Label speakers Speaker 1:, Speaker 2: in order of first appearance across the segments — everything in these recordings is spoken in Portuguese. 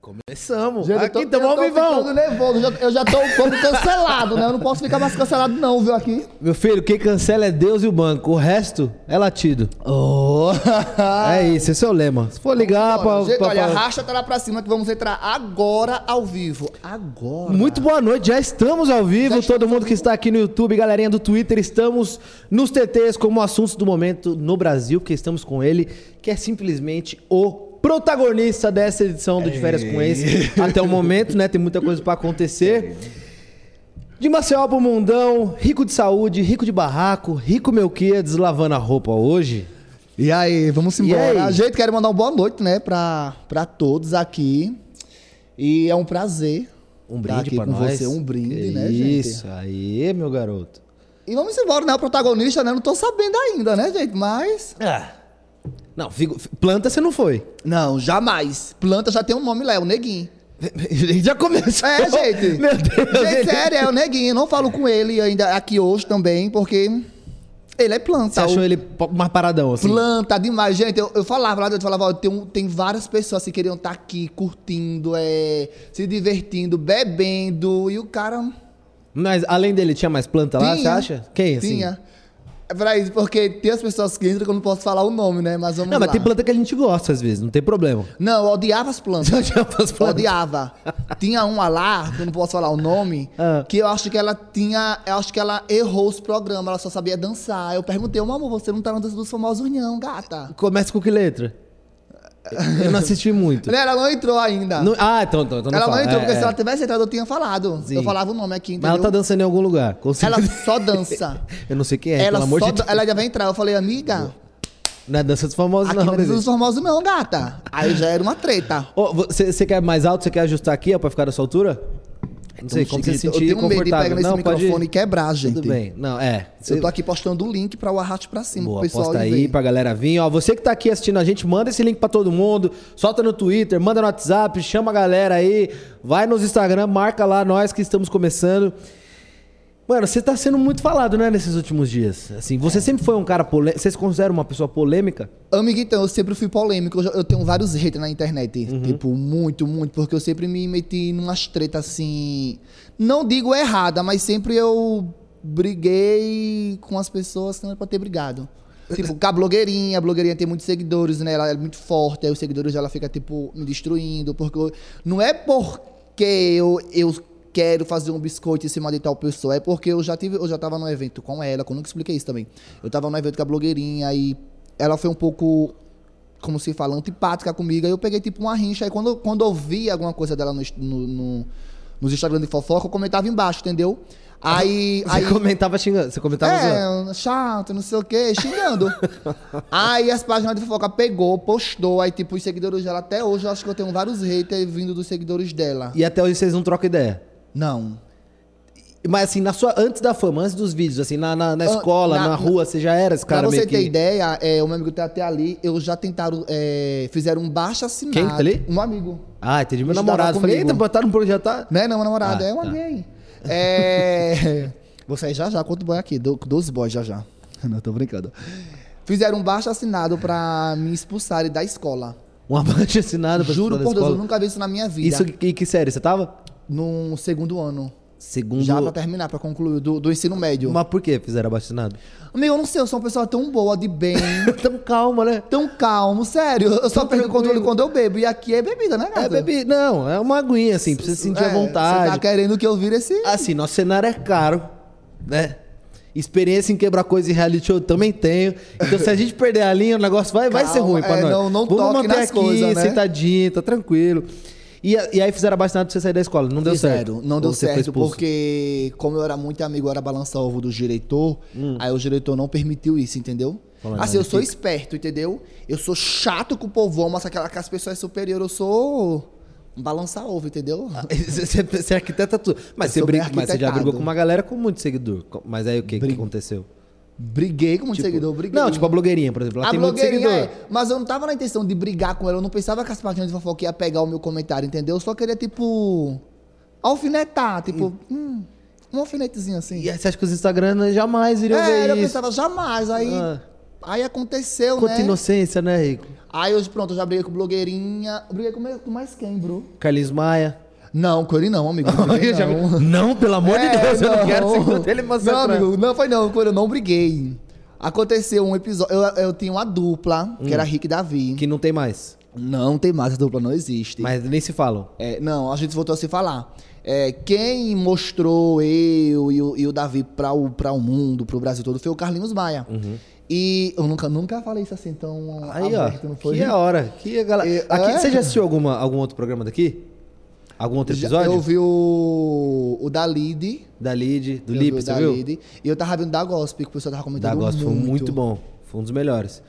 Speaker 1: Começamos.
Speaker 2: Gente,
Speaker 1: aqui
Speaker 2: eu tô-
Speaker 1: estamos ao
Speaker 2: Eu tô ficando
Speaker 1: vivão.
Speaker 2: nervoso, eu já, eu já tô como cancelado, né? Eu não posso ficar mais cancelado não, viu, aqui.
Speaker 3: Meu filho, quem cancela é Deus e o banco. O resto é latido.
Speaker 2: Oh.
Speaker 1: Ah.
Speaker 3: É isso, esse é o lema. Se for ligar pra.
Speaker 2: Gente,
Speaker 3: pra-
Speaker 2: olha,
Speaker 3: pra-
Speaker 2: arrasta tá lá pra cima que vamos entrar agora ao vivo. Agora.
Speaker 3: Muito boa noite, já estamos ao vivo.
Speaker 2: Já estamos
Speaker 3: Todo mundo que está aqui no YouTube, galerinha do Twitter, estamos nos TTs como assuntos do momento no Brasil, porque estamos com ele, que é simplesmente o protagonista dessa edição do De Férias com
Speaker 2: É
Speaker 3: Esse. Até o momento, né? Tem muita coisa para acontecer. De Maceió pro Mundão, rico de saúde, rico de barraco, rico Melquia deslavando a roupa hoje.
Speaker 2: E aí, vamos
Speaker 3: E
Speaker 2: embora.
Speaker 3: aí?
Speaker 2: Gente, quero mandar uma boa noite, né, pra, pra todos aqui. E é um prazer
Speaker 3: Um
Speaker 2: estar
Speaker 3: brinde
Speaker 2: aqui
Speaker 3: pra
Speaker 2: com
Speaker 3: nós.
Speaker 2: você, um brinde,
Speaker 3: Que
Speaker 2: né, gente?
Speaker 3: Isso, aí, meu garoto.
Speaker 2: E vamos embora, né? O protagonista, né? Não tô sabendo ainda, né, gente? Mas.
Speaker 3: Ah. Não, figo- planta você não foi.
Speaker 2: Não, jamais. Planta já tem um nome lá, é o Neguinho.
Speaker 3: Já começou.
Speaker 2: É, gente.
Speaker 3: Meu Deus.
Speaker 2: Gente,
Speaker 3: ele-
Speaker 2: sério, é o Neguinho. Não falo com ele ainda aqui hoje também, porque ele é planta.
Speaker 3: Você
Speaker 2: O-
Speaker 3: achou ele po- mais paradão, assim?
Speaker 2: Planta demais, gente. Eu, eu falava lá dentro, eu falava, ó, tem, um- tem várias pessoas que queriam estar aqui curtindo, é, se divertindo, bebendo, e o cara.
Speaker 3: Mas além dele, tinha mais planta lá, Ah, você
Speaker 2: Tinha.
Speaker 3: acha? Quem, assim?
Speaker 2: Tinha. É pra isso, porque tem as pessoas que entram que eu não posso falar o nome, né? Mas vamos
Speaker 3: Não,
Speaker 2: lá.
Speaker 3: mas tipo, tem planta que a gente gosta, às vezes. Não tem problema.
Speaker 2: Não, eu odiava as plantas.
Speaker 3: Odiava as plantas.
Speaker 2: Odiava. Tinha uma lá, que eu não posso falar o nome,
Speaker 3: Ah.
Speaker 2: que eu acho que ela tinha. Eu acho que ela errou os programas, ela só sabia dançar. Eu perguntei, "Ô, amor, você não tá na dança dos famosos, não, gata.
Speaker 3: Começa com que letra? Eu não assisti muito.
Speaker 2: Ela não entrou ainda.
Speaker 3: Não- Ah, então, então, então não
Speaker 2: ela
Speaker 3: fala.
Speaker 2: não entrou,
Speaker 3: É,
Speaker 2: porque
Speaker 3: é.
Speaker 2: se ela tivesse entrado, eu tinha falado.
Speaker 3: Sim.
Speaker 2: Eu falava o nome aqui,
Speaker 3: Mas
Speaker 2: entendeu?
Speaker 3: ela tá dançando em algum lugar. com
Speaker 2: Ela
Speaker 3: certeza.
Speaker 2: só dança.
Speaker 3: Eu não sei quem é,
Speaker 2: ela,
Speaker 3: pelo amor
Speaker 2: só
Speaker 3: de
Speaker 2: dan-
Speaker 3: Deus.
Speaker 2: ela já vai entrar. Eu falei, amiga,
Speaker 3: Não é dança dos famosos,
Speaker 2: aqui
Speaker 3: não,
Speaker 2: não é
Speaker 3: bebê.
Speaker 2: dança dos famosos, não, gata. Aí já era uma treta.
Speaker 3: Ô, você, você quer mais alto? Você quer ajustar aqui, ó, pra ficar da sua altura? Não sei, como você se
Speaker 2: um eu
Speaker 3: sentir
Speaker 2: tenho medo de
Speaker 3: confortável.
Speaker 2: pegar nesse
Speaker 3: não, pode...
Speaker 2: microfone e quebrar, gente.
Speaker 3: Tudo bem. Não, é.
Speaker 2: Eu tô aqui postando o link pra o Arraste pra cima,
Speaker 3: Boa,
Speaker 2: pro pessoal
Speaker 3: posta
Speaker 2: ir
Speaker 3: aí
Speaker 2: ver.
Speaker 3: pra galera vir. Ó, você que tá aqui assistindo a gente, manda esse link pra todo mundo. Solta no Twitter, manda no WhatsApp, chama a galera aí. Vai nos Instagram, marca lá nós que estamos começando. Mano, você tá sendo muito falado, né, nesses últimos dias. Assim, você
Speaker 2: É.
Speaker 3: sempre foi um cara polêmico. Você se considera uma pessoa polêmica?
Speaker 2: Amiga, então, eu sempre fui polêmico. Eu, já- eu tenho vários haters na internet.
Speaker 3: Uhum.
Speaker 2: Tipo, muito, muito. Porque eu sempre me meti numas tretas assim. Não digo errada, mas sempre eu briguei com as pessoas que não era pra ter brigado. Tipo, com a blogueirinha, a blogueirinha tem muitos seguidores, né? Ela é muito forte, aí os seguidores dela fica, tipo, me destruindo. Porque eu- não é porque eu, eu quero fazer um biscoito em cima de tal pessoa. É porque eu já tive, eu já tava num evento com ela, que eu nunca expliquei isso também. Eu tava num evento com a blogueirinha e ela foi um pouco, como se fala, antipática comigo. Aí eu peguei tipo uma rincha. Aí quando, quando eu vi alguma coisa dela no, no- no- nos Instagram de fofoca, eu comentava embaixo, entendeu? Aí.
Speaker 3: Você
Speaker 2: aí
Speaker 3: comentava xingando. Você comentava zoando.
Speaker 2: é, chato, não sei o quê, xingando. aí as páginas de fofoca pegou, postou. Aí tipo, os seguidores dela, até hoje eu acho que eu tenho vários haters vindo dos seguidores dela.
Speaker 3: E até hoje vocês não trocam ideia.
Speaker 2: Não.
Speaker 3: Mas assim, na sua, antes da fama, antes dos vídeos, assim, na, na, na escola, na,
Speaker 2: Ah, na-
Speaker 3: rua, você já era esse cara
Speaker 2: pra você
Speaker 3: meio
Speaker 2: ter
Speaker 3: que...
Speaker 2: ideia, é, o meu amigo tá até ali, eu já tentaram, é, fizeram um baixo assinado.
Speaker 3: Quem que tá ali?
Speaker 2: Um amigo.
Speaker 3: Ah, entendi. Meu
Speaker 2: Estudava
Speaker 3: namorado. Falei,
Speaker 2: comigo.
Speaker 3: eita, botaram um projeto. Tá...
Speaker 2: Né? Não, meu namorado
Speaker 3: Ah,
Speaker 2: é uma
Speaker 3: tá.
Speaker 2: gay. É. Vou sair já já, quanto boy aqui? Do, 12 boys já já. Não, tô brincando. Fizeram um baixo assinado pra me expulsarem da escola.
Speaker 3: Um abaixo assinado pra
Speaker 2: Juro
Speaker 3: estudar na
Speaker 2: por Deus, eu
Speaker 3: escola.
Speaker 2: nunca vi isso na minha vida.
Speaker 3: Isso que, que série? Você tava?
Speaker 2: No segundo ano.
Speaker 3: Segundo.
Speaker 2: Já pra terminar, pra concluir, do, do ensino médio.
Speaker 3: Mas por que fizeram abaixo assinado?
Speaker 2: Amigo, eu não sei, eu sou uma pessoa tão boa, de bem,
Speaker 3: Então calma, né?
Speaker 2: tão calmo, sério. Eu só
Speaker 3: Tão
Speaker 2: perco o controle
Speaker 3: tranquilo.
Speaker 2: quando eu bebo. E aqui é bebida, né, gata?
Speaker 3: É, bebê. Não, é uma aguinha, assim, pra você se sentir à
Speaker 2: É, Você tá
Speaker 3: vontade.
Speaker 2: querendo que eu vire esse.
Speaker 3: Assim, nosso cenário é caro, né? Experiência em quebrar coisa em reality show eu também tenho. Então, se a gente perder a linha, o negócio vai, vai ser
Speaker 2: Calma,
Speaker 3: ruim pra
Speaker 2: é,
Speaker 3: nós.
Speaker 2: não- não
Speaker 3: Vamos
Speaker 2: toque
Speaker 3: manter
Speaker 2: nas
Speaker 3: aqui,
Speaker 2: coisas, né?
Speaker 3: sentadinho, tá tranquilo. E, a- e aí fizeram abaixo assinado pra você sair da escola. Não deu
Speaker 2: Fizeram,
Speaker 3: certo.
Speaker 2: Não deu
Speaker 3: Ou você foi
Speaker 2: certo,
Speaker 3: expulso?
Speaker 2: porque como eu era muito amigo, eu era balança-ovo do diretor, aí o diretor não permitiu isso, entendeu?
Speaker 3: Hum. Fala,
Speaker 2: assim,
Speaker 3: não,
Speaker 2: eu sou
Speaker 3: fica.
Speaker 2: esperto, entendeu? Eu sou chato com o povão, mas aquela que as pessoas superiores, eu sou um balança-ovo, entendeu?
Speaker 3: Você você é arquiteta tudo. Mas
Speaker 2: Eu
Speaker 3: você,
Speaker 2: sou
Speaker 3: briga,
Speaker 2: bem
Speaker 3: mas você já brigou
Speaker 2: arquitetado.
Speaker 3: com uma galera com muito seguidor. Com- Mas aí o que, que aconteceu?
Speaker 2: Briguei com muito
Speaker 3: Tipo-
Speaker 2: seguidor, briguei.
Speaker 3: Não, tipo a blogueirinha, por exemplo. Ela
Speaker 2: a
Speaker 3: tem muito
Speaker 2: blogueirinha,
Speaker 3: seguidor.
Speaker 2: é, mas eu não tava na intenção de brigar com ela, eu não pensava que as páginas de fofoca ia pegar o meu comentário, entendeu? Eu só queria, tipo, alfinetar, tipo, hum, um alfinetezinho assim.
Speaker 3: E aí você acha que os Instagram jamais iriam
Speaker 2: É,
Speaker 3: ver
Speaker 2: eu
Speaker 3: isso?
Speaker 2: pensava jamais, aí
Speaker 3: Ah.
Speaker 2: Aí aconteceu,
Speaker 3: Quanta
Speaker 2: né?
Speaker 3: inocência, né, Rico?
Speaker 2: Aí hoje, pronto, eu já briguei com blogueirinha. Briguei com, com mais quem, bro?
Speaker 3: Carlinhos Maia.
Speaker 2: Não, com ele não, amigo. Com ele
Speaker 3: Eu já vi-
Speaker 2: não.
Speaker 3: Não, pelo amor de
Speaker 2: É,
Speaker 3: Deus, eu não quero ser contra ele, mas
Speaker 2: Não,
Speaker 3: é pra-
Speaker 2: amigo, não foi não, foi, eu não briguei. Aconteceu um episódio. Eu, eu tinha uma dupla, que
Speaker 3: Hum.
Speaker 2: era Rick e Davi.
Speaker 3: Que não tem mais.
Speaker 2: Não tem mais, essa dupla não existe.
Speaker 3: Mas nem se falam.
Speaker 2: É, não, a gente voltou a se falar. É, quem mostrou eu e o, e o Davi para o, pra o mundo, para o Brasil todo, foi o Carlinhos Maia. E eu nunca, nunca falei isso assim tão
Speaker 3: Uhum. Aí,
Speaker 2: aberto,
Speaker 3: ó.
Speaker 2: não foi?
Speaker 3: Que é a hora. Que a galera...
Speaker 2: É,
Speaker 3: Aqui,
Speaker 2: é?
Speaker 3: Você já assistiu alguma, algum outro programa daqui? Algum outro
Speaker 2: Já-
Speaker 3: episódio?
Speaker 2: Eu vi o, o da Lid.
Speaker 3: Da Lid, do
Speaker 2: eu vi
Speaker 3: Lip,
Speaker 2: o
Speaker 3: você
Speaker 2: da
Speaker 3: viu?
Speaker 2: Lid, E eu tava vendo da Gospel, que o pessoal tava comentando
Speaker 3: Da Gospel Tá, foi muito bom. Foi um dos melhores.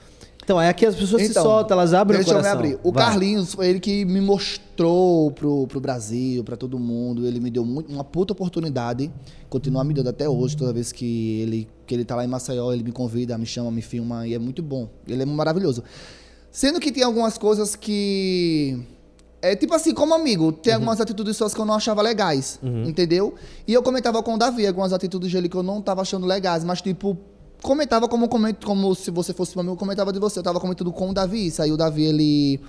Speaker 3: Então, é aqui as pessoas se soltam, elas abrem o
Speaker 2: deixa
Speaker 3: coração.
Speaker 2: Eu me abrir. O
Speaker 3: Vai.
Speaker 2: Carlinhos foi ele que me mostrou pro, pro Brasil, pra todo mundo. Ele me deu muito, uma puta oportunidade. Continua me dando até hoje, toda vez que ele, que ele tá lá em Maceió, ele me convida, me chama, me filma. E é muito bom. Ele é maravilhoso. Sendo que tem algumas coisas que. É tipo assim, como amigo,
Speaker 3: Uhum.
Speaker 2: tem algumas atitudes suas que eu não achava legais, entendeu? E eu comentava com o Davi algumas atitudes dele que eu não tava achando legais, mas tipo, comentava como, comento, como se você fosse meu amigo, eu comentava de você. Eu tava comentando com o Davi, isso aí o Davi, ele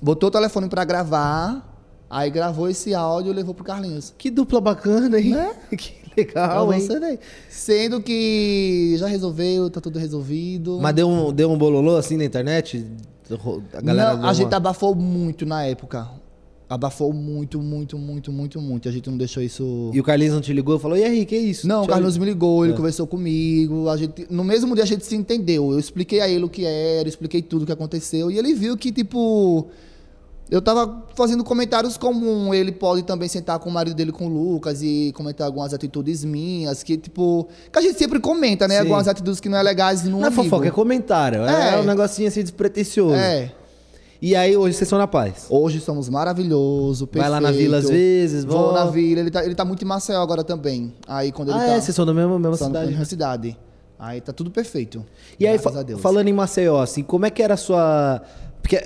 Speaker 2: botou o telefone pra gravar, aí gravou esse áudio e levou pro Carlinhos.
Speaker 3: Que dupla bacana, hein? Que legal,
Speaker 2: Pra
Speaker 3: hein?
Speaker 2: você ver. Sendo que já resolveu, tá tudo resolvido.
Speaker 3: Mas deu um, deu um bololô assim na internet? Ro- A galera
Speaker 2: não,
Speaker 3: deu
Speaker 2: a gente tá-
Speaker 3: uma-
Speaker 2: abafou muito na época. Abafou muito, muito, muito, muito, muito. A gente não deixou isso.
Speaker 3: E o Carlinhos não te ligou e falou, e aí, que é isso?
Speaker 2: Não, o
Speaker 3: Te
Speaker 2: Carlos
Speaker 3: olha-
Speaker 2: me ligou, ele
Speaker 3: É.
Speaker 2: conversou comigo. A gente, no mesmo dia a gente se entendeu. Eu expliquei a ele o que era, eu expliquei tudo o que aconteceu. E ele viu que, tipo. Eu tava fazendo comentários comum. Ele pode também sentar com o marido dele, com o Lucas, e comentar algumas atitudes minhas, que, tipo. Que a gente sempre comenta, né?
Speaker 3: Sim.
Speaker 2: Algumas atitudes que não é legais no
Speaker 3: Não é
Speaker 2: amigo.
Speaker 3: fofoca, é comentário. É,
Speaker 2: É.
Speaker 3: um negocinho assim despretensioso.
Speaker 2: É.
Speaker 3: E aí, hoje vocês são na paz.
Speaker 2: Hoje somos maravilhoso,
Speaker 3: Vai
Speaker 2: perfeito.
Speaker 3: lá na vila às vezes,
Speaker 2: Vou
Speaker 3: volta.
Speaker 2: na vila, ele tá, ele tá muito em Maceió agora também. Aí quando ele
Speaker 3: Ah,
Speaker 2: tá.
Speaker 3: é, vocês são da mesma, mesma
Speaker 2: só na
Speaker 3: cidade.
Speaker 2: mesma cidade. Aí tá tudo perfeito.
Speaker 3: E aí,
Speaker 2: Graças
Speaker 3: fa-
Speaker 2: a Deus.
Speaker 3: falando em Maceió, assim, como é que era a sua. Porque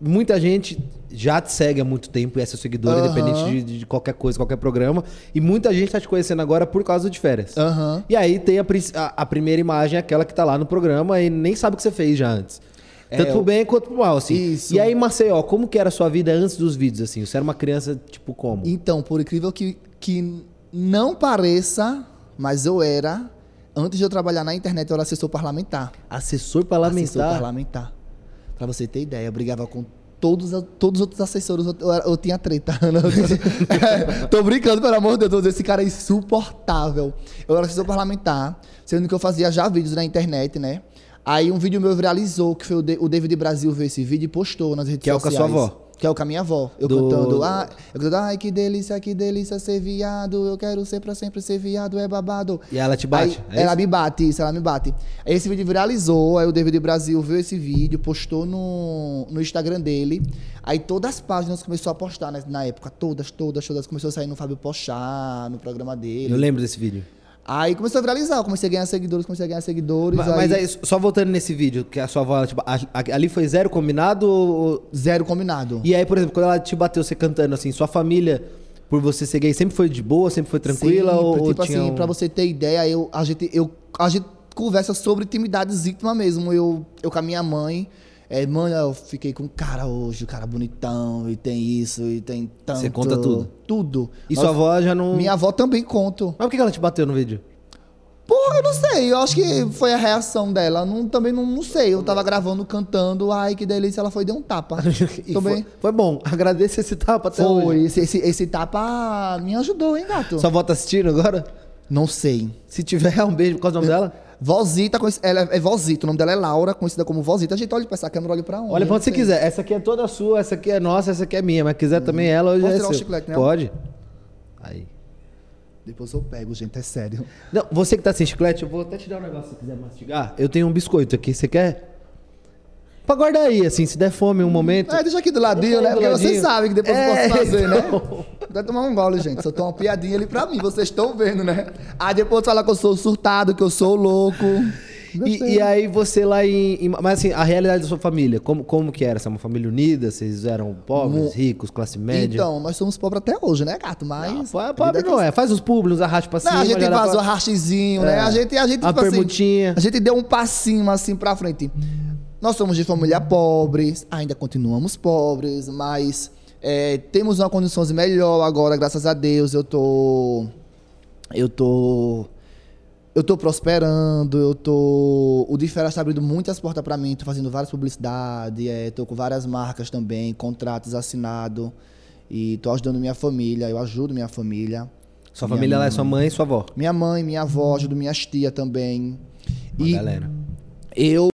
Speaker 3: muita gente já te segue há muito tempo e é seu seguidor,
Speaker 2: Aham.
Speaker 3: independente de, de qualquer coisa, qualquer programa. E muita gente tá te conhecendo agora por causa de férias.
Speaker 2: Aham.
Speaker 3: E aí tem a, prin- a- a primeira imagem, aquela que tá lá no programa e nem sabe o que você fez já antes. Tanto pro bem quanto pro mal, assim.
Speaker 2: É, Isso.
Speaker 3: E aí, Maceió, como que era a sua vida antes dos vídeos, assim? Você era uma criança, tipo, como?
Speaker 2: Então, por incrível que, que não pareça, mas eu era. Antes de eu trabalhar na internet, eu era assessor parlamentar.
Speaker 3: Assessor
Speaker 2: Assessor
Speaker 3: parlamentar.
Speaker 2: parlamentar. Pra você ter ideia, eu brigava com todos, a- todos os outros assessores. Eu, eu, eu tinha treta. Não, eu- tô brincando, pelo amor de Deus. Esse cara é insuportável. Eu era assessor parlamentar, sendo que eu fazia já vídeos na internet, né? Aí um vídeo meu viralizou, que foi o, De- o David Brasil viu esse vídeo e postou nas redes
Speaker 3: Que é o com a
Speaker 2: sociais.
Speaker 3: sua avó.
Speaker 2: Que é o com a minha avó. Eu
Speaker 3: Do-
Speaker 2: cantando, ah, eu cantando, ai que delícia, que delícia ser viado. Eu quero ser pra sempre ser viado, é babado.
Speaker 3: E ela te bate?
Speaker 2: Aí,
Speaker 3: é
Speaker 2: ela
Speaker 3: isso?
Speaker 2: me bate, isso, ela me bate. Aí Esse vídeo viralizou, aí o David Brasil viu esse vídeo, postou no, no Instagram dele. Aí todas as páginas começou a postar né, na época, todas, todas, todas. Começou a sair no Fábio Pochá, no programa dele.
Speaker 3: Eu lembro desse vídeo.
Speaker 2: Aí começou a viralizar, eu comecei a ganhar seguidores, comecei a ganhar seguidores.
Speaker 3: Ma- Mas é aí, só voltando nesse vídeo, que a sua avó, tipo, a- a- ali foi zero combinado? ou-
Speaker 2: Zero combinado.
Speaker 3: E aí, por exemplo, quando ela te bateu você cantando, assim, sua família, por você ser gay, sempre foi de boa, sempre foi tranquila?
Speaker 2: Sim,
Speaker 3: ou, ou
Speaker 2: tipo
Speaker 3: tinha
Speaker 2: assim,
Speaker 3: um-
Speaker 2: pra você ter ideia, eu, a, gente, eu, a gente conversa sobre intimidades íntimas mesmo. Eu, eu com a minha mãe. É, mãe, eu fiquei com um cara hoje, o cara bonitão, e tem isso, e tem tanto.
Speaker 3: Você conta tudo?
Speaker 2: Tudo.
Speaker 3: E sua avó já não...
Speaker 2: Minha avó também conto.
Speaker 3: Mas por que ela te bateu no vídeo?
Speaker 2: Porra, eu não sei. Eu acho que foi a reação dela. Não, também não, não sei. Eu tava gravando, cantando. Ai, que delícia. Ela foi e deu um tapa.
Speaker 3: E
Speaker 2: Tô
Speaker 3: foi,
Speaker 2: bem.
Speaker 3: foi bom, agradeço esse tapa até
Speaker 2: Foi.
Speaker 3: hoje.
Speaker 2: Esse, esse, esse tapa ah, me ajudou, hein, gato?
Speaker 3: Sua avó tá assistindo agora?
Speaker 2: Não sei.
Speaker 3: Se tiver, um beijo, por causa do nome dela?
Speaker 2: Vozita, conhec- ela é é Vozita, o nome dela é Laura, conhecida como Vozita. A gente olha pra essa câmera, olha pra onde?
Speaker 3: Olha pra
Speaker 2: Não
Speaker 3: onde você
Speaker 2: sei.
Speaker 3: quiser. Essa aqui é toda sua, essa aqui é nossa, essa aqui é minha. Mas quiser também ela, hoje
Speaker 2: Uhum. Posso
Speaker 3: é
Speaker 2: tirar o
Speaker 3: seu.
Speaker 2: chiclete, né?
Speaker 3: Pode. Aí.
Speaker 2: Depois eu pego, gente, é sério.
Speaker 3: Não, você que tá sem chiclete, eu vou até te dar um negócio se quiser mastigar. Eu tenho um biscoito aqui, você quer? Pra guardar aí, assim, se der fome um momento.
Speaker 2: Ah, deixa aqui do ladinho,
Speaker 3: Deixa
Speaker 2: né?
Speaker 3: aí do
Speaker 2: Porque vocês
Speaker 3: ladinho.
Speaker 2: sabem que depois
Speaker 3: É,
Speaker 2: eu posso fazer,
Speaker 3: então.
Speaker 2: né? Vai tomar um gole, gente. Só tô uma piadinha ali pra mim, vocês estão vendo, né? Ah, depois fala que eu sou surtado, que eu sou louco.
Speaker 3: E,
Speaker 2: Gostei.
Speaker 3: e aí você lá em, em- Mas assim, a realidade da sua família, como, como que era? Você é uma família unida? Vocês eram pobres,
Speaker 2: Mu-
Speaker 3: ricos, classe média?
Speaker 2: Então, nós somos pobres até hoje, né, gato? Mas.
Speaker 3: Ah, po-
Speaker 2: a vida
Speaker 3: pobre
Speaker 2: é que-
Speaker 3: não é. Faz os públicos, arraste pra cima.
Speaker 2: Não, a gente
Speaker 3: galera
Speaker 2: faz o
Speaker 3: fala-
Speaker 2: rachizinho,
Speaker 3: É.
Speaker 2: um né? A gente, a gente,
Speaker 3: A
Speaker 2: assim,
Speaker 3: permutinha.
Speaker 2: a gente deu um passinho assim pra frente. Nós somos de família pobres, ainda continuamos pobres, mas é, temos uma condições melhor agora, graças a Deus. Eu tô. Eu tô. Eu tô prosperando, eu tô. O Difera está abrindo muitas portas pra mim, tô fazendo várias publicidades, é, tô com várias marcas também, contratos assinados. E tô ajudando minha família, eu ajudo minha família.
Speaker 3: Sua
Speaker 2: Minha
Speaker 3: família lá é sua mãe e sua avó.
Speaker 2: minha mãe, minha avó, ajudo minhas tia também.
Speaker 3: Uma
Speaker 2: e
Speaker 3: galera.
Speaker 2: eu,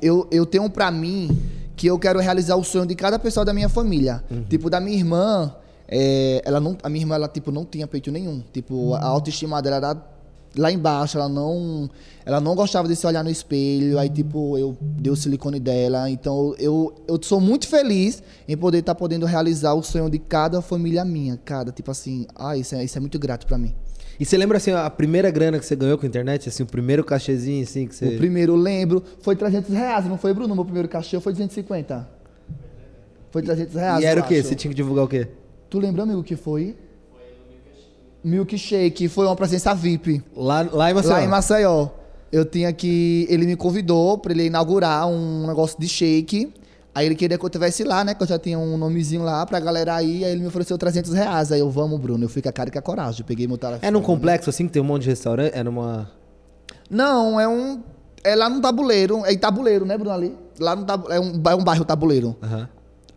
Speaker 2: eu, eu tenho pra mim que eu quero realizar o sonho de cada pessoa da minha família. Tipo, da minha irmã, é, ela não, a minha irmã, ela, tipo, não tinha peito nenhum. Tipo, a autoestima dela era lá embaixo, ela não, ela não gostava de se olhar no espelho. Aí, tipo, eu dei o silicone dela. Então, eu, eu sou muito feliz em poder estar podendo realizar o sonho de cada família minha. Cada, tipo assim, ah, isso é, isso é muito grato pra mim.
Speaker 3: E você lembra, assim, a primeira grana que você ganhou com a internet? Assim, o primeiro cachezinho, assim, que você...
Speaker 2: O primeiro, eu lembro, foi 300 reais, não foi, Bruno? Meu primeiro cachê foi 250. Foi 300 reais.
Speaker 3: E era o quê?
Speaker 2: que
Speaker 3: Você tinha que divulgar o quê?
Speaker 2: Tu lembra, amigo, o que foi? Milkshake, foi uma presença VIP.
Speaker 3: Lá, lá em Maceió.
Speaker 2: Lá em Maceió. Eu tinha que. Ele me convidou pra ele inaugurar um negócio de shake. Aí ele queria que eu tivesse lá, né? Que eu já tinha um nomezinho lá pra galera aí. Aí ele me ofereceu 300 reais. Aí eu, vamos, Bruno. Eu fui com a cara e com a coragem. Peguei meu telefone.
Speaker 3: É num complexo, assim, que tem um monte de restaurante? É numa...
Speaker 2: Não, é um. É lá no tabuleiro. É em tabuleiro, né, Bruno? Ali. Lá no tabu, é, um, ba- é um bairro tabuleiro.
Speaker 3: Aham.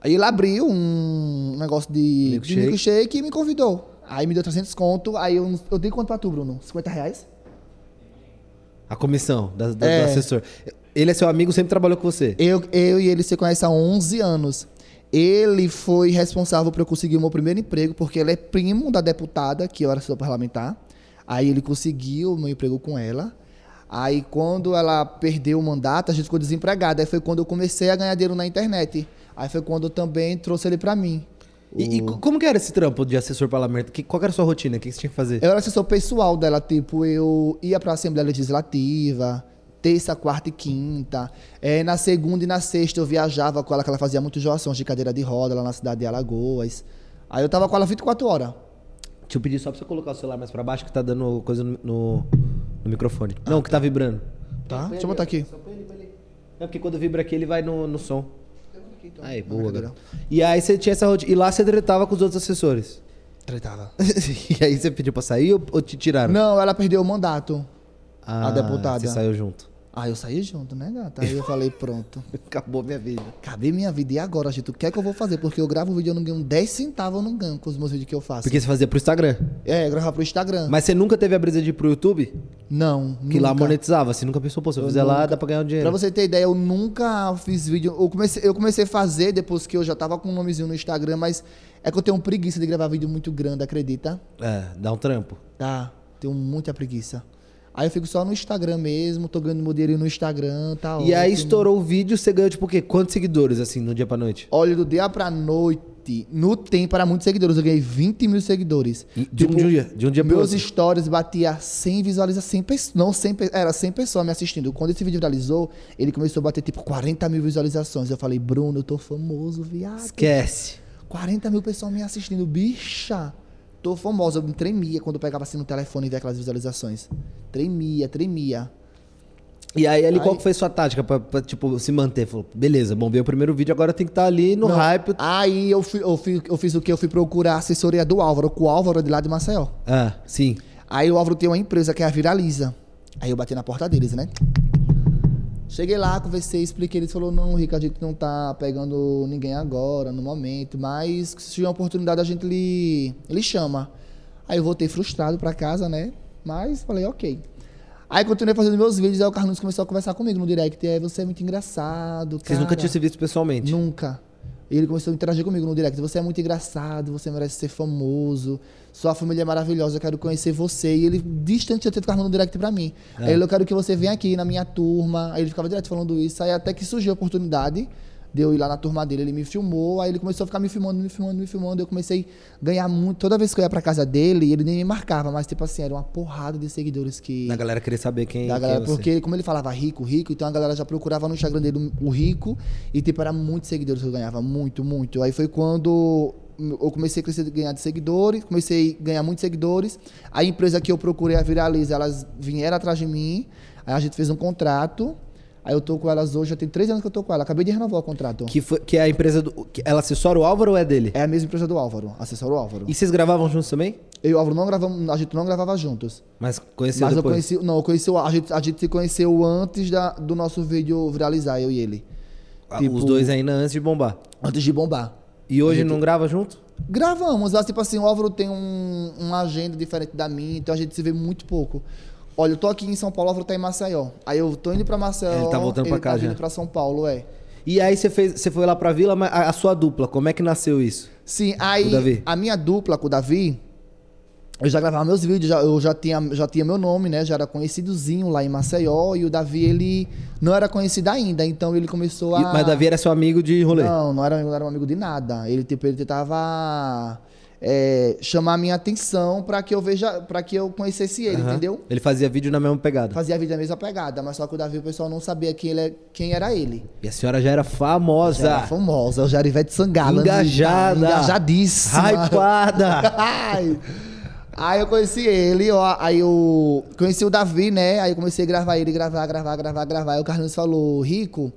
Speaker 2: Aí ele abriu um negócio de milkshake,
Speaker 3: Milkshake.
Speaker 2: de milkshake e me convidou. Aí me deu 300 conto. Aí eu, eu dei quanto pra tu, Bruno? 50 reais?
Speaker 3: A comissão da- da-
Speaker 2: É.
Speaker 3: do assessor. Ele é seu amigo, sempre trabalhou com você.
Speaker 2: Eu, eu e ele se conhecem há 11 anos. Ele foi responsável por eu conseguir o meu primeiro emprego, porque ele é primo da deputada, que eu era assessor parlamentar. Aí ele conseguiu o meu emprego com ela. Aí quando ela perdeu o mandato, a gente ficou desempregado. Aí foi quando eu comecei a ganhar dinheiro na internet. Aí foi quando eu também trouxe ele pra mim.
Speaker 3: E, e co- como que era esse trampo de assessor parlamentar? Que- Qual que era a sua rotina? O que que você tinha que fazer?
Speaker 2: Eu era assessor pessoal dela, tipo, eu ia pra Assembleia Legislativa, terça, quarta e quinta. É, na segunda e na sexta eu viajava com ela, que ela fazia muito joações de cadeira de roda lá na cidade de Alagoas. Aí eu tava com ela 24 horas.
Speaker 3: Deixa eu pedir só pra você colocar o celular mais pra baixo que tá dando coisa no, no- no microfone.
Speaker 2: Ah,
Speaker 3: Não, que tá vibrando.
Speaker 2: Tá? Deixa eu botar aqui.
Speaker 3: É porque quando vibra aqui ele vai no, no som.
Speaker 2: então.
Speaker 3: Aí, boa,
Speaker 2: brincadeira.
Speaker 3: garoto. E aí você tinha essa rotina. E lá você tretava com os outros assessores.
Speaker 2: Tretava.
Speaker 3: e aí você pediu pra sair ou, ou te tiraram?
Speaker 2: Não, ela perdeu o mandato.
Speaker 3: Ah,
Speaker 2: a deputada.
Speaker 3: Você saiu junto.
Speaker 2: Aí eu saí junto, né, gata? Aí eu falei, pronto.
Speaker 3: Acabou minha vida.
Speaker 2: Cadê minha vida? E agora, gente? O que é que eu vou fazer? Porque eu gravo vídeo, eu não ganho 10 centavos, eu não ganho com os meus vídeos que eu faço.
Speaker 3: Porque você fazia pro Instagram.
Speaker 2: É, gravar pro Instagram.
Speaker 3: Mas você nunca teve a brisa de ir pro YouTube?
Speaker 2: Não,
Speaker 3: Que lá
Speaker 2: nunca.
Speaker 3: monetizava. Você nunca pensou, pô, se eu
Speaker 2: Eu
Speaker 3: fizer lá
Speaker 2: nunca.
Speaker 3: dá pra ganhar um dinheiro.
Speaker 2: Pra você ter ideia, eu nunca fiz vídeo. Eu comecei, eu comecei a fazer depois que eu já tava com um nomezinho no Instagram, mas é que eu tenho preguiça de gravar vídeo muito grande, acredita?
Speaker 3: É, dá um trampo.
Speaker 2: Tá, tenho muita preguiça. Aí eu fico só no Instagram mesmo, tô ganhando meu dinheiro no Instagram, tá
Speaker 3: E aí
Speaker 2: ótimo.
Speaker 3: estourou o vídeo, você ganhou, tipo, o quê? Quantos seguidores, assim, no dia pra noite?
Speaker 2: Olha, do dia pra noite, no tempo era muitos seguidores, eu ganhei 20 mil seguidores.
Speaker 3: E de um- de um dia- de um dia pro
Speaker 2: tipo, Meus
Speaker 3: outro.
Speaker 2: stories batia 100 visualizações, 100 pessoas, não 100, pe- era 100 pessoas me assistindo. Quando esse vídeo viralizou, ele começou a bater tipo 40 mil visualizações. Eu falei, Bruno, eu tô famoso, viado.
Speaker 3: Esquece.
Speaker 2: 40 mil pessoas me assistindo, bicha. Tô famosa, eu me tremia quando eu pegava assim no telefone e via aquelas visualizações. Tremia, tremia.
Speaker 3: E aí, ali, qual
Speaker 2: Aí-
Speaker 3: que foi sua tática pra, pra, tipo, se manter? Falou, beleza, bom, veio o primeiro vídeo, agora tem que estar ali no
Speaker 2: Não,
Speaker 3: hype.
Speaker 2: Aí eu, fui, eu, fui, eu fiz o que? Eu fui procurar a assessoria do Álvaro, com o Álvaro é de lá de Maceió.
Speaker 3: Ah, sim.
Speaker 2: Aí o Álvaro tem uma empresa que é a Viraliza. Aí eu bati na porta deles, né? Cheguei lá, conversei, expliquei. Eles falaram, não, Rica, a gente não tá pegando ninguém agora, no momento. Mas se tiver uma oportunidade, a gente lhe, lhe chama. Aí eu voltei frustrado pra casa, né? Mas falei, ok. Aí continuei fazendo meus vídeos, aí o Carlos começou a conversar comigo no direct. É, você é muito engraçado, cara.
Speaker 3: Vocês nunca tinham se visto pessoalmente.
Speaker 2: Nunca. Ele começou a interagir comigo no direct. Você é muito engraçado, você merece ser famoso, sua família é maravilhosa, eu quero conhecer você. E ele, distante, eu tentava no direct pra mim. Aí ele, eu quero que você venha aqui na minha turma. Aí ele ficava direto falando isso. Aí até que surgiu a oportunidade de eu ir lá na turma dele, ele me filmou, aí ele começou a ficar me filmando, me filmando, me filmando, eu comecei a ganhar muito. Toda vez que eu ia pra casa dele, ele nem me marcava, mas tipo assim, era uma porrada de seguidores que...
Speaker 3: A galera queria saber quem,
Speaker 2: Da galera,
Speaker 3: quem é você.
Speaker 2: porque como ele falava rico, rico, então a galera já procurava no Instagram dele o rico e tipo, era muitos seguidores que eu ganhava, muito, muito. Aí foi quando eu comecei a crescer, ganhar de seguidores, comecei a ganhar muitos seguidores. A empresa que eu procurei, a Viraliza, elas vieram atrás de mim, aí a gente fez um contrato, aí eu tô com elas hoje, já tem três anos que eu tô com ela, acabei de renovar o contrato.
Speaker 3: Que, foi, que é a empresa do. que Ela assessora o Álvaro ou é dele?
Speaker 2: É a mesma empresa do Álvaro, assessor o Álvaro.
Speaker 3: E vocês gravavam juntos também?
Speaker 2: Eu e o Álvaro não gravamos, a gente não gravava juntos.
Speaker 3: Mas conheceu
Speaker 2: Mas eu
Speaker 3: depois?
Speaker 2: conheci. Não, eu conheci o- a, gente, a gente se conheceu antes da, do nosso vídeo viralizar, eu e ele.
Speaker 3: Ah, Os
Speaker 2: tipo-
Speaker 3: dois ainda antes de bombar.
Speaker 2: Antes de bombar.
Speaker 3: E hoje não grava junto?
Speaker 2: Gravamos, mas tipo assim, o Álvaro tem um- uma agenda diferente da minha, então a gente se vê muito pouco. Olha, eu tô aqui em São Paulo, o Álvaro tá em Maceió. Aí eu tô indo pra Maceió.
Speaker 3: Ele tá voltando pra
Speaker 2: ele
Speaker 3: cá
Speaker 2: tá
Speaker 3: já.
Speaker 2: vindo pra São Paulo, é.
Speaker 3: E aí você fez, você foi lá pra vila, mas a, a sua dupla, como é que nasceu isso?
Speaker 2: Sim, aí
Speaker 3: O Davi.
Speaker 2: a minha dupla com o Davi, eu já gravava meus vídeos, já- eu já tinha, já tinha meu nome, né? Já era conhecidozinho lá em Maceió e o Davi, ele não era conhecido ainda, então ele começou a.
Speaker 3: E- mas Davi é era seu amigo de rolê.
Speaker 2: Não, não era, não era um amigo de nada. Ele, tipo, ele tentava é, chamar a minha atenção pra que eu veja, para que eu conhecesse ele,
Speaker 3: Aham.
Speaker 2: entendeu?
Speaker 3: Ele fazia vídeo na mesma pegada.
Speaker 2: Fazia a vida a mesma pegada, mas só que o Davi o pessoal não sabia quem, ele, é- quem era ele.
Speaker 3: E a senhora já era famosa.
Speaker 2: Já era famosa, eu já era Ivete Sangalo.
Speaker 3: Engajada.
Speaker 2: Engajadíssima.
Speaker 3: Hypada.
Speaker 2: Ai. Aí eu conheci ele, ó, aí eu conheci o Davi, né? Aí eu comecei a gravar ele, gravar, gravar, gravar, gravar. Aí o Carlinhos falou, Rico,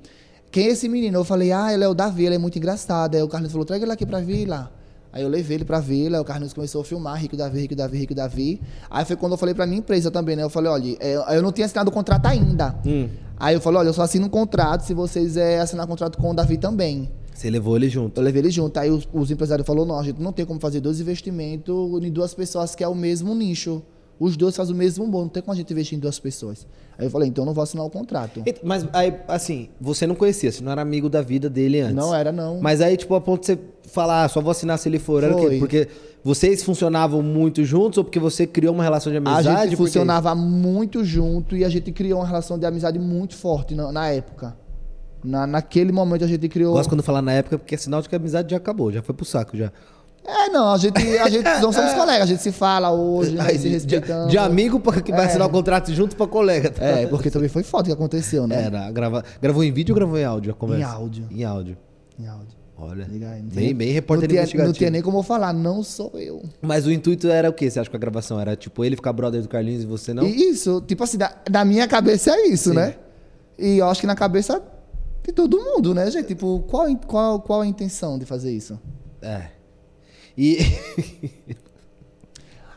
Speaker 2: quem é esse menino? Eu falei, ah, ele é o Davi, ele é muito engraçado. Aí o Carlinhos falou, traga ele aqui pra vila. Aí eu levei ele pra vila, aí o Carlinhos começou a filmar, Rico, Davi, Rico, Davi, Rico, Davi. Aí foi quando eu falei pra minha empresa também, né? Eu falei, olha, é, eu não tinha assinado o contrato ainda. Aí eu falei, olha, eu só assino um contrato se vocês é, assinar contrato com o Davi também.
Speaker 3: Você levou ele junto.
Speaker 2: Eu levei ele junto. Aí os, os empresários falaram: não, a gente não tem como fazer dois investimentos em duas pessoas que é o mesmo nicho. Os dois fazem o mesmo bom, não tem como a gente investir em duas pessoas. Aí eu falei: então eu não vou assinar o contrato.
Speaker 3: Ent- Mas aí, assim, você não conhecia, você não era amigo da vida dele antes.
Speaker 2: Não era, não.
Speaker 3: Mas aí, tipo, a ponto de você falar, ah, só vou assinar se ele for. Era o quê?
Speaker 2: Foi.
Speaker 3: Porque vocês funcionavam muito juntos ou porque você criou uma relação de
Speaker 2: a
Speaker 3: amizade?
Speaker 2: gente
Speaker 3: Por quê?
Speaker 2: funcionava muito junto e a gente criou uma relação de amizade muito forte na, na época. Na, naquele momento a gente criou.
Speaker 3: Gosto quando falar na época, porque é sinal de que a amizade já acabou, já foi pro saco já.
Speaker 2: É, não, a gente, a gente não somos colegas, a gente se fala hoje, né,
Speaker 3: Aí,
Speaker 2: se
Speaker 3: É. de, de-
Speaker 2: respeitando.
Speaker 3: de amigo pra, que vai assinar o contrato junto pra colega. tá?
Speaker 2: É, porque também foi foda o que aconteceu, né?
Speaker 3: Era, grava... gravou em vídeo ou gravou em áudio a conversa?
Speaker 2: Em áudio.
Speaker 3: Em áudio.
Speaker 2: Em áudio.
Speaker 3: Olha,
Speaker 2: Liga aí, não
Speaker 3: bem,
Speaker 2: tem-
Speaker 3: bem repórter
Speaker 2: tá não tinha-
Speaker 3: investigativo.
Speaker 2: Não tinha nem como eu falar, não sou eu.
Speaker 3: Mas o intuito era o que você acha que a gravação era? Tipo, ele ficar brother do Carlinhos e você não?
Speaker 2: E isso, tipo assim, da- na minha cabeça é isso,
Speaker 3: Sim.
Speaker 2: né? E eu acho que na cabeça de todo mundo, né, gente? Tipo, qual, a in- qual, qual a intenção de fazer isso?
Speaker 3: É. E...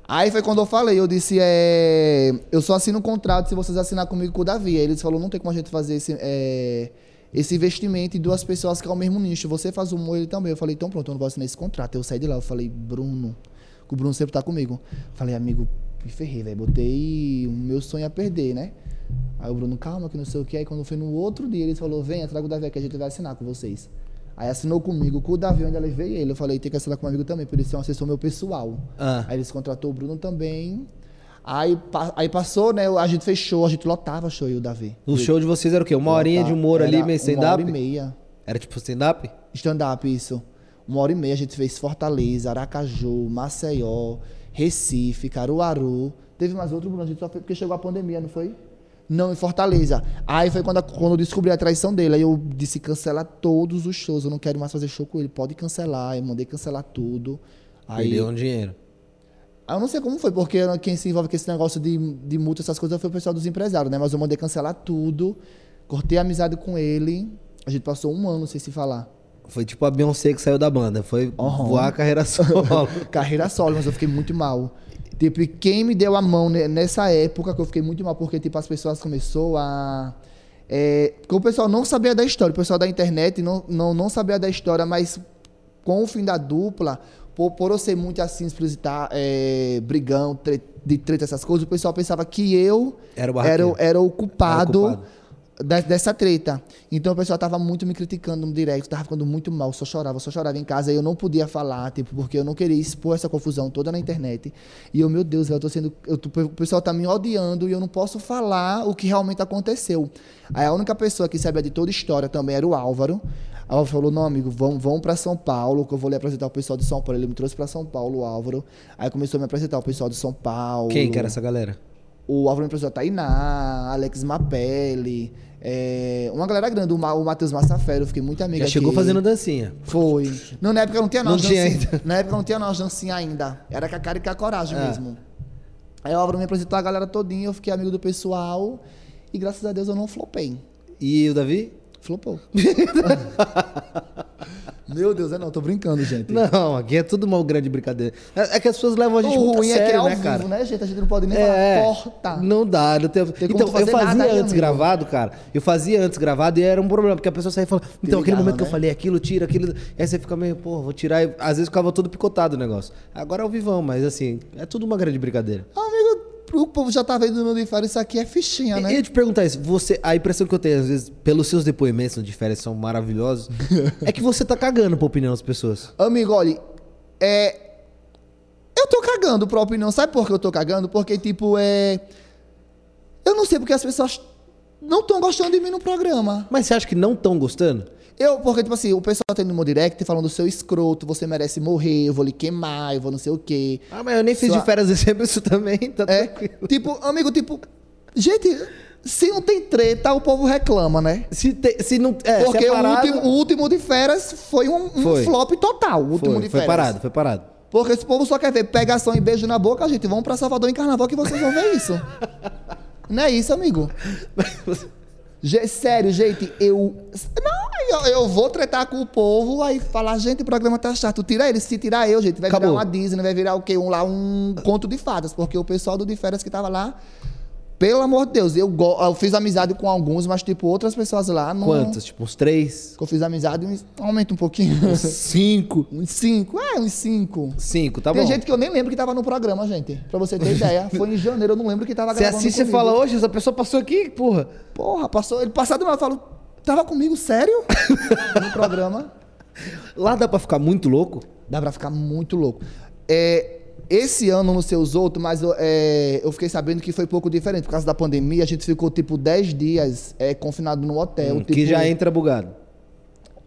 Speaker 2: Aí foi quando eu falei, eu disse, é, eu só assino um contrato se vocês assinar comigo com o Davi. Aí eles falaram, não tem como a gente fazer esse, é, esse investimento em duas pessoas que é o mesmo nicho. Você faz humor, ele também. Eu falei, então pronto, eu não vou assinar esse contrato. Eu saí de lá, eu falei, Bruno, que o Bruno sempre tá comigo. Falei, amigo, me ferrei, velho, botei o meu sonho a perder, né? Aí o Bruno, calma, que não sei o que. Aí quando foi no outro dia, eles falou, venha, traga o Davi aqui, a gente vai assinar com vocês. Aí assinou comigo, com o Davi eu ainda levei ele. Eu falei, tem que assinar com um amigo também, por isso é um assessor meu pessoal.
Speaker 3: Ah.
Speaker 2: Aí eles contratou o Bruno também. Aí, pa- aí passou, né? A gente fechou, a gente lotava show e o Davi.
Speaker 3: o show de vocês era o quê? Uma horinha de humor ali,
Speaker 2: tá. Era
Speaker 3: meio
Speaker 2: Uma hora
Speaker 3: stand-up?
Speaker 2: e meia.
Speaker 3: Era tipo stand-up?
Speaker 2: Stand-up, isso. Uma hora e meia a gente fez Fortaleza, Aracaju, Maceió, Recife, Caruaru. Teve mais outro, Bruno, a gente só fez porque chegou a pandemia, não foi? Não, em Fortaleza. Aí foi quando, a- quando eu descobri a traição dele. Aí eu disse, cancela todos os shows, eu não quero mais fazer show com ele. Pode cancelar. Eu mandei cancelar tudo. Aí,
Speaker 3: Perdeu um dinheiro.
Speaker 2: ah, Eu não sei como foi, porque quem se envolve com esse negócio de, de multa, essas coisas, foi o pessoal dos empresários, né? Mas eu mandei cancelar tudo, cortei a amizade com ele. A gente passou um ano sem se falar.
Speaker 3: Foi tipo a Beyoncé que saiu da banda. Foi
Speaker 2: Aham.
Speaker 3: voar a carreira solo.
Speaker 2: Carreira solo, mas eu fiquei muito mal. Tipo, e quem me deu a mão ne- nessa época que eu fiquei muito mal, porque tipo, as pessoas começou a. é, porque o pessoal não sabia da história, o pessoal da internet não, não, não sabia da história, mas com o fim da dupla, por, por eu ser muito assim, explicitar, é, brigão, tre- de treta, essas coisas, o pessoal pensava que eu
Speaker 3: Era o
Speaker 2: era,
Speaker 3: barraqueiro.
Speaker 2: o- era o culpado.
Speaker 3: Era o culpado.
Speaker 2: de- dessa treta. Então o pessoal tava muito me criticando no direct, tava ficando muito mal, só chorava, só chorava em casa e eu não podia falar, tipo, porque eu não queria expor essa confusão toda na internet. E eu, meu Deus, velho, eu tô sendo. eu tô- o pessoal tá me odiando e eu não posso falar o que realmente aconteceu. Aí a única pessoa que sabia de toda a história também era o Álvaro. Aí Álvaro falou: não, amigo, vão, vão pra São Paulo, que eu vou lhe apresentar o pessoal de São Paulo. Ele me trouxe pra São Paulo, o Álvaro. Aí começou a me apresentar o pessoal de São Paulo.
Speaker 4: Quem que era essa galera?
Speaker 2: O Álvaro me apresentou a Tainá, Alex Mapelli, é, uma galera grande, o, Ma, o Matheus Massafero, eu fiquei muito amigo
Speaker 3: Já chegou
Speaker 2: aqui.
Speaker 3: fazendo dancinha.
Speaker 2: Foi. Não, na época não tinha não,
Speaker 4: Não
Speaker 2: as
Speaker 4: tinha
Speaker 2: dancinhas. Na época não tinha não as dancinhas ainda. Era com a cara e com a coragem
Speaker 3: É.
Speaker 4: Ah.
Speaker 2: mesmo. Aí o Álvaro me apresentou a galera todinha, eu fiquei amigo do pessoal. E graças a Deus eu não flopei.
Speaker 4: E o Davi?
Speaker 2: Flopou. Meu Deus, é não, tô brincando, gente.
Speaker 3: Não, aqui é tudo uma grande brincadeira. É é que as pessoas levam a gente
Speaker 2: o
Speaker 3: muito a
Speaker 2: ruim é que é
Speaker 3: sério,
Speaker 2: ao
Speaker 3: né,
Speaker 2: vivo,
Speaker 3: cara?
Speaker 2: né, gente? A gente não pode nem
Speaker 3: É,
Speaker 2: falar porta.
Speaker 3: Não dá, não tem,
Speaker 2: Tem como
Speaker 3: Então,
Speaker 2: tu
Speaker 3: eu
Speaker 2: fazer
Speaker 3: fazia
Speaker 2: nada, né,
Speaker 3: antes
Speaker 2: amigo?
Speaker 3: gravado, cara. Eu fazia antes gravado e era um problema, porque a pessoa saía falando, então, aquele
Speaker 2: ligava,
Speaker 3: momento que eu
Speaker 2: né?
Speaker 3: falei aquilo, tira aquilo. Aí você fica meio, pô, vou tirar. E, às vezes ficava todo picotado o negócio. Agora é o vivão, mas assim, é tudo uma grande brincadeira.
Speaker 2: Amigo, o povo já tá vendo no de fora, isso aqui é fichinha,
Speaker 3: E-
Speaker 2: né?
Speaker 3: Eu ia te perguntar isso, você, a impressão que eu tenho, às vezes, pelos seus depoimentos no de férias são maravilhosos, é que você tá cagando pra opinião das pessoas.
Speaker 2: Amigo, olha, é. Eu tô cagando pra opinião. Sabe por que eu tô cagando? Porque, tipo, é. Eu não sei porque as pessoas não estão gostando de mim no programa.
Speaker 3: Mas você acha que não tão gostando?
Speaker 2: Eu, porque, tipo assim, o pessoal tá indo no meu direct falando seu escroto, você merece morrer, eu vou lhe queimar, eu vou não sei o quê.
Speaker 3: Ah, mas eu nem fiz
Speaker 2: Sua-
Speaker 3: de férias sempre isso também, tá
Speaker 2: É,
Speaker 3: tranquilo.
Speaker 2: tipo, amigo, tipo. Gente, se não tem treta, o povo reclama, né?
Speaker 3: Se, te- se não. É,
Speaker 2: Porque
Speaker 3: se é
Speaker 2: o,
Speaker 3: parado-
Speaker 2: último, o último de férias foi um, um
Speaker 3: Foi.
Speaker 2: flop total. O último
Speaker 3: foi,
Speaker 2: de
Speaker 3: foi
Speaker 2: férias.
Speaker 3: parado, foi parado.
Speaker 2: Porque esse povo só quer ver pegação e beijo na boca, gente. Vão pra Salvador em carnaval que vocês vão ver isso. Não é isso, amigo? Ge- sério, gente, eu. Não, eu, eu vou tretar com o povo, aí falar, gente, o programa tá chato. Tira eles, se tirar eu, gente, vai
Speaker 3: Acabou.
Speaker 2: virar uma Disney, vai virar o quê? Um lá, um conto de fadas. Porque o pessoal do de férias que tava lá, pelo amor de Deus, eu, go- eu fiz amizade com alguns, mas, tipo, outras pessoas lá. Não,
Speaker 3: Quantos? Tipo, uns três?
Speaker 2: Que eu fiz amizade, uns- aumenta um pouquinho.
Speaker 3: Cinco.
Speaker 2: uns cinco, é, uns cinco.
Speaker 3: Cinco, tá
Speaker 2: Tem
Speaker 3: bom.
Speaker 2: gente que eu nem lembro que tava no programa, gente. Pra você ter ideia. Foi em janeiro, eu não lembro que tava
Speaker 3: Você
Speaker 2: tá gravando
Speaker 3: assiste e
Speaker 2: comigo.
Speaker 3: fala, hoje essa pessoa passou aqui, porra.
Speaker 2: Porra, passou... Ele passado mal, eu falo... Tava comigo, sério? no programa.
Speaker 3: Lá dá pra ficar muito louco?
Speaker 2: Dá pra ficar muito louco. É, esse ano não sei os outros, mas eu, é, eu fiquei sabendo que foi pouco diferente. Por causa da pandemia, a gente ficou, tipo, 10 dias é, confinado no hotel. tipo,
Speaker 3: Hum, Um que já entra bugado.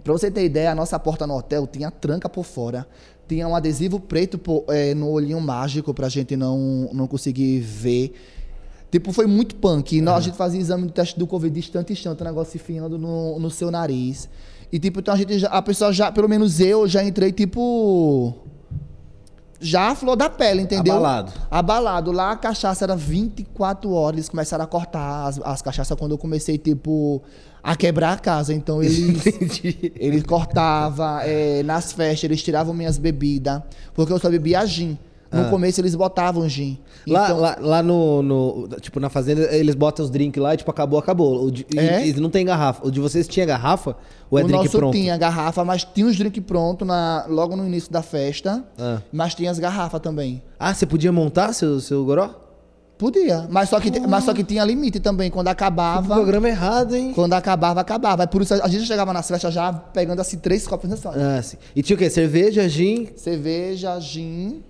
Speaker 2: Pra você ter ideia, a nossa porta no hotel tinha tranca por fora, tinha um adesivo preto pô, é, no olhinho mágico pra gente não, não conseguir ver. Tipo, foi muito punk. E nós, A gente fazia exame do teste do Covid instante em instante, o negócio enfiando no, no seu nariz. E tipo, então a gente já, a pessoa já, pelo menos eu já entrei tipo. Já a flor da pele, entendeu?
Speaker 3: Abalado.
Speaker 2: Abalado. Lá a cachaça era 24 horas, eles começaram a cortar as, as cachaças quando eu comecei, tipo, a quebrar a casa. Então eles.
Speaker 3: Entendi.
Speaker 2: Eles cortavam é, nas festas, eles tiravam minhas bebidas, porque eu só bebia gin. No começo eles botavam gin.
Speaker 3: Ah. Lá,
Speaker 2: Então,
Speaker 3: lá, lá no, no- Tipo, na fazenda, eles botam os drinks lá e, tipo, acabou, acabou. O de- e-
Speaker 2: É?
Speaker 3: e, não tem garrafa. O de vocês tinha garrafa ou é
Speaker 2: o
Speaker 3: drink
Speaker 2: nosso
Speaker 3: pronto?
Speaker 2: tinha garrafa, mas tinha os drinks prontos na- logo no início da festa,
Speaker 3: Ah.
Speaker 2: mas tinha as garrafas também.
Speaker 3: Ah, você podia montar seu, seu goró?
Speaker 2: Podia, mas só, que, mas só que tinha limite também, quando acabava...
Speaker 3: Programa é errado, hein?
Speaker 2: Quando acabava, acabava. É Por isso a gente chegava nas festas já pegando assim três copos na sala.
Speaker 3: Ah, sim. E tinha o quê? Cerveja, gin,
Speaker 2: Cerveja, gin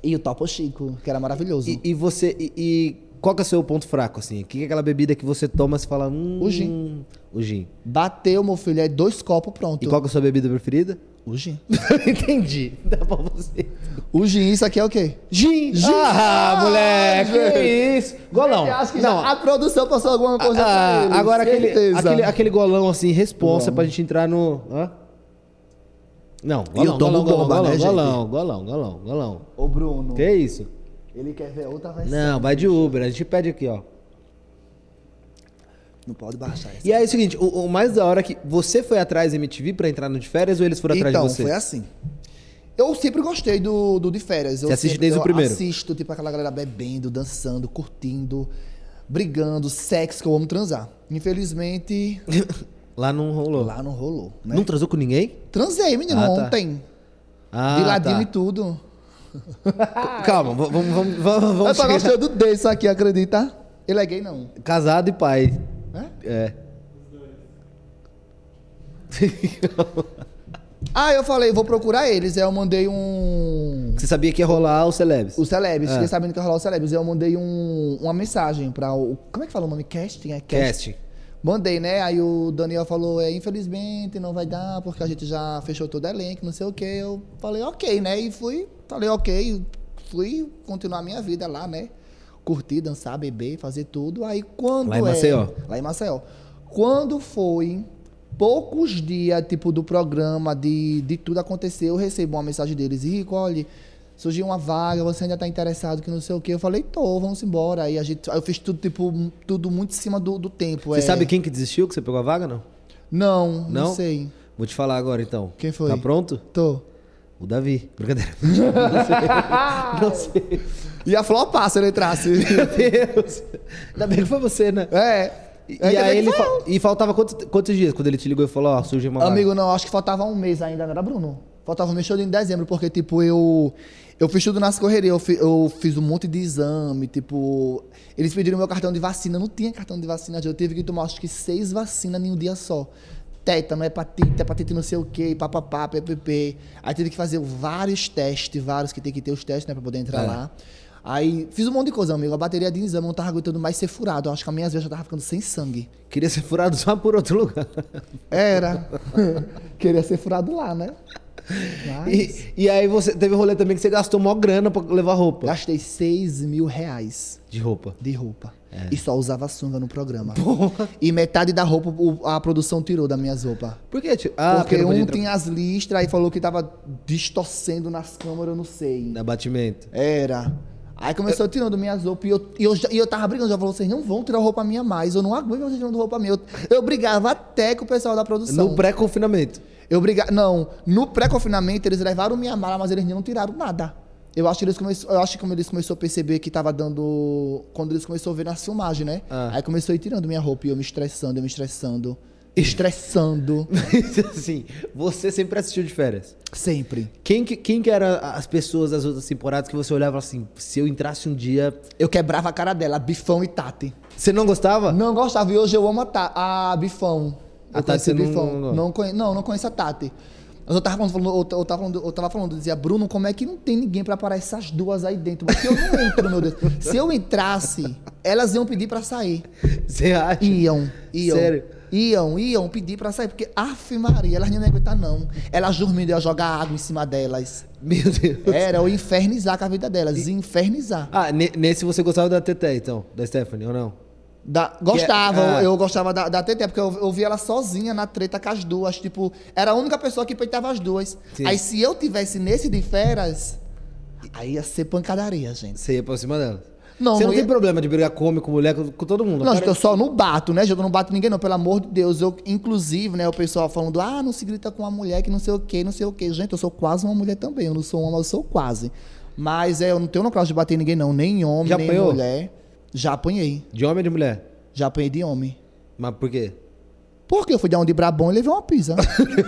Speaker 2: e o Topo Chico, que era maravilhoso.
Speaker 3: E, e você. E, e qual que é o seu ponto fraco, assim? O que é aquela bebida que você toma e você fala. Hum,
Speaker 2: O gin.
Speaker 3: O gin.
Speaker 2: Bateu, meu filho, é dois copos pronto.
Speaker 3: E qual que é a sua bebida preferida?
Speaker 2: O gin.
Speaker 3: Entendi. Dá pra você.
Speaker 2: O gin, isso aqui é o quê?
Speaker 3: Gin!
Speaker 2: Gin.
Speaker 3: Ah, moleque! Que isso! Golão!
Speaker 2: Eu acho que
Speaker 3: Não,
Speaker 2: já a produção passou alguma coisa
Speaker 3: ah,
Speaker 2: pra ele.
Speaker 3: agora aquele,
Speaker 2: certeza.
Speaker 3: aquele, aquele golão assim, responsa
Speaker 2: Vamos.
Speaker 3: pra gente entrar no. Hã? Não, golão,
Speaker 2: eu tomo
Speaker 3: golão, golão,
Speaker 2: bomba,
Speaker 3: golão,
Speaker 2: né, gente?
Speaker 3: golão, golão, golão, golão.
Speaker 2: Ô, Bruno,
Speaker 3: Que isso?
Speaker 2: ele quer ver outra versão.
Speaker 3: Não, vai de Uber, a gente pede aqui, ó.
Speaker 2: Não pode baixar essa.
Speaker 3: E aí é o seguinte, o, o mais da hora é que você foi atrás da MTV pra entrar no de férias ou eles foram atrás
Speaker 2: Então,
Speaker 3: de você?
Speaker 2: foi assim. Eu sempre gostei do, do de férias. Eu
Speaker 3: Você assiste
Speaker 2: sempre-
Speaker 3: desde o
Speaker 2: eu
Speaker 3: primeiro?
Speaker 2: assisto, tipo, aquela galera bebendo, dançando, curtindo, brigando, sexo, que eu amo transar. Infelizmente,
Speaker 3: Lá não rolou.
Speaker 2: lá não rolou, né?
Speaker 3: Não transou com ninguém?
Speaker 2: Transei, menino,
Speaker 3: Ah, tá.
Speaker 2: ontem.
Speaker 3: Ah,
Speaker 2: de ladinho
Speaker 3: tá.
Speaker 2: e tudo.
Speaker 3: Calma, v- vamos, vamos, vamos, vamos
Speaker 2: eu tô
Speaker 3: chegar.
Speaker 2: gostando desse aqui, acredita? Ele é gay, não.
Speaker 3: Casado e pai.
Speaker 2: É?
Speaker 5: É.
Speaker 2: Ah, eu falei, vou procurar eles. Aí eu mandei um.
Speaker 3: Você sabia que ia rolar o Celebs?
Speaker 2: O Celebs,
Speaker 3: Ah.
Speaker 2: fiquei sabendo que ia rolar o Celebs. Eu mandei um, uma mensagem pra o. Como é que fala o nome? Casting? É
Speaker 3: Casting.
Speaker 2: Mandei, né? Aí o Daniel falou, é, infelizmente não vai dar, porque a gente já fechou todo o elenco, não sei o quê. Eu falei, ok, né? E fui, falei, ok, fui continuar a minha vida lá, né? Curtir, dançar, beber, fazer tudo. Aí quando.
Speaker 3: Lá em
Speaker 2: é-
Speaker 3: Maceió.
Speaker 2: lá em Maceió. Quando foi poucos dias, tipo, do programa, de, de tudo acontecer, eu recebo uma mensagem deles, Rico, olha, surgiu uma vaga, você ainda tá interessado, que não sei o quê. Eu falei, tô, vamos embora. Aí a gente, aí eu fiz tudo, tipo, m- tudo muito em cima do, do tempo.
Speaker 3: Você
Speaker 2: é.
Speaker 3: sabe quem que desistiu, que você pegou a vaga, não?
Speaker 2: Não, não,
Speaker 3: Não?
Speaker 2: sei.
Speaker 3: Vou te falar agora, então.
Speaker 2: Quem foi?
Speaker 3: Tá pronto?
Speaker 2: Tô.
Speaker 3: O Davi. Brincadeira.
Speaker 5: Não sei.
Speaker 2: Ia flopar se ele entrasse.
Speaker 5: Meu Deus. Ainda bem que foi você, né?
Speaker 2: é.
Speaker 5: E, e
Speaker 2: Ainda bem que
Speaker 5: aí ele
Speaker 2: foi
Speaker 5: fa-
Speaker 2: eu.
Speaker 5: e faltava quantos, quantos dias quando ele te ligou e falou, ó, surgiu uma vaga?
Speaker 2: Amigo, não, acho que faltava um mês ainda, não era, Bruno? Faltava um mês todo em dezembro, porque, tipo, eu. Eu fiz tudo nas correrias, eu, fi- eu fiz um monte de exame, tipo. Eles pediram meu cartão de vacina, eu não tinha cartão de vacina, eu tive que tomar acho que seis vacinas em um dia só. Tétano, hepatite, hepatite não sei o quê, papapá, ppp. Aí tive que fazer vários testes, vários que tem que ter os testes, né, pra poder entrar
Speaker 3: É.
Speaker 2: lá. Aí fiz um monte de coisa, amigo. A bateria de exame eu não tava aguentando mais ser furado. Eu acho que as minhas veias já tava ficando sem sangue.
Speaker 5: Queria ser furado só por outro lugar.
Speaker 2: Era. Queria ser furado lá, né? Mas
Speaker 5: E, e aí você teve rolê também que você gastou mó grana pra levar roupa.
Speaker 2: Gastei 6 mil reais
Speaker 5: De roupa.
Speaker 2: de roupa.
Speaker 5: É.
Speaker 2: E só usava sunga no programa. E metade da roupa o- a produção tirou das minhas roupas.
Speaker 5: Por quê? tio? Ah,
Speaker 2: porque,
Speaker 5: porque, não
Speaker 2: um
Speaker 5: podia tra-
Speaker 2: tinha as listras e falou que tava distorcendo nas câmeras, eu não sei.
Speaker 3: Da batimento.
Speaker 2: Era. Aí começou tirando minhas roupas e eu, e eu, já- e eu tava brigando. Já falou, vocês não vão tirar roupa minha mais. Eu não aguento vocês tirando roupa minha. Eu, eu brigava até com o pessoal da produção.
Speaker 5: No pré-confinamento.
Speaker 2: Eu briga... Não, no pré-confinamento eles levaram minha mala, mas eles não tiraram nada. Eu acho que eles come... eu acho que como eles começaram a perceber que tava dando. Quando eles começaram a ver nas filmagens, né?
Speaker 5: Ah.
Speaker 2: Aí começou a ir tirando minha roupa e eu me estressando, eu me estressando. Estressando.
Speaker 5: Mas, assim, você sempre assistiu de férias.
Speaker 2: Sempre.
Speaker 5: Quem que, quem que eram as pessoas das outras temporadas que você olhava assim, se eu entrasse um dia...
Speaker 2: Eu quebrava a cara dela, Bifão e Tati.
Speaker 5: Você não gostava?
Speaker 2: Não gostava, e hoje eu amo a, Ta- a Bifão.
Speaker 5: A
Speaker 2: Eu
Speaker 5: Tati
Speaker 2: conheci
Speaker 5: você não-
Speaker 2: Bifão.
Speaker 5: não
Speaker 2: Não,
Speaker 5: gosta?
Speaker 2: conhe- não, não conheço a Tati. Mas eu tava falando, eu, eu tava falando, eu tava falando, eu dizia, Bruno, como é que não tem ninguém pra parar essas duas aí dentro? Porque eu não entro, meu Deus. Se eu entrasse, elas iam pedir pra sair.
Speaker 5: Você acha?
Speaker 2: Iam, iam.
Speaker 5: Sério?
Speaker 2: Iam, iam pedir pra sair, porque, aff, Maria, elas não iam aguentar, não. Elas dormindo, eu ia jogar água em cima delas.
Speaker 5: Meu Deus.
Speaker 2: Era eu infernizar com a vida delas, infernizar.
Speaker 5: Ah, ne- nesse você gostava da Teté, então? Da Stephanie, ou não?
Speaker 2: Da- gostava,
Speaker 5: ah.
Speaker 2: eu gostava da, da TT, porque eu, eu vi ela sozinha na treta com as duas. Tipo, era a única pessoa que peitava as duas.
Speaker 5: Sim.
Speaker 2: Aí se eu tivesse nesse de feras, aí ia ser pancadaria, gente.
Speaker 5: Você ia pra cima dela.
Speaker 2: Não,
Speaker 5: você não
Speaker 2: não
Speaker 5: tem
Speaker 2: ia-
Speaker 5: problema de brigar com homem, com mulher, com, com todo mundo.
Speaker 2: Não,
Speaker 5: Cara,
Speaker 2: gente, eu só não bato, né, gente? Eu não bato ninguém, não, pelo amor de Deus. Eu, inclusive, né, o pessoal falando, ah, não se grita com uma mulher que não sei o quê, não sei o quê. Gente, eu sou quase uma mulher também. Eu não sou uma, eu sou quase. Mas é, eu não tenho no de bater ninguém, não. Nem homem,
Speaker 5: Já
Speaker 2: nem
Speaker 5: apanhou?
Speaker 2: mulher. Já apanhei.
Speaker 5: De homem ou de mulher?
Speaker 2: Já apanhei de homem.
Speaker 5: Mas por quê?
Speaker 2: Porque eu fui dar um de brabão e levei uma pisa.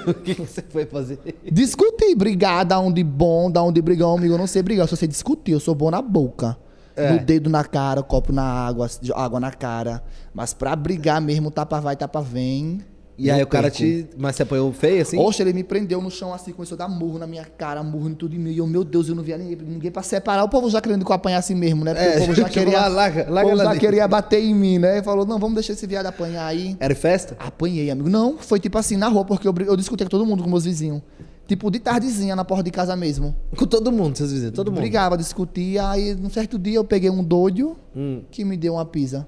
Speaker 5: o que que você foi fazer?
Speaker 2: Discutir, brigar, dar um de bom, dar um de brigão, amigo. Eu não sei brigar, eu só sei discutir. Eu sou bom na boca.
Speaker 5: É.
Speaker 2: No dedo na cara, copo na água, água na cara. Mas pra brigar mesmo, tapa vai, tapa vem.
Speaker 5: E
Speaker 2: eu
Speaker 5: aí o cara
Speaker 2: perco.
Speaker 5: te... Mas você apanhou feio, assim?
Speaker 2: Oxe, ele me prendeu no chão assim, começou a dar murro na minha cara, murro em tudo em mim. E eu, meu Deus, eu não via ninguém, ninguém pra separar. O povo já querendo que eu apanhasse mesmo, né? Porque
Speaker 5: É,
Speaker 2: o povo já
Speaker 5: tipo,
Speaker 2: queria,
Speaker 5: lá, larga- larga
Speaker 2: o povo
Speaker 5: ela
Speaker 2: já
Speaker 5: ali.
Speaker 2: queria bater em mim, né? E falou, não, vamos deixar esse viado apanhar aí.
Speaker 5: Era festa?
Speaker 2: Apanhei, amigo. Não, foi tipo assim, na rua, porque eu, bri- eu discutia com todo mundo, com meus vizinhos. Tipo, de tardezinha, na porta de casa mesmo.
Speaker 5: Com todo mundo, vocês vizinhos, todo mundo.
Speaker 2: Brigava, discutia, aí num certo dia eu peguei um doido
Speaker 5: Hum.
Speaker 2: que me deu uma pisa.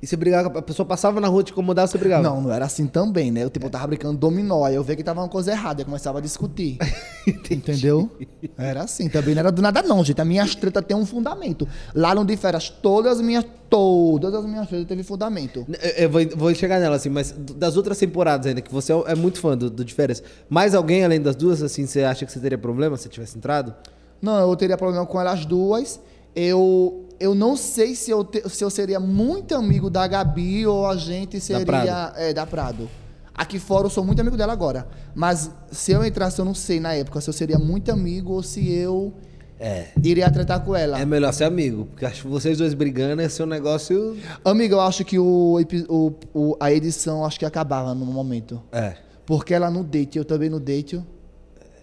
Speaker 5: E você brigava, a pessoa passava na rua, te incomodava, você brigava?
Speaker 2: Não, não era assim também, né? Eu, tipo, eu tava brincando dominó, aí eu via que tava uma coisa errada, eu começava a discutir. Entendeu? Era assim, também não era do nada não, gente. As minhas tretas têm um fundamento. Lá no de férias, todas as minhas, todas as minhas tretas teve fundamento.
Speaker 5: Eu, eu vou, vou chegar nela, assim, mas d- das outras temporadas ainda, que você é é muito fã do, do de férias, mais alguém além das duas, assim, você acha que você teria problema se você tivesse entrado?
Speaker 2: Não, eu teria problema com elas duas. Eu, eu não sei se eu, te- se eu seria muito amigo da Gabi ou a gente seria.
Speaker 5: Prado.
Speaker 2: É, da Prado. Aqui fora eu sou muito amigo dela agora. Mas se eu entrasse, eu não sei na época se eu seria muito amigo ou se eu É. Iria tretar com ela.
Speaker 3: É melhor ser amigo, porque acho que vocês dois brigando é seu
Speaker 5: um
Speaker 3: negócio.
Speaker 2: Amiga, eu acho que o, epi- o- o- a edição acho que acabava no momento.
Speaker 3: É.
Speaker 2: Porque ela no date, eu também no date.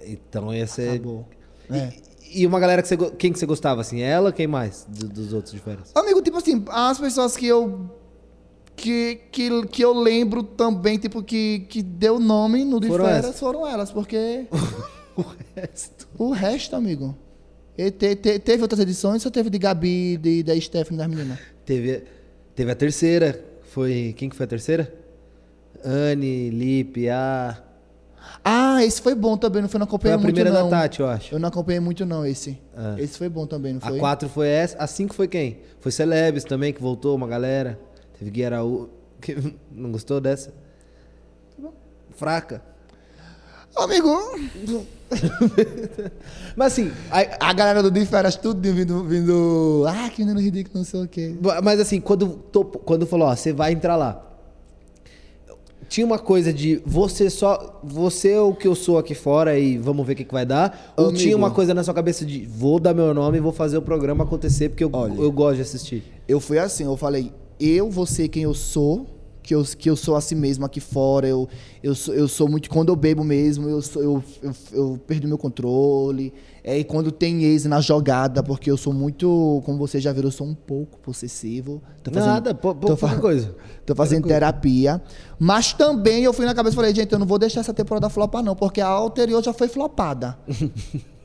Speaker 3: Então ia ser.
Speaker 2: Acabou. É.
Speaker 3: E, e uma galera que você. go- Quem que você gostava, assim? Ela, quem mais? Do- dos outros de férias?
Speaker 2: Amigo, tipo assim, as pessoas que eu. Que, que, que eu lembro também, tipo, que, que deu nome no de
Speaker 3: Foram
Speaker 2: férias
Speaker 3: essas?
Speaker 2: foram elas, porque. o resto. O resto, amigo. E te- te- teve outras edições, só teve de Gabi, de, da Stephanie, das meninas.
Speaker 3: Teve, teve a terceira. Foi. Quem que foi a terceira? Anne, Lipe, a.
Speaker 2: Ah, esse foi bom também, não foi? Não
Speaker 3: Foi
Speaker 2: acompanhei
Speaker 3: a
Speaker 2: muito,
Speaker 3: primeira
Speaker 2: não.
Speaker 3: da Tati, eu acho.
Speaker 2: Eu não acompanhei muito, não, esse. Esse foi bom também, não
Speaker 3: A
Speaker 2: foi?
Speaker 3: 4 foi essa. A 5 foi quem? Foi Celebes também, que voltou, uma galera. Teve Gui Araújo. que- Não gostou dessa? Tá Fraca.
Speaker 2: Amigo,
Speaker 3: Mas assim, aí-
Speaker 2: a galera do de férias tudo vindo, vindo. Ah, que menino ridículo, não sei o quê.
Speaker 3: mas assim, quando, tô- quando falou, ó, você vai entrar lá. Tinha uma coisa de você só. Você é o que eu sou aqui fora e vamos ver o que, que vai dar. Ou
Speaker 2: Amigo.
Speaker 3: tinha uma coisa na sua cabeça de vou dar meu nome e vou fazer o programa acontecer porque eu,
Speaker 2: Olha.
Speaker 3: eu gosto de assistir.
Speaker 2: Eu fui assim, eu falei, eu vou ser quem eu sou, que eu, que eu sou assim mesmo aqui fora, eu, eu, sou, eu sou muito, quando eu bebo mesmo, eu, sou, eu, eu, eu perdo meu controle, é, e quando tem ex na jogada, porque eu sou muito, como você já viram, eu sou um pouco possessivo. Tô fazendo-
Speaker 3: Nada, pou- pou-
Speaker 2: tô fa-
Speaker 3: pouca coisa.
Speaker 2: Tô fazendo terapia. Mas também eu fui na cabeça e falei, gente, eu não vou deixar essa temporada flopar, não, porque a anterior já foi flopada.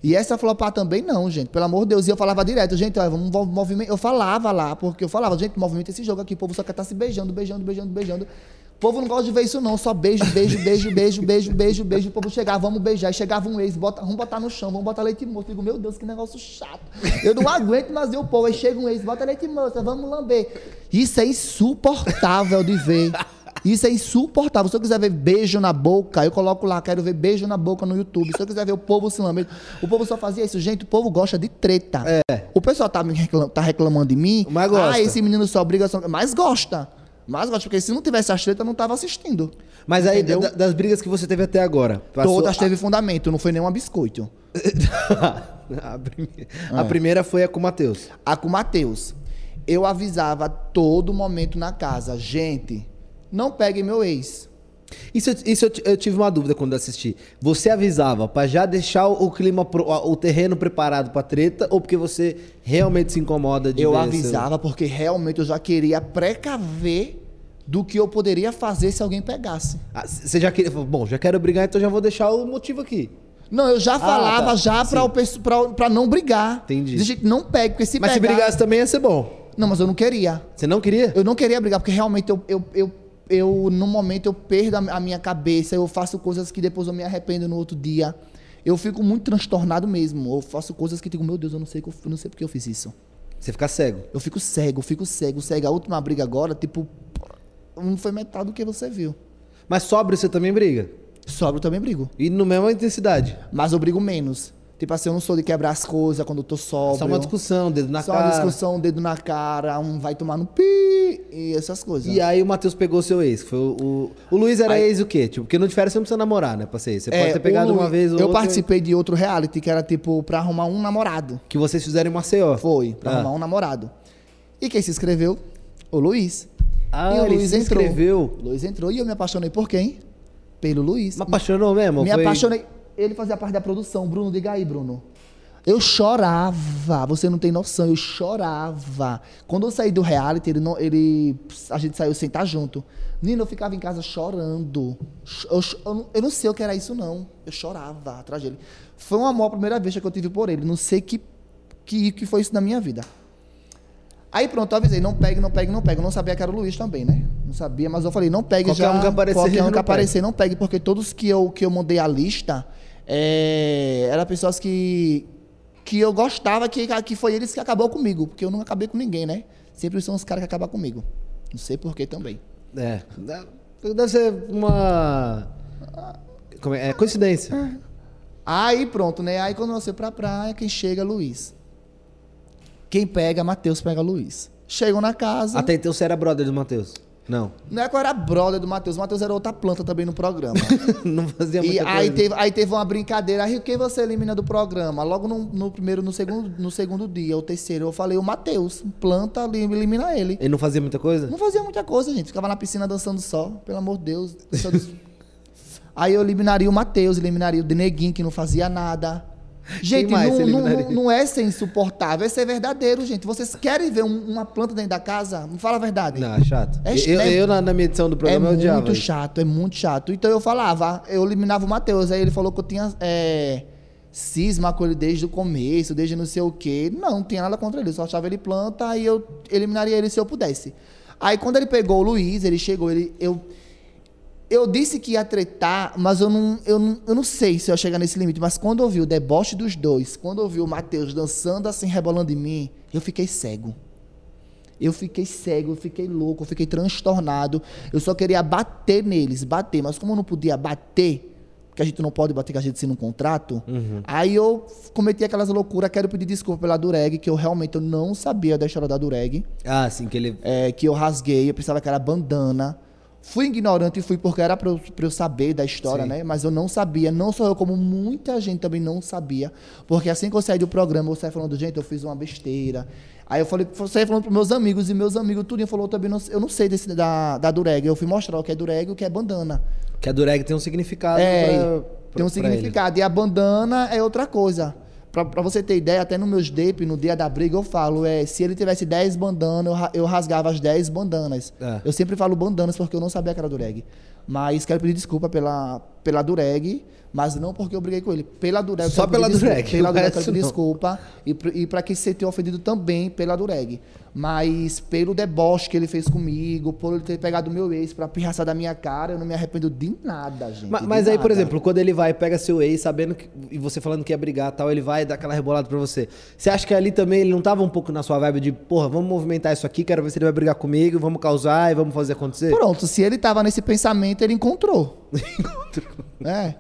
Speaker 2: e essa flopar também não, gente. Pelo amor de Deus. E eu falava direto, gente, ó, vamos movimentar. Eu falava lá, porque eu falava, gente, movimenta esse jogo aqui. O povo só quer tá se beijando, beijando, beijando, beijando. O povo não gosta de ver isso, não. Só beijo, beijo, beijo, beijo, beijo, beijo, beijo. O povo chegava, vamos beijar. E chegava um ex, bota, vamos botar no chão, vamos botar leite moço. Eu digo, meu Deus, que negócio chato. Eu não aguento mais ver o povo. Aí chega um ex, bota leite moça, vamos lamber. Isso é insuportável de ver. Isso é insuportável. Se eu quiser ver beijo na boca, eu coloco lá, quero ver beijo na boca no YouTube. Se eu quiser ver o povo se lambendo. O povo só fazia isso, gente. O povo gosta de treta. O pessoal tá, me reclam- tá reclamando de mim.
Speaker 3: É. Mas gosta.
Speaker 2: Ah, esse menino só briga. Só... Mas gosta. Mas gosta, porque se não tivesse as tretas, eu não tava assistindo.
Speaker 3: Mas aí,
Speaker 2: Entendeu?
Speaker 3: da- das brigas que você teve até agora. passou-
Speaker 2: Todas teve fundamento, não foi nenhuma biscoito.
Speaker 3: a, prime- a primeira foi a com o Matheus.
Speaker 2: A com o Matheus. Eu avisava a todo momento na casa, gente, não pegue meu ex.
Speaker 3: Isso, eu- isso eu, ti- eu tive uma dúvida quando eu assisti. Você avisava pra já deixar o o clima, pro- a- o terreno preparado pra treta ou porque você realmente se incomoda de
Speaker 2: Eu
Speaker 3: ver
Speaker 2: avisava porque realmente eu já queria precaver do que eu poderia fazer se alguém pegasse.
Speaker 3: seu- Ah, c- Você já queria. falou, Bom, já quero brigar, então já vou deixar o motivo aqui.
Speaker 2: Não, eu já falava
Speaker 3: tá.
Speaker 2: já pra,
Speaker 3: Sim.
Speaker 2: o pesso- pra, pra não brigar.
Speaker 3: Entendi.
Speaker 2: De jeito- não pegue, porque se
Speaker 3: Mas se
Speaker 2: pegar-
Speaker 3: brigasse também ia ser bom.
Speaker 2: Não, mas eu não queria.
Speaker 3: Você não queria?
Speaker 2: Eu não queria brigar, porque realmente eu, eu, eu, eu no momento, eu perdo a a minha cabeça, eu faço coisas que depois eu me arrependo no outro dia. Eu fico muito transtornado mesmo. Eu faço coisas que digo, meu Deus, eu não sei, que eu, eu não sei porque eu fiz isso.
Speaker 3: Você fica cego.
Speaker 2: Eu fico cego, eu fico cego, cego. A última briga agora, tipo, não foi metade do que você viu.
Speaker 3: Mas sóbrio você também briga.
Speaker 2: Sobra, eu também brigo.
Speaker 3: E no mesma intensidade.
Speaker 2: Mas eu brigo menos. Tipo assim, eu não sou de quebrar as coisas quando eu tô sóbrio.
Speaker 3: Só uma discussão, dedo na
Speaker 2: Só
Speaker 3: cara.
Speaker 2: uma discussão, dedo na cara, um vai tomar no pi e essas coisas.
Speaker 3: E aí o Matheus pegou seu ex. que Foi o, o, o Luiz era ex o quê? Tipo, porque no de férias você não precisa namorar, né? Passei. Você
Speaker 2: É,
Speaker 3: pode ter pegado
Speaker 2: o-
Speaker 3: uma vez ou
Speaker 2: Eu
Speaker 3: outra.
Speaker 2: participei de outro reality que era tipo pra arrumar um namorado.
Speaker 3: Que vocês fizeram em Maceió.
Speaker 2: Foi, pra
Speaker 3: Ah.
Speaker 2: arrumar um namorado. E quem se inscreveu? O Luiz.
Speaker 3: Ah,
Speaker 2: e o
Speaker 3: ele se inscreveu.
Speaker 2: O Luiz entrou e eu me apaixonei por quem? Pelo Luiz.
Speaker 3: Me apaixonou mesmo?
Speaker 2: me
Speaker 3: Foi-
Speaker 2: apaixonei. Ele fazia parte da produção. Bruno, diga aí, Bruno. Eu chorava, você não tem noção, eu chorava. Quando eu saí do reality, ele não, ele, a gente saiu sem estar junto. Nino, eu ficava em casa chorando. Ch- Eu, ch- eu não- eu não sei o que era isso, não. Eu chorava atrás dele. Foi um amor à primeira vez que eu tive por ele. Não sei que, que, que foi isso na minha vida. Aí pronto, eu avisei, não pegue, não pegue, não pegue. Eu não sabia que era o Luiz também, né? Não sabia, mas eu falei, não pegue
Speaker 3: Qualquer
Speaker 2: já.
Speaker 3: um que aparecer,
Speaker 2: qualquer um
Speaker 3: não
Speaker 2: que
Speaker 3: pega.
Speaker 2: aparecer, não pegue, porque todos que eu, que eu mandei a lista é, eram pessoas que, que eu gostava, que, que foi eles que acabou comigo, porque eu não acabei com ninguém, né? Sempre são os caras que acabam comigo. Não sei porquê também.
Speaker 3: É. Deve ser uma. Como é? É coincidência.
Speaker 2: Ah, Aí pronto, né? Aí quando você pra praia, quem chega é Luiz. Quem pega, Matheus pega Luiz. Chegam na casa.
Speaker 3: Até então você era brother do Matheus. Não.
Speaker 2: Não é que eu era brother do Matheus, o Matheus era outra planta também no programa.
Speaker 3: Não fazia
Speaker 2: E
Speaker 3: muita
Speaker 2: aí
Speaker 3: coisa.
Speaker 2: teve, aí teve uma brincadeira. Aí quem você elimina do programa? Logo no, no primeiro, no segundo, no segundo dia, ou terceiro, eu falei, o Matheus, planta ali, elimina ele.
Speaker 3: Ele não fazia muita coisa?
Speaker 2: Não fazia muita coisa, gente. Ficava na piscina dançando só, pelo amor de Deus. Só des- Aí eu eliminaria o Matheus, eliminaria o Deneguinho, que não fazia nada. Gente,
Speaker 3: mais
Speaker 2: não,
Speaker 3: você
Speaker 2: não- não-
Speaker 3: eliminaria?
Speaker 2: não é ser insuportável, é ser verdadeiro, gente. Vocês querem ver um- uma planta dentro da casa? Me fala a verdade.
Speaker 3: Não, chato.
Speaker 2: É
Speaker 3: eu
Speaker 2: chato.
Speaker 3: eu na, na minha edição do
Speaker 2: É
Speaker 3: programa eu
Speaker 2: muito
Speaker 3: odiava. isso.
Speaker 2: chato, é muito chato. Então eu falava, eu eliminava o Matheus. Aí ele falou que eu tinha é, cisma com ele desde o começo, desde não sei o quê. Não, não tinha nada contra ele. Eu só achava ele planta aí eu eliminaria ele se eu pudesse. Aí quando ele pegou o Luiz, ele chegou, ele. Eu, eu disse que ia tretar, mas eu não, eu, não, eu não sei se eu ia chegar nesse limite. Mas quando eu vi o deboche dos dois, quando eu vi o Matheus dançando assim, rebolando em mim, eu fiquei cego. Eu fiquei cego, eu fiquei louco, eu fiquei transtornado. Eu só queria bater neles, bater. Mas como eu não podia bater, porque a gente não pode bater, que a gente assina um contrato, aí eu cometi aquelas loucuras. Quero pedir desculpa pela Dureg, que eu realmente eu não sabia da história da Dureg.
Speaker 3: Ah, sim, que ele.
Speaker 2: é, que eu rasguei, eu pensava que era bandana. Fui ignorante e fui porque era pra eu, pra eu saber da história, né? Mas eu não sabia, não só eu, como muita gente também não sabia. Porque assim que eu saí do programa, eu saí falando, gente, eu fiz uma besteira. Aí eu falei, saí falando pros meus amigos, e meus amigos, tudo falou também, não- eu não sei desse, da, da Dureg. Eu fui mostrar o que é Dureg e o que é bandana.
Speaker 3: Que a Dureg tem um significado.
Speaker 2: É,
Speaker 3: pra-
Speaker 2: tem
Speaker 3: pra-
Speaker 2: um
Speaker 3: pra ele. tá?
Speaker 2: significado. E a bandana é outra coisa. Pra, pra você ter ideia, até nos meus DEP, no dia da briga, eu falo, é, se ele tivesse 10 bandanas, eu, ra- eu rasgava as 10 bandanas.
Speaker 3: É.
Speaker 2: Eu sempre falo bandanas porque eu não sabia que era Dureg. Mas quero pedir desculpa pela, pela Dureg, mas não porque eu briguei com ele. Pela Dureg. eu
Speaker 3: Só
Speaker 2: quero pedir
Speaker 3: pela
Speaker 2: desculpa.
Speaker 3: Dureg,
Speaker 2: Pela
Speaker 3: o
Speaker 2: Dureg, eu
Speaker 3: resto
Speaker 2: quero pedir
Speaker 3: não.
Speaker 2: desculpa. E, pr- e pra quem se sentiu ofendido também pela Dureg. Mas pelo deboche que ele fez comigo, por ele ter pegado o meu ex pra pirraçar da minha cara, eu não me arrependo de nada, gente.
Speaker 3: Ma-
Speaker 2: de
Speaker 3: Mas, aí, por
Speaker 2: nada.
Speaker 3: exemplo, quando ele vai e pega seu ex, sabendo que. E você falando que ia brigar e tal, ele vai dar aquela rebolada pra você. Você acha que ali também ele não tava um pouco na sua vibe de, porra, vamos movimentar isso aqui, quero ver se ele vai brigar comigo, vamos causar e vamos fazer acontecer?
Speaker 2: Pronto, se ele tava nesse pensamento, ele encontrou. encontrou. É.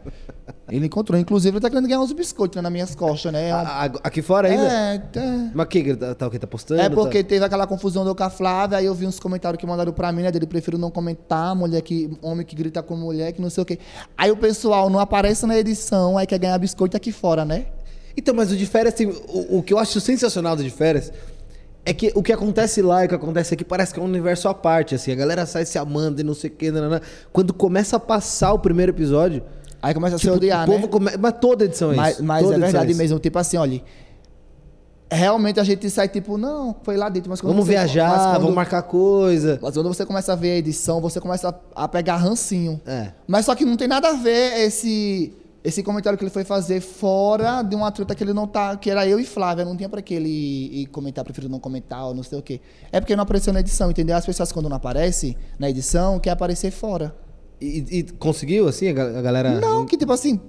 Speaker 2: Ele encontrou. Inclusive, ele tá querendo ganhar uns biscoitos né, nas minhas costas, né? É uma-
Speaker 3: A- a- aqui fora ainda?
Speaker 2: É, tá.
Speaker 3: Mas que tá, tá o que? Tá postando?
Speaker 2: É
Speaker 3: Tá-
Speaker 2: porque teve aquela confusão do com a Flávia, aí eu vi uns comentários que mandaram pra mim, né? Dele, prefiro não comentar, mulher que. homem que grita com mulher, que não sei o quê. Aí o pessoal não aparece na edição, aí quer ganhar biscoito aqui fora, né?
Speaker 3: Então, mas o de férias tem. O, o que eu acho sensacional do de férias é que o que acontece lá e o que acontece aqui parece que é um universo à parte, assim. A galera sai se amando e não sei o que, nananã. Quando começa a passar o primeiro episódio,
Speaker 2: Aí começa a
Speaker 3: tipo,
Speaker 2: se odiar,
Speaker 3: o povo
Speaker 2: né?
Speaker 3: come... Mas toda edição é
Speaker 2: Mas,
Speaker 3: isso.
Speaker 2: mas
Speaker 3: toda
Speaker 2: é
Speaker 3: edição
Speaker 2: verdade
Speaker 3: isso.
Speaker 2: mesmo. Tipo assim, olha. Realmente a gente sai tipo, não, foi lá dentro, mas quando
Speaker 3: Vamos
Speaker 2: você-
Speaker 3: viajar,
Speaker 2: mas quando-
Speaker 3: vamos um marcar coisa.
Speaker 2: Mas quando você começa a ver a edição, você começa a, a pegar rancinho.
Speaker 3: É.
Speaker 2: Mas só que não tem nada a ver esse esse comentário que ele foi fazer fora de uma treta que ele não tá, que era eu e Flávia, não tinha pra que ele ir comentar, prefiro não comentar, ou não sei o quê. É porque não apareceu na edição, entendeu? As pessoas quando não aparecem na edição, quer aparecer fora.
Speaker 3: E, e conseguiu, assim, a ga- a galera?
Speaker 2: Não, que tipo assim,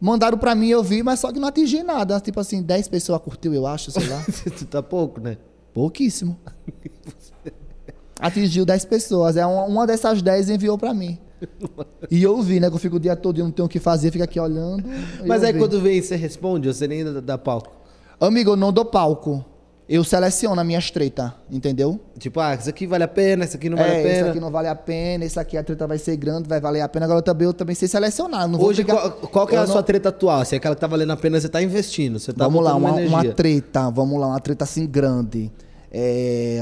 Speaker 2: mandaram pra mim, eu vi, mas só que não atingi nada, tipo assim, 10 pessoas curtiu, eu acho, sei lá.
Speaker 3: tá pouco, né?
Speaker 2: Pouquíssimo. Atingiu 10 pessoas. É uma, uma dessas 10 enviou pra mim. E eu vi, né? Que eu fico o dia todo e não tenho o que fazer, fica aqui olhando. e
Speaker 3: Mas
Speaker 2: eu
Speaker 3: aí
Speaker 2: vi.
Speaker 3: quando vem, você responde, ou você nem dá- dá palco.
Speaker 2: Amigo, eu não dou palco. Eu seleciono as minhas tretas, entendeu?
Speaker 3: Tipo, ah, isso aqui vale a pena, isso aqui não vale
Speaker 2: é,
Speaker 3: a pena.
Speaker 2: Isso aqui não vale a pena, isso aqui a treta vai ser grande, vai valer a pena. Agora eu também, eu também sei selecionar. eu Não vou
Speaker 3: Hoje,
Speaker 2: brigar-
Speaker 3: qual, qual que é
Speaker 2: eu
Speaker 3: a
Speaker 2: não-
Speaker 3: sua treta atual? Se é aquela que tá valendo a pena, você tá investindo. Você tá
Speaker 2: vamos lá,
Speaker 3: botando
Speaker 2: uma, uma
Speaker 3: energia.
Speaker 2: treta, vamos lá, uma treta assim grande. É.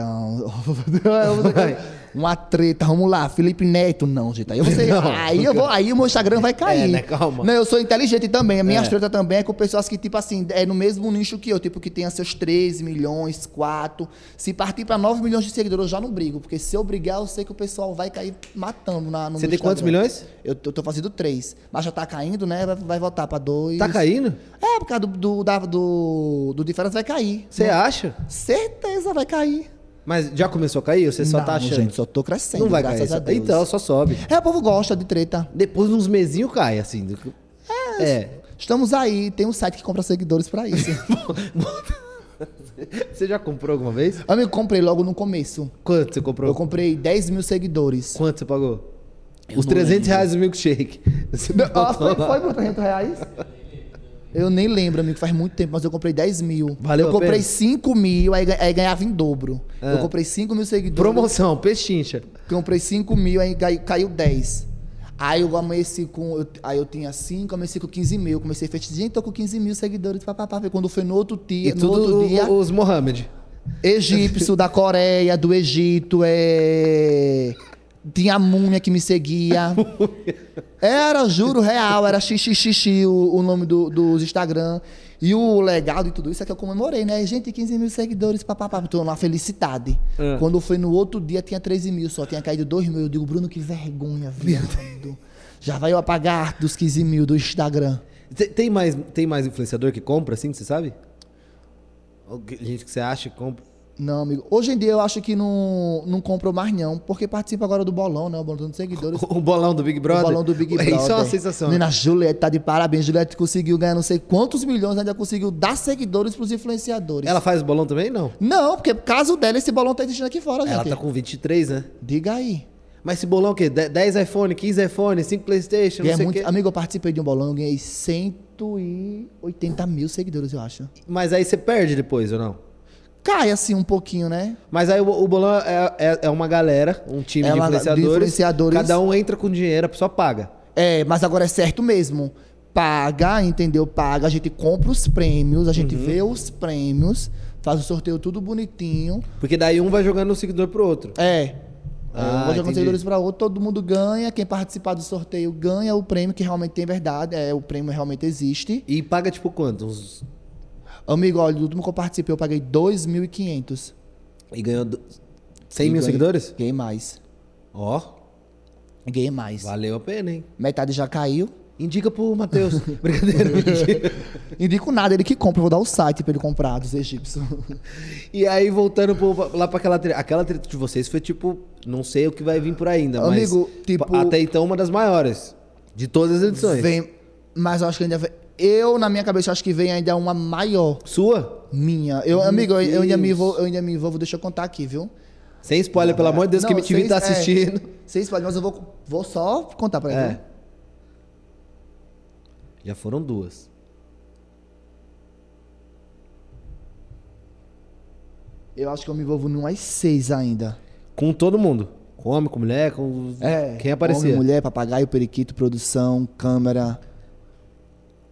Speaker 2: uma treta, vamos lá, Felipe Neto, não, gente. Aí, eu vou ser-
Speaker 3: Não.
Speaker 2: aí eu vou, aí o meu Instagram vai cair.
Speaker 3: É, né, calma.
Speaker 2: Não, eu sou inteligente também. A minha
Speaker 3: É.
Speaker 2: treta também é com pessoas que, tipo assim, é no mesmo nicho que eu, tipo, que tenha seus 3 milhões, 4. Se partir pra 9 milhões de seguidores, eu já não brigo, porque se eu brigar, eu sei que o pessoal vai cair matando na, no
Speaker 3: Você
Speaker 2: meu
Speaker 3: tem quantos
Speaker 2: Instagram.
Speaker 3: milhões?
Speaker 2: Eu, tô- eu tô fazendo 3. Mas já tá caindo, né? Vai, vai voltar pra 2.
Speaker 3: Tá caindo?
Speaker 2: É, por causa do, do, da- do, do diferença vai cair.
Speaker 3: Você
Speaker 2: Não-
Speaker 3: acha?
Speaker 2: Certeza vai cair.
Speaker 3: Mas já começou a cair ou você só
Speaker 2: Não,
Speaker 3: tá achando?
Speaker 2: gente, só tô crescendo,
Speaker 3: não vai
Speaker 2: graças
Speaker 3: cair.
Speaker 2: a
Speaker 3: só-
Speaker 2: Deus.
Speaker 3: Então, só sobe.
Speaker 2: É, o povo gosta de treta.
Speaker 3: Depois uns mesinhos cai, assim. do- É.
Speaker 2: Estamos aí, tem um site que compra seguidores pra isso.
Speaker 3: Você já comprou alguma vez?
Speaker 2: Amigo, comprei logo no começo.
Speaker 3: Quanto você
Speaker 2: Eu
Speaker 3: comprou?
Speaker 2: comprei 10 mil seguidores.
Speaker 3: Quanto você pagou?
Speaker 2: Eu
Speaker 3: Os
Speaker 2: não
Speaker 3: 300
Speaker 2: lembro.
Speaker 3: reais do milkshake. Você
Speaker 2: Ah,
Speaker 3: botou
Speaker 2: foi,
Speaker 3: lá.
Speaker 2: foi por 300 reais? Eu nem lembro, amigo, faz muito tempo, mas eu comprei 10 mil.
Speaker 5: Valeu
Speaker 2: Eu
Speaker 5: a
Speaker 2: comprei
Speaker 5: pena?
Speaker 2: 5 mil, aí, ga- aí ganhava em dobro.
Speaker 3: É.
Speaker 2: Eu comprei 5 mil seguidores.
Speaker 5: Promoção, pechincha.
Speaker 2: Comprei 5 mil, aí cai- caiu 10. Aí eu amanheci com. eu- aí eu tinha 5, amanheci com 15 mil. Comecei a festejar, gente, tô com 15 mil seguidores. Papapá. Quando foi no outro dia,
Speaker 5: E
Speaker 2: no
Speaker 5: tudo
Speaker 2: outro
Speaker 5: o-
Speaker 2: dia.
Speaker 5: os Mohamed.
Speaker 2: Egípcio, da Coreia, do Egito, é. Tinha a múmia que me seguia. Era, juro, real, era xixixixi o, o nome do, dos Instagram. E o legal de tudo isso é que eu comemorei, né? Gente, 15 mil seguidores, papapá, tô na felicidade. Quando foi no outro dia, tinha 13 mil só, tinha caído 2 mil. Eu digo, Bruno, que vergonha, viado. Já vai eu apagar dos 15 mil do Instagram.
Speaker 3: Te- Tem mais, tem mais influenciador que compra, assim, que você sabe? Ou que- Gente que você acha que compra.
Speaker 2: Não, amigo. Hoje em dia eu acho que não, não compro mais, não. Porque participa agora do bolão, né? O bolão dos seguidores.
Speaker 3: O bolão do Big Brother?
Speaker 2: O bolão do Big Brother.
Speaker 3: Isso é uma sensação. né?
Speaker 2: Menina, a Juliette tá de parabéns. Juliette conseguiu ganhar não sei quantos milhões, ainda conseguiu dar seguidores pros influenciadores.
Speaker 3: Ela faz bolão também? Não.
Speaker 2: Não, porque caso dela, esse bolão tá existindo aqui fora,
Speaker 3: Ela
Speaker 2: gente.
Speaker 3: tá com 23, né?
Speaker 2: Diga aí.
Speaker 3: Mas esse bolão é o quê? De- 10 iPhone, 15 iPhone, 5 Playstation, não sei
Speaker 2: Ganhei
Speaker 3: o
Speaker 2: é muito-
Speaker 3: quê.
Speaker 2: Amigo, eu participei de um bolão, eu ganhei 180 mil seguidores, eu acho.
Speaker 3: Mas aí você perde depois, ou não?
Speaker 2: Cai assim um pouquinho, né?
Speaker 3: Mas aí o, o bolão é, é- é uma galera, um time
Speaker 2: É
Speaker 3: de,
Speaker 2: uma- de
Speaker 3: influenciadores,
Speaker 2: influenciadores.
Speaker 3: Cada um entra com dinheiro, a pessoa paga.
Speaker 2: É, mas agora é certo mesmo. Paga, entendeu? Paga, a gente compra os prêmios, a gente
Speaker 3: Uhum.
Speaker 2: vê os prêmios, faz o sorteio tudo bonitinho.
Speaker 3: Porque daí um vai jogando um seguidor pro outro.
Speaker 2: É.
Speaker 3: Ah,
Speaker 2: Ah, Joga
Speaker 3: entendi.
Speaker 2: seguidores para outro, todo mundo ganha. Quem participar do sorteio ganha o prêmio, que realmente tem verdade. É, o prêmio realmente existe.
Speaker 3: E paga tipo quanto? Uns...
Speaker 2: Amigo, olha, do último que eu participei, eu paguei 2.500.
Speaker 3: E ganhou do- 100
Speaker 2: E
Speaker 3: mil
Speaker 2: ganhei-
Speaker 3: seguidores?
Speaker 2: Ganhei mais.
Speaker 3: Ó,
Speaker 2: Ganhei mais.
Speaker 3: valeu a pena, hein?
Speaker 2: Metade já caiu.
Speaker 3: Indica pro Matheus. Brincadeira, mentira.
Speaker 2: Indico nada, ele que compra, eu vou dar o site pra ele comprar dos egípcios.
Speaker 3: E aí, voltando pro- lá pra aquela treta. Aquela treta de vocês foi tipo, não sei o que vai vir por aí ainda, mas.
Speaker 2: Amigo, tipo-
Speaker 3: Até então, uma das maiores. De todas as edições.
Speaker 2: Vem, mas eu acho que ainda vem. Eu, na minha cabeça, acho que vem ainda uma maior.
Speaker 3: Sua?
Speaker 2: Minha. Eu, amigo, eu, eu ainda me
Speaker 3: Deus.
Speaker 2: envolvo, eu ainda me envolvo, deixa eu contar aqui, viu?
Speaker 3: Sem spoiler, pelo amor de Deus, que
Speaker 2: Não,
Speaker 3: me TV tá
Speaker 2: vocês- é,
Speaker 3: assistindo.
Speaker 2: Vocês podem, mas eu vou, vou só contar pra
Speaker 3: É.
Speaker 2: ele.
Speaker 3: Já foram duas.
Speaker 2: Eu acho que eu me envolvo em umas seis ainda. É,
Speaker 3: Com todo mundo. Com homem, com mulher, com. É, Quem aparecia.
Speaker 2: Homem, mulher, papagaio, periquito, produção, câmera.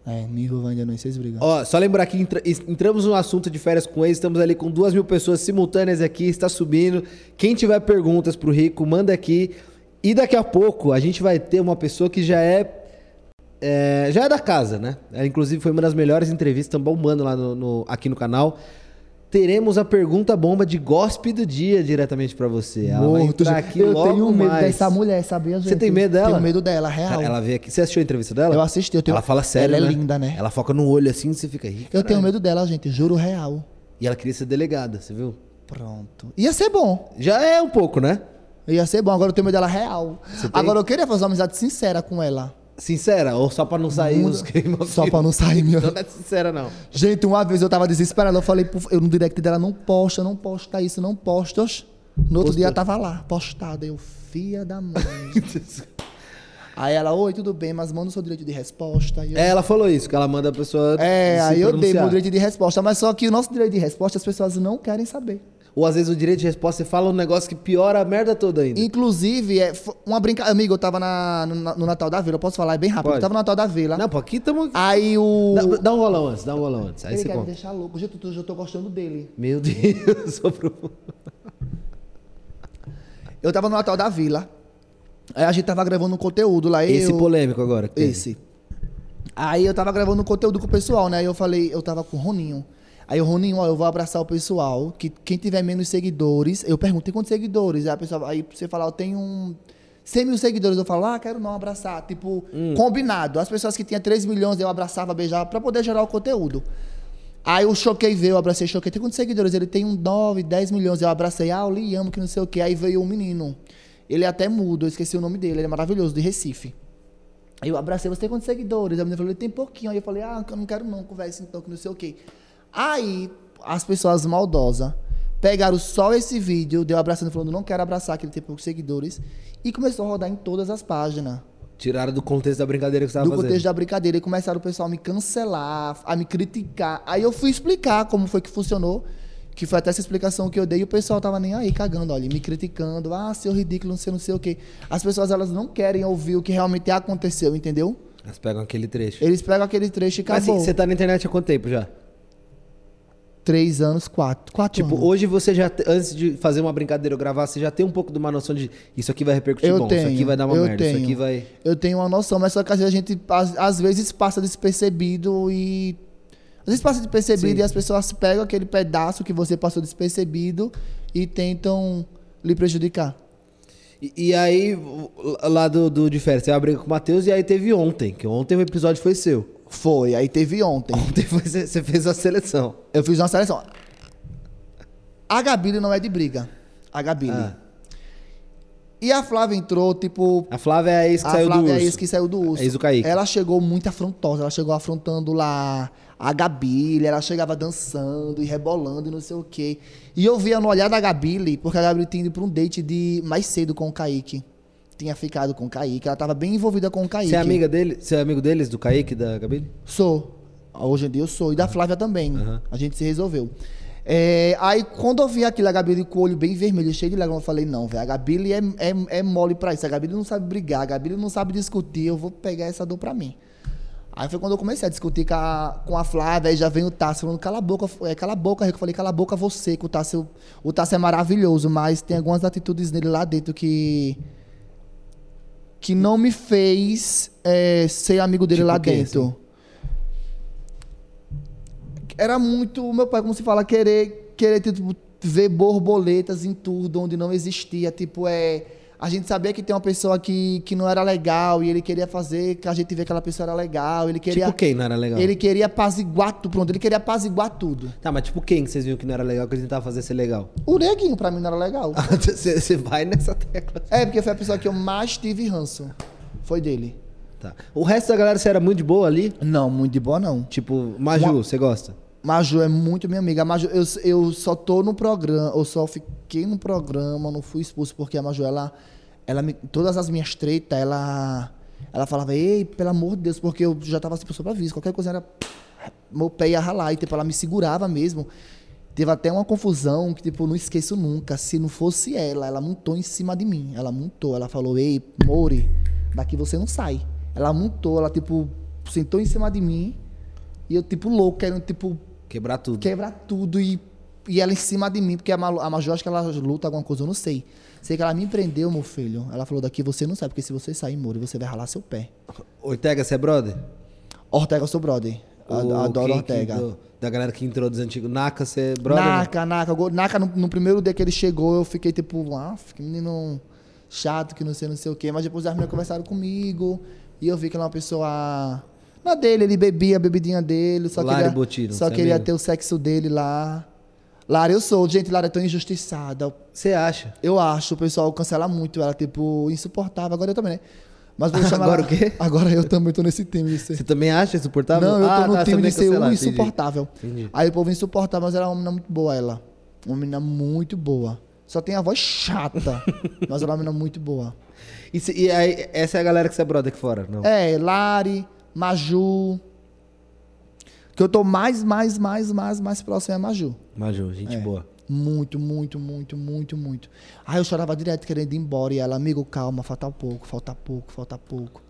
Speaker 2: É, me envolvo ainda não em seis brigas.
Speaker 3: Ó, só lembrar que entra- es- entramos no assunto de férias com eles, estamos ali com duas mil pessoas simultâneas aqui, está subindo. Quem tiver perguntas pro Rico, manda aqui. E daqui a pouco a gente vai ter uma pessoa que já é. é, já é da casa, né? Ela, inclusive foi uma das melhores entrevistas, estão bombando lá no, no- aqui no canal. Teremos a pergunta bomba de gospe do dia diretamente pra você. Ela vai
Speaker 2: Morto,
Speaker 3: entrar
Speaker 2: gente.
Speaker 3: aqui
Speaker 2: eu
Speaker 3: logo
Speaker 2: tenho medo
Speaker 3: mais.
Speaker 2: dessa mulher, sabia, gente?
Speaker 3: Você tem medo dela?
Speaker 2: Tenho medo dela, real.
Speaker 3: Cara, ela é veio aqui. Você assistiu a entrevista dela?
Speaker 2: Eu assisti, eu tenho-
Speaker 3: Ela fala sério.
Speaker 2: Ela é linda, né?
Speaker 3: Ela foca no olho assim e você fica rico.
Speaker 2: Eu tenho medo dela, gente, juro real.
Speaker 3: E ela queria ser delegada, você viu?
Speaker 2: Pronto. Ia ser bom.
Speaker 3: Já é um pouco, né?
Speaker 2: Ia ser bom. Agora eu tenho medo dela real.
Speaker 3: tem?
Speaker 2: Agora eu queria fazer uma amizade sincera com ela.
Speaker 3: Sincera, ou só pra não sair
Speaker 2: Muda.
Speaker 3: os queimos.
Speaker 2: Só pra não sair, meu.
Speaker 3: Não é sincera, não.
Speaker 2: Gente, uma vez eu tava desesperado, eu falei, pro- eu no direct dela, não posta, não posta isso, não posta. Oxe. No outro dia tava lá, postada, eu, filha da mãe. aí ela, oi, tudo bem, mas manda o seu direito de resposta. Aí eu,
Speaker 3: É, ela falou isso, que ela manda a pessoa.
Speaker 2: é,
Speaker 3: se
Speaker 2: aí eu dei
Speaker 3: pronunciar.
Speaker 2: meu direito de resposta, mas só que o nosso direito de resposta as pessoas não querem saber.
Speaker 3: Ou às vezes o direito de resposta você fala um negócio que piora a merda toda ainda.
Speaker 2: Inclusive, é f- uma brincadeira. Amigo, eu tava na- no, no Natal da Vila, eu posso falar, é bem rápido.
Speaker 3: Pode.
Speaker 2: Eu tava no Natal da Vila.
Speaker 3: Não, pô, aqui estamos.
Speaker 2: Aí o.
Speaker 3: Dá, dá um rolão antes, dá um rolão antes. Aí
Speaker 2: Ele
Speaker 3: você
Speaker 2: quer me
Speaker 3: conta.
Speaker 2: deixar louco. Gente, eu tô- eu tô gostando dele.
Speaker 3: Meu Deus, só pro.
Speaker 2: Eu tava no Natal da Vila. Aí a gente tava gravando um conteúdo lá.
Speaker 3: Esse
Speaker 2: eu...
Speaker 3: polêmico agora. que teve.
Speaker 2: Esse. Aí eu tava gravando um conteúdo com o pessoal, né? Aí eu falei, eu tava com o Roninho. Aí o Roninho, ó, eu vou abraçar o pessoal. Que quem tiver menos seguidores, eu pergunto, tem quantos seguidores? Aí a pessoa, aí você fala, eu tenho um. 100 mil seguidores, eu falo, ah, quero não abraçar. Tipo,
Speaker 3: Hum.
Speaker 2: combinado. As pessoas que tinham 3 milhões, eu abraçava, beijava, pra poder gerar o conteúdo. Aí o Choquei veio, eu abracei o Choquei. Tem quantos seguidores? Ele tem um 9, 10 milhões. Eu abracei, ah, eu lhe amo, que não sei o quê. Aí veio um menino. Ele é até mudo, eu esqueci o nome dele, ele é maravilhoso, de Recife. Aí eu abracei, você tem quantos seguidores? A menina falou, tem pouquinho. Aí eu falei, ah, eu não quero não, conversa então, que não sei o quê. Aí, as pessoas maldosas pegaram só esse vídeo, deu abraçando, falando, não quero abraçar, que ele tem poucos seguidores, e começou a rodar em todas as páginas.
Speaker 3: Tiraram do contexto da brincadeira que você tava
Speaker 2: do
Speaker 3: fazendo.
Speaker 2: contexto da brincadeira. E começaram o pessoal a me cancelar, a me criticar. Aí eu fui explicar como foi que funcionou. Que foi até essa explicação que eu dei e o pessoal tava nem aí cagando, olha, me criticando. Ah, seu ridículo, não sei, não sei o quê. As pessoas, elas não querem ouvir o que realmente aconteceu, entendeu?
Speaker 3: Elas pegam aquele trecho.
Speaker 2: Eles pegam aquele trecho e
Speaker 3: Mas assim,
Speaker 2: acabou.
Speaker 3: você tá na internet há quanto tempo já?
Speaker 2: Três anos, quatro. Quatro
Speaker 3: Tipo,
Speaker 2: anos.
Speaker 3: hoje você já, te- antes de fazer uma brincadeira ou gravar, você já tem um pouco de uma noção de isso aqui vai repercutir
Speaker 2: eu
Speaker 3: é bom,
Speaker 2: tenho,
Speaker 3: isso aqui vai dar uma
Speaker 2: eu
Speaker 3: merda,
Speaker 2: tenho,
Speaker 3: isso aqui vai...
Speaker 2: Eu tenho uma noção, mas só que às vezes a gente às, às vezes passa despercebido e às vezes passa despercebido
Speaker 3: Sim.
Speaker 2: e as pessoas pegam aquele pedaço que você passou despercebido e tentam lhe prejudicar.
Speaker 3: E, e aí, lá do, do de férias, você vai brincar com o Matheus e aí teve ontem, que ontem o episódio foi seu.
Speaker 2: Foi, aí teve ontem.
Speaker 3: Ontem foi- você você fez a seleção.
Speaker 2: Eu fiz uma seleção. A Gabi não é de briga. A Gabi.
Speaker 3: Ah.
Speaker 2: E a Flávia entrou, tipo,
Speaker 3: A Flávia é a ex que
Speaker 2: a
Speaker 3: saiu
Speaker 2: Flávia
Speaker 3: do
Speaker 2: é
Speaker 3: urso.
Speaker 2: isso que saiu do urso.
Speaker 3: É isso, Kaique.
Speaker 2: Ela chegou muito afrontosa, ela chegou afrontando lá a Gabile, ela chegava dançando e rebolando e não sei o quê. E eu via no olhar da Gabile, porque a Gabile tinha ido pra um date de mais cedo com o Kaique. Tinha ficado com o Kaique, ela tava bem envolvida com o Kaique.
Speaker 3: Você é amiga dele? Você é amigo deles, do Kaique, da Gabi?
Speaker 2: Sou. Hoje em dia eu sou. E da Flávia também. A gente se resolveu. É, aí quando eu vi aquilo, a Gabile com o olho bem vermelho, cheio de lágrimas, eu falei, não, velho, a Gabile é, é, é mole pra isso. A Gabile não sabe brigar, a Gabile não sabe discutir, eu vou pegar essa dor pra mim. Aí foi quando eu comecei a discutir com a, com a Flávia, aí já vem o Tássio falando, cala a boca, é, cala a boca, Rico. Eu falei, cala a boca você, que o Tássio, o Tássio é maravilhoso, mas tem algumas atitudes nele lá dentro que... que não me fez é, ser amigo dele
Speaker 3: Tipo
Speaker 2: lá
Speaker 3: o quê,
Speaker 2: dentro. Era muito, meu pai, como se fala, querer, querer tipo, ver borboletas em tudo onde não existia, tipo, é... A gente sabia que tem uma pessoa que, que não era legal e ele queria fazer que a gente vê que aquela pessoa era legal, ele queria...
Speaker 3: Tipo quem não era legal?
Speaker 2: é Ele queria apaziguar tudo, pronto. Ele queria apaziguar tudo.
Speaker 3: Tá, mas tipo quem que vocês viram que não era legal, que ele tentava fazer ser legal?
Speaker 2: O neguinho pra mim não era legal.
Speaker 3: Você você vai nessa tecla.
Speaker 2: é, porque foi a pessoa que eu mais tive ranço. Foi dele.
Speaker 3: Tá. O resto da galera, você era muito de boa ali?
Speaker 2: Não, muito de boa não.
Speaker 3: Tipo, Maju, você gosta?
Speaker 2: Maju é muito minha amiga. A Maju, eu, eu só tô no programa, eu só fiquei no programa, não fui expulso, porque a Maju, ela, ela me, todas as minhas tretas, ela, ela falava, ei, pelo amor de Deus, porque eu já tava assim, pessoa pra qualquer coisa era, meu pé ia ralar, e tipo, ela me segurava mesmo. Teve até uma confusão que, tipo, eu não esqueço nunca. Se não fosse ela, ela montou em cima de mim. Ela montou, ela falou, ei, Mori, daqui você não sai. Ela montou, ela, tipo, sentou em cima de mim. E eu, tipo, louco, querendo, tipo,
Speaker 3: Quebrar tudo.
Speaker 2: quebrar tudo e, e ela em cima de mim, porque a, Malu, a Maju acho que ela luta alguma coisa, eu não sei. Sei que ela me prendeu, meu filho. Ela falou daqui você não sai, porque se você sair, Moro, você vai ralar seu pé.
Speaker 3: Ortega, você é brother?
Speaker 2: Ortega, eu sou brother. A-
Speaker 3: O quem
Speaker 2: Adoro
Speaker 3: que
Speaker 2: Ortega.
Speaker 3: entrou- da galera que entrou dos antigos. Naka, você é brother? né?
Speaker 2: Naka, Naka. go- Naka, no, no primeiro dia que ele chegou, eu fiquei tipo, ah, que menino chato, que não sei, não sei o quê. Mas depois as meninas conversaram comigo e eu vi que ele é uma pessoa. Na dele, ele bebia a bebidinha dele, só
Speaker 3: Lara
Speaker 2: queria,
Speaker 3: e Botino,
Speaker 2: só
Speaker 3: você é
Speaker 2: queria
Speaker 3: amigo?
Speaker 2: ter o sexo dele lá. Lara, eu sou. Gente, Lara é tão injustiçada.
Speaker 3: Você acha?
Speaker 2: Eu acho, o pessoal cancela muito ela, tipo, insuportável. Agora eu também, né? Mas vou chamar
Speaker 3: Agora
Speaker 2: ela-
Speaker 3: o quê?
Speaker 2: Agora eu também tô nesse time de ser.
Speaker 3: Você também acha insuportável?
Speaker 2: Não, eu tô
Speaker 3: Ah,
Speaker 2: no
Speaker 3: tá,
Speaker 2: time
Speaker 3: também
Speaker 2: de ser um
Speaker 3: cancelar, entendi.
Speaker 2: insuportável.
Speaker 3: Entendi.
Speaker 2: Aí o povo insuportável, mas ela é uma menina muito boa, ela. Uma menina muito boa. Só tem a voz chata, mas ela é uma menina muito boa.
Speaker 3: E, se- e aí, essa é a galera que você é brother aqui fora? Não.
Speaker 2: É, Lari, Maju. Que eu tô mais, mais, mais, mais, mais próximo é a Maju.
Speaker 3: Maju,
Speaker 2: É.
Speaker 3: gente boa.
Speaker 2: Muito, muito, muito, muito, muito. Aí eu chorava direto querendo ir embora. E ela, amigo, calma, falta um pouco, falta pouco, falta pouco.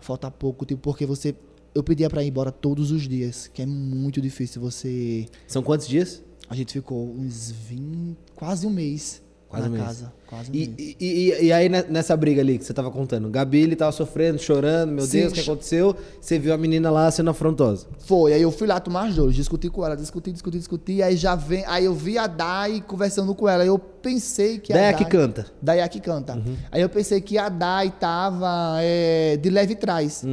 Speaker 2: Falta pouco, tipo, porque você. Eu pedia pra ir embora todos os dias, que é muito difícil você.
Speaker 3: São quantos dias?
Speaker 2: A gente ficou uns 20. quase um mês
Speaker 3: Quase
Speaker 2: na
Speaker 3: um mês.
Speaker 2: casa. Quase um
Speaker 3: E,
Speaker 2: mês.
Speaker 3: e- e- e aí, ne- nessa briga ali que você tava contando, Gabi, ele tava sofrendo, chorando, meu
Speaker 2: Sim.
Speaker 3: Deus, o que aconteceu? Você viu a menina lá sendo afrontosa.
Speaker 2: Foi, aí eu fui lá tomar as dores, discuti com ela, discuti, discuti, discuti. Aí já vem. Aí eu vi a Dai conversando com ela. Eu pensei que
Speaker 3: Daí é
Speaker 2: a
Speaker 3: a que
Speaker 2: Dai-
Speaker 3: canta.
Speaker 2: Daí é que canta. Aí eu pensei que a Dai tava é, de leve trás.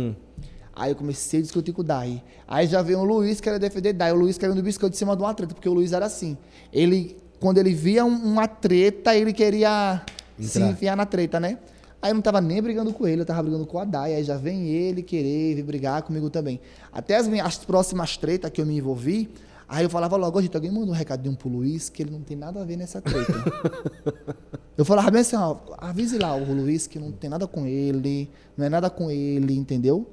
Speaker 2: Aí eu comecei a discutir com o Dai. Aí já veio o Luiz querendo defender Dai. O Luiz caiu no biscoito em cima de uma treta, porque o Luiz era assim. Ele, quando ele via um- uma treta, ele queria se
Speaker 3: Entrar.
Speaker 2: enfiar na treta, né? Aí eu não tava nem brigando com ele, eu tava brigando com a Dai. Aí já vem ele querer vir brigar comigo também. Até as minhas as próximas tretas que eu me envolvi, Aí eu falava logo, "Ô, gente, alguém manda um recadinho pro Luiz que ele não tem nada a ver nessa treta. eu falava bem assim, ó, avise lá o Luiz que não tem nada com ele, não é nada com ele, entendeu?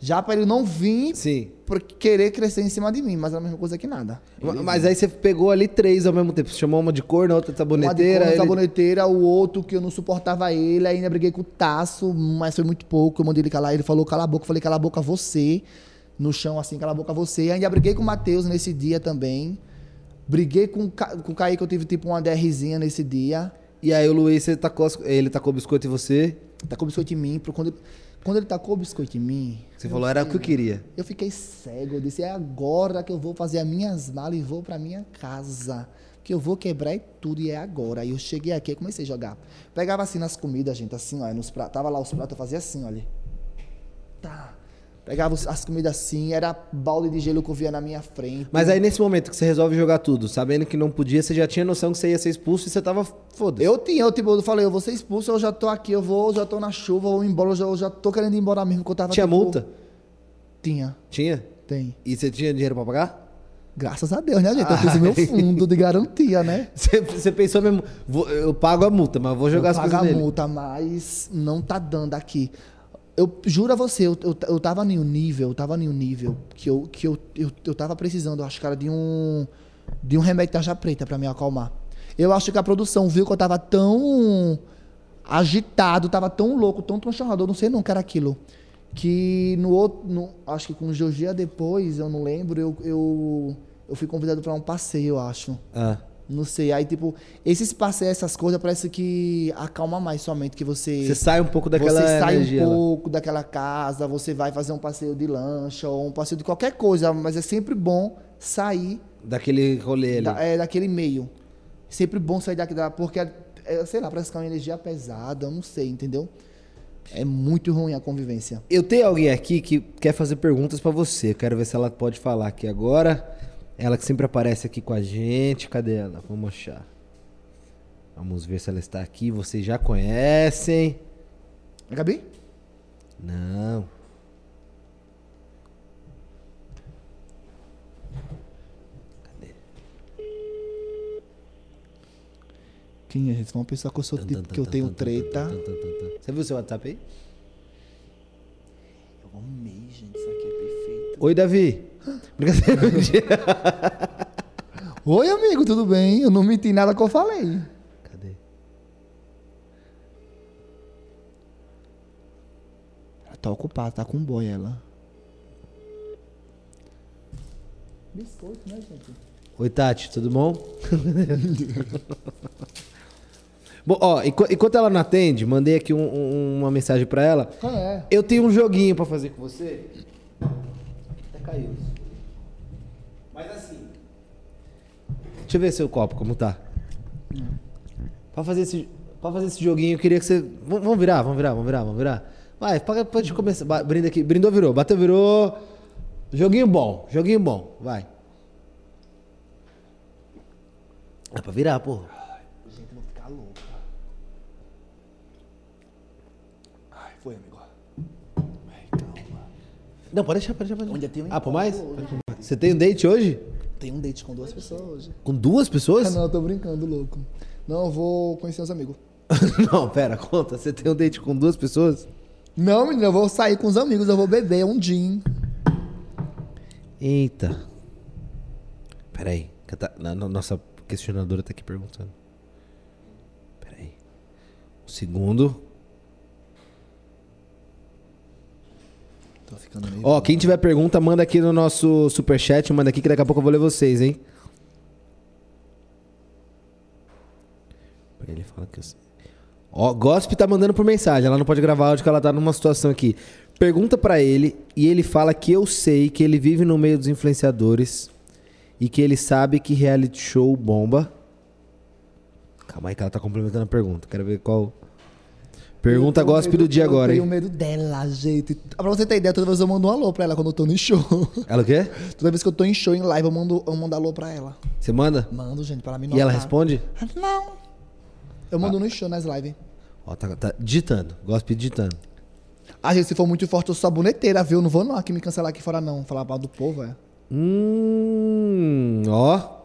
Speaker 2: Já pra ele não vir
Speaker 3: Sim.
Speaker 2: por querer crescer em cima de mim, mas é a mesma coisa que nada.
Speaker 3: Ma- Mas aí você pegou ali três ao mesmo tempo. Você chamou uma de corno, outra de
Speaker 2: Uma de
Speaker 3: saboneteira.
Speaker 2: corno,
Speaker 3: ele-
Speaker 2: Um saboneteira, o outro que eu não suportava ele, ainda briguei com o Taço, mas foi muito pouco. Eu mandei ele calar, ele falou, cala a boca, eu falei, cala a boca você. No chão, assim, cala a boca você. Ainda briguei com o Matheus nesse dia também. Briguei com, o Ca- com o Kaique, eu tive tipo uma DRzinha nesse dia.
Speaker 3: E aí o Luiz, ele tacou, as- ele tacou o biscoito em você.
Speaker 2: Tacou biscoito em mim. pro- Quando, quando ele tacou o biscoito em mim,
Speaker 3: Você falou, era o que eu queria.
Speaker 2: eu fiquei cego. Eu disse, é agora que eu vou fazer as minhas malas e vou pra minha casa. Que eu vou quebrar e tudo, e é agora. E eu cheguei aqui e comecei a jogar. Pegava assim nas comidas, gente, assim, ó. Nos pratos. Tava lá os pratos, eu fazia assim, olha. Tá. Pegava os- as comidas assim, era balde de gelo que eu via na minha frente.
Speaker 3: Mas aí nesse momento que você resolve jogar tudo, sabendo que não podia, você já tinha noção que você ia ser expulso e você tava foda-se.
Speaker 2: Eu tinha, eu tipo, eu falei, eu vou ser expulso, eu já tô aqui, eu vou, eu já tô na chuva, eu vou embora, eu já, eu já tô querendo ir embora mesmo, que eu tava
Speaker 3: Tinha
Speaker 2: tipo,
Speaker 3: multa?
Speaker 2: Tinha,
Speaker 3: Tinha?
Speaker 2: tem.
Speaker 3: E você tinha dinheiro pra pagar?
Speaker 2: Graças a Deus, né,
Speaker 3: Ah,
Speaker 2: gente? Eu fiz o meu fundo de garantia, né?
Speaker 3: Você, você pensou mesmo, vou- eu pago a multa, mas vou jogar as
Speaker 2: pagar
Speaker 3: coisas nele.
Speaker 2: multa, mas não tá dando aqui. Eu juro a você, eu, eu, eu tava em um nível, eu tava em um nível que eu, que eu, eu, eu tava precisando, eu acho, cara, de um de um remédio de tarja preta pra me acalmar. Eu acho que a produção viu que eu tava tão agitado, tava tão louco, tão transtornador, não sei não, que era aquilo. Que no outro, no- acho que com uns dois dias depois, eu não lembro, eu, eu, eu fui convidado pra um passeio, eu acho.
Speaker 3: Ah,
Speaker 2: Não sei, aí tipo, esses passeios, essas coisas, parece que acalma mais sua mente, que você...
Speaker 3: você sai um pouco daquela
Speaker 2: você sai
Speaker 3: energia
Speaker 2: um
Speaker 3: lá.
Speaker 2: pouco daquela casa, você vai fazer um passeio de lancha ou um passeio de qualquer coisa, mas é sempre bom sair
Speaker 3: Daquele rolê ali.
Speaker 2: da- é, daquele meio. Sempre bom sair daqui, da, porque, é, sei lá, parece que é uma energia pesada, eu não sei, entendeu? É muito ruim a convivência.
Speaker 3: Eu tenho alguém aqui que quer fazer perguntas pra você. Quero ver se ela pode falar aqui agora. Ela que sempre aparece aqui com a gente. Cadê ela? Vamos achar. Vamos ver se ela está aqui. Vocês já conhecem.
Speaker 2: É, Gabi?
Speaker 3: Não.
Speaker 2: Quem é, gente? Vão pensar que eu sou tipo, que eu tenho treta.
Speaker 3: Você viu seu WhatsApp aí?
Speaker 2: Eu amei, gente, isso aqui é perfeito.
Speaker 3: Oi, Davi. Brincadeira.
Speaker 2: Oi, amigo, tudo bem? Eu não menti nada que eu falei.
Speaker 3: Cadê?
Speaker 2: Ela tá ocupada, tá com um boy ela. Biscoito, né, gente?
Speaker 3: Oi, Tati, tudo bom? bom, ó, enqu- enquanto ela não atende, mandei aqui um- um- uma mensagem pra ela.
Speaker 2: Qual é?
Speaker 3: Eu tenho um joguinho pra fazer com você. Até caiu. isso. Mas assim. Deixa eu ver seu copo, como tá. Pra fazer esse, pra fazer esse joguinho, eu queria que você. v- Vamos virar, vamos virar, vamos virar, vamos virar. Vai, pra- pode começar. Ba- Brinda aqui. Brindou, virou. Bateu, virou. Joguinho bom, joguinho bom. Vai. Dá pra virar, pô.
Speaker 2: Gente, eu vou ficar louca. Ai, foi, amigo. Ai, calma.
Speaker 3: Não, pode deixar, pode deixar. Pode
Speaker 2: Ainda
Speaker 3: deixar.
Speaker 2: tem um
Speaker 3: Ah, por mais?
Speaker 2: encontro
Speaker 3: Você tem um date hoje?
Speaker 2: Tem um date com duas pessoas hoje. Ah,
Speaker 3: Com duas pessoas?
Speaker 2: não, eu tô brincando, louco. Não, eu vou conhecer os amigos.
Speaker 3: Não, pera, conta. Você tem um date com duas pessoas?
Speaker 2: Não, menina, eu vou sair com os amigos, eu vou beber um gin.
Speaker 3: Eita. Peraí. que tá- na- na- Nossa questionadora tá aqui perguntando. Peraí. Um segundo.
Speaker 2: Tô ficando meio...
Speaker 3: Ó, quem tiver pergunta, manda aqui no nosso superchat. Manda aqui que daqui a pouco eu vou ler vocês, hein? Peraí, Ele fala que eu... sei. Ó, Gosp tá mandando por mensagem. Ela não pode gravar áudio porque ela tá numa situação aqui. Pergunta pra ele e ele fala que eu sei que ele vive no meio dos influenciadores e que ele sabe que reality show bomba. Calma aí que ela tá complementando a pergunta. Quero ver qual... Pergunta
Speaker 2: Eu tenho
Speaker 3: Gosp
Speaker 2: medo-
Speaker 3: do dia agora,
Speaker 2: Eu tenho
Speaker 3: hein?
Speaker 2: medo dela, gente. Pra você ter ideia, toda vez eu mando um alô pra ela quando eu tô no show.
Speaker 3: Ela o quê?
Speaker 2: toda vez que eu tô em show, em live, eu mando, eu mando alô pra ela.
Speaker 3: Você manda?
Speaker 2: Mando, gente, pra ela me
Speaker 3: E ela
Speaker 2: notar.
Speaker 3: responde?
Speaker 2: Ah, Não. Eu mando no show, nas lives.
Speaker 3: Ó, tá, tá digitando. Gospe digitando.
Speaker 2: Ah, gente, se for muito forte, eu sou saboneteira, viu? Não vou não aqui me cancelar aqui fora, não. Falar mal do povo, é.
Speaker 3: Hum, ó.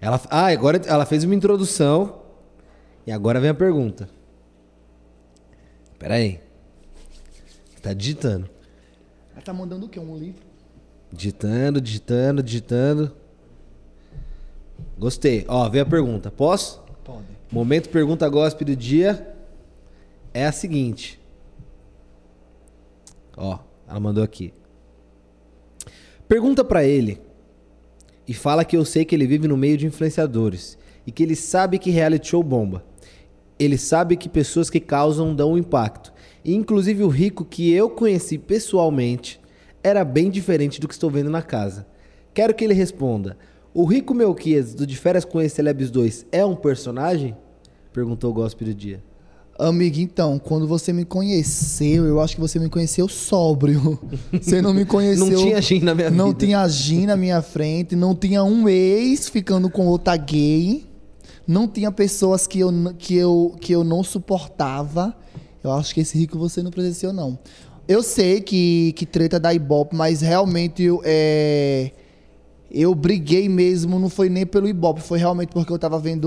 Speaker 3: Ela, ah, agora ela fez uma introdução. E agora vem a pergunta. Pera aí. Tá digitando.
Speaker 2: Ela tá mandando o quê? Um livro?
Speaker 3: Digitando, digitando, digitando. Gostei. Ó, veio a pergunta. Posso?
Speaker 2: Pode.
Speaker 3: Momento pergunta gospel do dia é a seguinte. Ó, ela mandou aqui. Pergunta pra ele e fala que eu sei que ele vive no meio de influenciadores e que ele sabe que reality show bomba. Ele sabe que pessoas que causam dão um impacto. E, inclusive o rico que eu conheci pessoalmente era bem diferente do que estou vendo na casa. Quero que ele responda: O rico Melquias do De Férias com esse Celebs 2 é um personagem? Perguntou o Gospel do Dia.
Speaker 2: Amigo, então, quando você me conheceu, eu acho que você me conheceu sóbrio. Você não me conheceu.
Speaker 3: Não tinha gin na minha
Speaker 2: Não
Speaker 3: vida.
Speaker 2: tinha gin na minha frente, não tinha um ex ficando com outra gay, não tinha pessoas que eu, n- que eu, que eu não suportava. Eu acho que esse rico você não presenciou, não. Eu sei que, que treta da Ibope, mas realmente eu, é, eu briguei mesmo, não foi nem pelo Ibope, foi realmente porque eu tava vendo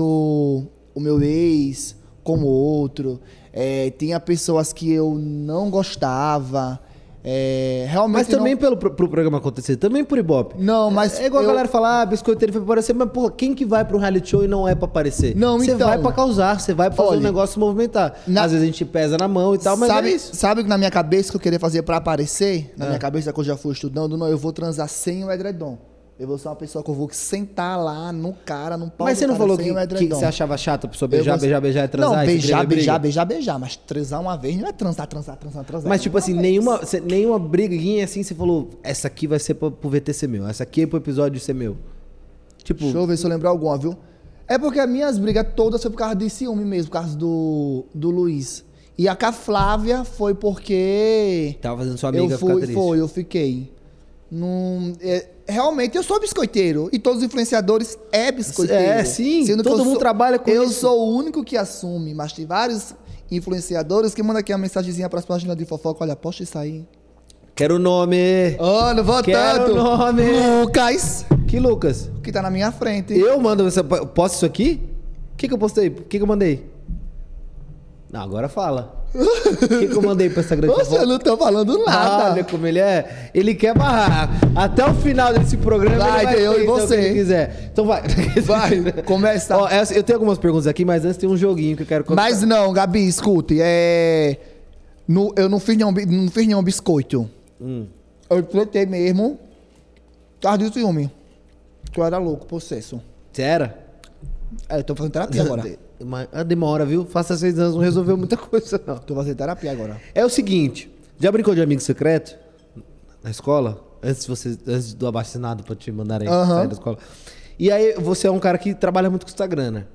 Speaker 2: o meu ex como outro. É, tinha pessoas que eu não gostava. é, realmente
Speaker 3: Mas
Speaker 2: não-
Speaker 3: também pelo pro, pro programa acontecer, também por Ibope.
Speaker 2: Não, mas.
Speaker 3: É igual
Speaker 2: eu-
Speaker 3: a galera falar, ah, biscoiteiro foi pra aparecer, mas porra, quem que vai pro reality show e não é pra aparecer?
Speaker 2: Não,
Speaker 3: Você
Speaker 2: então.
Speaker 3: vai pra causar, você vai pra fazer o
Speaker 2: Olha,
Speaker 3: negócio se movimentar.
Speaker 2: na-
Speaker 3: Às vezes a gente pesa na mão e tal, mas
Speaker 2: sabe,
Speaker 3: é isso. Ah.
Speaker 2: sabe que na minha cabeça que eu queria fazer pra aparecer? Na minha cabeça que eu já fui estudando, não, eu vou transar sem o edredom. Eu vou ser uma pessoa que eu vou sentar lá no cara, num pau
Speaker 3: Mas
Speaker 2: do
Speaker 3: você não
Speaker 2: cara
Speaker 3: falou
Speaker 2: sem
Speaker 3: que,
Speaker 2: o
Speaker 3: que
Speaker 2: edredom.
Speaker 3: você achava chato a pessoa
Speaker 2: é Eu
Speaker 3: beijar,
Speaker 2: vou-
Speaker 3: beijar, beijar e transar?
Speaker 2: Não,
Speaker 3: e você
Speaker 2: beijar,
Speaker 3: queria ver
Speaker 2: beijar,
Speaker 3: briga?
Speaker 2: beijar, beijar. Mas transar uma vez não é transar, transar, transar, transar.
Speaker 3: Mas, tipo
Speaker 2: Uma
Speaker 3: assim,
Speaker 2: vez.
Speaker 3: nenhuma, cê- nenhuma briguinha assim, você falou, essa aqui vai ser pro, pro VT ser meu, essa aqui é pro episódio ser meu. Tipo,
Speaker 2: Deixa eu ver se eu lembro alguma, viu? É porque as minhas brigas todas foi por causa de ciúme mesmo, por causa do, do Luiz. E a com a Flávia foi porque.
Speaker 3: tava fazendo sua amiga
Speaker 2: eu fui,
Speaker 3: ficar triste.
Speaker 2: Foi, eu fiquei. Num, é, realmente, eu sou biscoiteiro. E todos os influenciadores é biscoiteiro.
Speaker 3: É, sim,
Speaker 2: que
Speaker 3: todo
Speaker 2: eu
Speaker 3: mundo
Speaker 2: sou-
Speaker 3: trabalha com
Speaker 2: eu
Speaker 3: isso.
Speaker 2: sou o único que assume, mas tem vários influenciadores que mandam aqui uma mensagenzinha para as páginas de fofoca. Olha, posta isso aí.
Speaker 3: Quero o nome.
Speaker 2: Ah, não vou
Speaker 3: Quero
Speaker 2: tanto.
Speaker 3: nome.
Speaker 2: Lucas,
Speaker 3: Que Lucas?
Speaker 2: que tá na minha frente.
Speaker 3: Eu mando essa. Posso isso aqui? O que, que eu postei? O que, que eu mandei? Não, agora fala. O que, que eu mandei pra Instagram? de
Speaker 2: Nossa, eu
Speaker 3: fofoca?
Speaker 2: não tô falando nada.
Speaker 3: Olha como ele é. Ele quer barrar. Até o final desse programa
Speaker 2: Vai,
Speaker 3: ele vai
Speaker 2: tem eu e
Speaker 3: aceitar o que
Speaker 2: você.
Speaker 3: ele quiser. Então vai.
Speaker 2: Vai, começa.
Speaker 3: Ó, essa- eu tenho algumas perguntas aqui, mas antes tem um joguinho que eu quero contar.
Speaker 2: Mas não, Gabi, escute, é. no- eu não fiz nenhum, bi- não fiz nenhum biscoito.
Speaker 3: Hum,
Speaker 2: Eu plantei mesmo. Tarde do ciúme. Que eu era louco, processo.
Speaker 3: Você era?
Speaker 2: É, eu tô fazendo terapia agora.
Speaker 3: Mas, ah, demora, viu? Faça seis anos, não resolveu muita coisa, não.
Speaker 2: Tô fazendo terapia agora.
Speaker 3: É o seguinte: já brincou de amigo secreto? Na escola? Antes, de você, antes do abaixinado pra te mandarem
Speaker 2: Aham.
Speaker 3: sair da escola. E aí, você é um cara que trabalha muito com Instagram, né?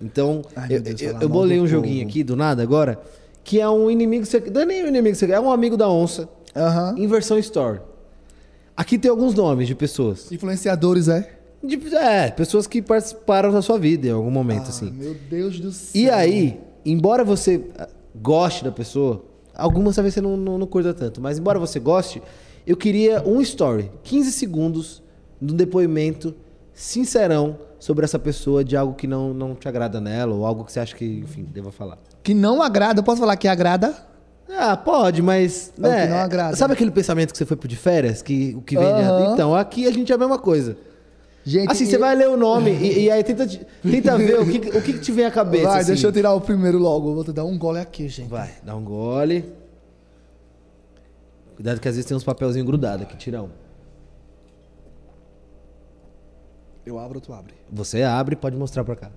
Speaker 3: Então,
Speaker 2: Ai, meu
Speaker 3: eu,
Speaker 2: Deus,
Speaker 3: eu-
Speaker 2: falar
Speaker 3: eu
Speaker 2: mal
Speaker 3: bolei
Speaker 2: do
Speaker 3: um joguinho
Speaker 2: povo.
Speaker 3: aqui do nada agora, que é um inimigo secreto. Não é nem um inimigo secreto, é um amigo da onça,
Speaker 2: Aham.
Speaker 3: em versão story. Aqui tem alguns nomes de pessoas.
Speaker 2: Influenciadores, é?
Speaker 3: De- é, pessoas que participaram da sua vida em algum
Speaker 2: Ah,
Speaker 3: momento, assim.
Speaker 2: meu Deus do céu.
Speaker 3: E aí, embora você ah, goste da pessoa, algumas talvez você não, não, não curta tanto, mas embora você goste, eu queria um story, 15 segundos de um depoimento sincerão sobre essa pessoa, de algo que não, não te agrada nela, ou algo que você acha que, enfim, deva falar.
Speaker 2: Que não agrada, eu posso falar que agrada?
Speaker 3: Ah, pode, mas.
Speaker 2: É o que
Speaker 3: né,
Speaker 2: não agrada.
Speaker 3: Sabe aquele pensamento que você foi pro de férias? Que o que vem.
Speaker 2: Aham.
Speaker 3: Então, aqui a gente é a mesma coisa.
Speaker 2: Gente,
Speaker 3: Assim, você
Speaker 2: e-
Speaker 3: vai ler o nome e, e aí tenta, te- tenta ver o que, que- o que que te vem à cabeça.
Speaker 2: Vai,
Speaker 3: assim.
Speaker 2: deixa eu tirar o primeiro logo. Eu Vou te dar um gole aqui, gente.
Speaker 3: Vai, dá um gole. Cuidado que às vezes tem uns papelzinhos grudados aqui, tira um.
Speaker 2: Eu abro, tu abre.
Speaker 3: Você abre e pode mostrar pra cá.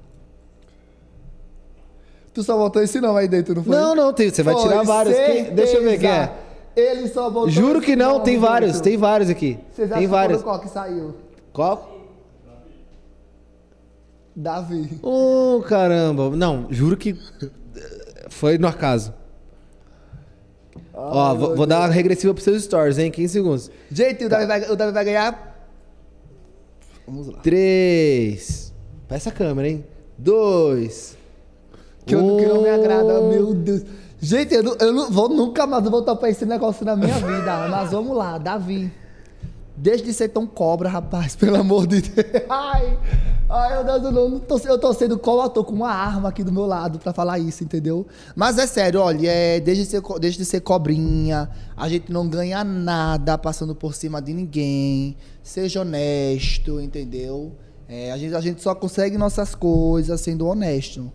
Speaker 2: Tu só botou esse não aí dentro, não foi?
Speaker 3: Não, não, tem- você vai tirar vários. Quem-
Speaker 2: certeza.
Speaker 3: deixa eu ver quem é.
Speaker 2: Ele só botou
Speaker 3: Juro que
Speaker 2: esse
Speaker 3: não,
Speaker 2: nome
Speaker 3: tem
Speaker 2: dentro.
Speaker 3: vários, tem vários aqui.
Speaker 2: Vocês acham
Speaker 3: tem vários.
Speaker 2: Que foi o qual que saiu?
Speaker 3: Qual?
Speaker 2: Davi.
Speaker 3: Ô, caramba. Não, juro que eh, foi no acaso. Ó,
Speaker 2: Ai,
Speaker 3: vou,
Speaker 2: meu
Speaker 3: vou dar uma regressiva pros seus stories, hein? 15 segundos.
Speaker 2: Gente, o Davi, vai, o Davi vai ganhar. Vamos lá.
Speaker 3: 3. Peça a câmera, hein? 2.
Speaker 2: Que, eu, que não me agrada,
Speaker 3: Um.
Speaker 2: meu Deus. Gente, eu, não- eu não vou nunca mais voltar pra esse negócio na minha vida. Mas vamos lá, Davi. Desde de ser tão cobra, rapaz, pelo amor de Deus. Ai, ai meu Deus, eu, não, não tô, eu tô sendo qual tô com uma arma aqui do meu lado pra falar isso, entendeu? Mas é sério, olha, é, desde, de ser, co- desde de ser cobrinha, a gente não ganha nada passando por cima de ninguém. Seja honesto, entendeu? É, a, gente, a gente só consegue nossas coisas sendo honesto.